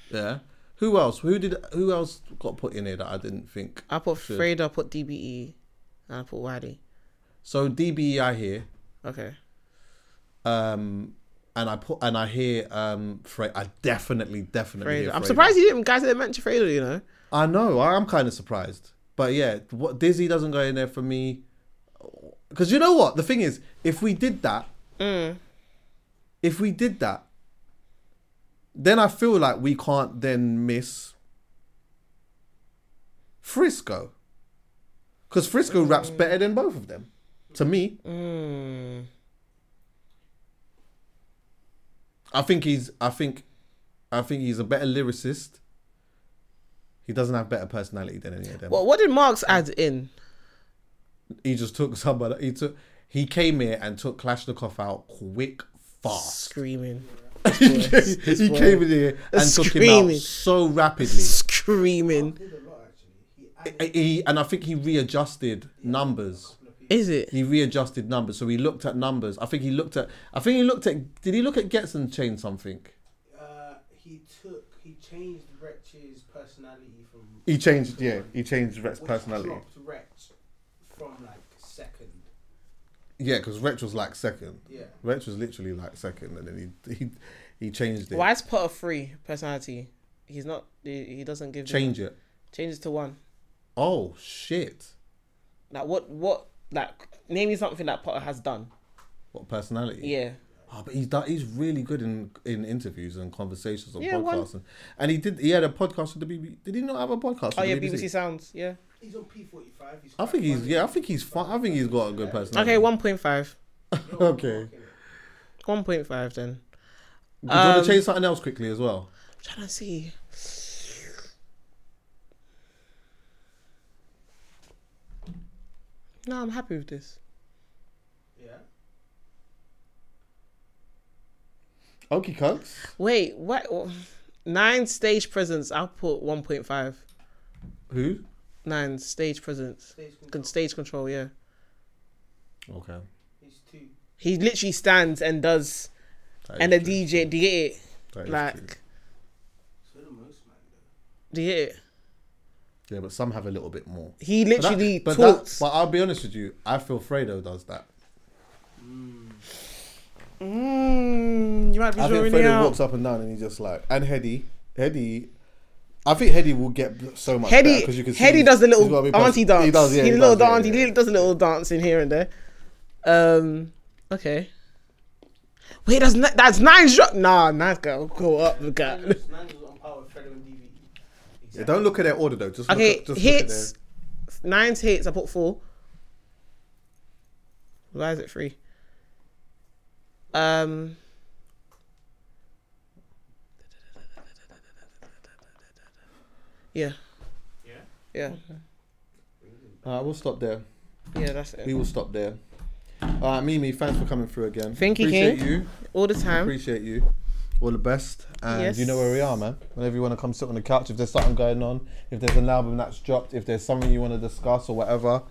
Speaker 1: Yeah. Who else? Who did? Who else got put in here that I didn't think?
Speaker 2: I put
Speaker 1: Should.
Speaker 2: Freda, I put DBE, and I put Wiley.
Speaker 1: So DBEI here,
Speaker 2: Okay.
Speaker 1: um, and I put and I hear um, Fre- I definitely, definitely.
Speaker 2: Freda.
Speaker 1: Hear
Speaker 2: I'm
Speaker 1: Freda.
Speaker 2: surprised you didn't guys didn't mention Freda, you know.
Speaker 1: I know. I, I'm kind of surprised, but yeah, what Dizzy doesn't go in there for me, because you know what? The thing is, if we did that,
Speaker 2: Mm.
Speaker 1: if we did that, then I feel like we can't then miss Frisco. Because Frisco raps better than both of them, to me.
Speaker 2: Mm.
Speaker 1: I think he's. I think, I think he's a better lyricist. He doesn't have better personality than any of them.
Speaker 2: Well, what did Marx add in?
Speaker 1: he just took somebody. He took. He came here and took Kalashnikov out quick, fast.
Speaker 2: Screaming.
Speaker 1: he came in here and took him
Speaker 2: Screaming.
Speaker 1: out so rapidly.
Speaker 2: Screaming.
Speaker 4: Did a lot actually. He added
Speaker 1: I- He, and I think he readjusted numbers.
Speaker 2: Is it?
Speaker 1: He readjusted numbers, so he looked at numbers. I think he looked at. I think he looked at. Did he look at Getson change something?
Speaker 4: uh, he took he changed Wretch's personality from
Speaker 1: He changed. Yeah, he changed Rex's
Speaker 4: which
Speaker 1: personality.
Speaker 4: dropped Wretch from like second.
Speaker 1: Yeah, because Rex was like second.
Speaker 4: Yeah.
Speaker 1: Rex was literally like second, and then he he, he changed it.
Speaker 2: Why is Potter free personality? He's not. He, he doesn't give.
Speaker 1: Change it.
Speaker 2: Changes to one.
Speaker 1: Oh shit!
Speaker 2: Like what? What? Like name me something that Potter has done.
Speaker 1: What personality?
Speaker 2: Yeah.
Speaker 1: Oh, but he's done, he's really good in in interviews and conversations on
Speaker 2: Yeah, one-
Speaker 1: podcasts, and, and he did he had a podcast with the BBC. Did he not have a podcast?
Speaker 2: Oh
Speaker 1: with
Speaker 2: yeah,
Speaker 1: the
Speaker 2: BBC Sounds. Yeah.
Speaker 4: He's on P forty five. He's
Speaker 1: I
Speaker 4: quite
Speaker 1: think he's
Speaker 4: funny.
Speaker 1: yeah. I think he's fun. I think he's got a good personality.
Speaker 2: Okay, one point five.
Speaker 1: okay.
Speaker 2: One point five then.
Speaker 1: Do you want
Speaker 2: Um,
Speaker 1: to change something else quickly as well?
Speaker 2: I'm trying to see. No, I'm happy with this.
Speaker 4: Yeah.
Speaker 1: Okay, cunts.
Speaker 2: Wait, what? Nine stage presence. I'll put one point five.
Speaker 1: Who?
Speaker 2: Nine stage presence.
Speaker 4: Stage control.
Speaker 2: Con- Stage control. Yeah.
Speaker 1: Okay.
Speaker 4: He's two.
Speaker 2: He literally stands and does,
Speaker 1: That
Speaker 2: and the
Speaker 1: is true.
Speaker 2: DJ do you get it.
Speaker 1: That is true.
Speaker 2: Like
Speaker 4: So the most man though.
Speaker 2: do you get it.
Speaker 1: yeah, but some have a little bit more.
Speaker 2: He
Speaker 1: But that-
Speaker 2: literally
Speaker 1: but that-
Speaker 2: talks.
Speaker 1: but I'll be honest with you. I feel Fredo does that.
Speaker 2: Mm, you might be
Speaker 1: I think
Speaker 2: drawing it
Speaker 1: Fredo
Speaker 2: out.
Speaker 1: walks up and down, and he's just like, and Heady, Heady. I think Heady will get so much better
Speaker 2: Hedy,
Speaker 1: because you can see
Speaker 2: Hedy
Speaker 1: he's-
Speaker 2: does the
Speaker 1: he's gotta be
Speaker 2: little
Speaker 1: pers-
Speaker 2: auntie dance.
Speaker 1: He does, yeah.
Speaker 2: he,
Speaker 1: he
Speaker 2: little
Speaker 1: does, yeah,
Speaker 2: dance.
Speaker 1: yeah.
Speaker 2: He does a little dance in here and there. Um, okay. Wait, that's ni- that's nine shot. Nah, nine's gotta go up. We got-
Speaker 4: Nine was- nine was on par with Fredo and E. DVE.
Speaker 1: Yeah, don't look at their order though. Just look
Speaker 2: Okay,
Speaker 1: at, just
Speaker 2: hits.
Speaker 1: Look
Speaker 2: Nine's hits. I put four. Why is it three? Um. Yeah,
Speaker 4: Yeah.
Speaker 2: yeah,
Speaker 1: at their... uh, we'll stop there.
Speaker 2: yeah. That's
Speaker 1: We
Speaker 2: it.
Speaker 1: will stop there. All right, Mimi, thanks for coming through again.
Speaker 2: Thank you,
Speaker 1: Appreciate
Speaker 2: King.
Speaker 1: you.
Speaker 2: All the time.
Speaker 1: Appreciate you. All the best. And
Speaker 2: Yes.
Speaker 1: you know where we are, man. Whenever you want to come sit on the couch, if there's something going on, if there's an album that's dropped, if there's something you want to discuss or whatever,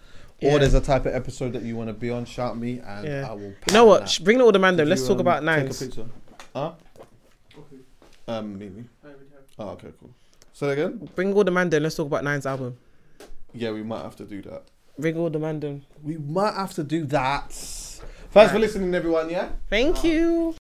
Speaker 2: Yeah.
Speaker 1: or there's a type of episode that you want to be on, shout me and
Speaker 2: Yeah.
Speaker 1: I will.
Speaker 2: You know what?
Speaker 1: pan
Speaker 2: Sh-
Speaker 1: that.
Speaker 2: Bring the order man though.
Speaker 1: If
Speaker 2: Let's
Speaker 1: you,
Speaker 2: talk
Speaker 1: um,
Speaker 2: about
Speaker 1: Take a
Speaker 2: nines.
Speaker 1: picture. Huh?
Speaker 4: Okay.
Speaker 1: Um, Mimi.
Speaker 4: I already have.
Speaker 1: Oh, okay, cool. So again?
Speaker 2: Bring all the man then. Let's talk about nines album.
Speaker 1: Yeah, we might have to do that.
Speaker 2: Bring all the man then.
Speaker 1: We might have to do that. Thanks for
Speaker 2: Right.
Speaker 1: listening, everyone. Yeah.
Speaker 2: Thank you.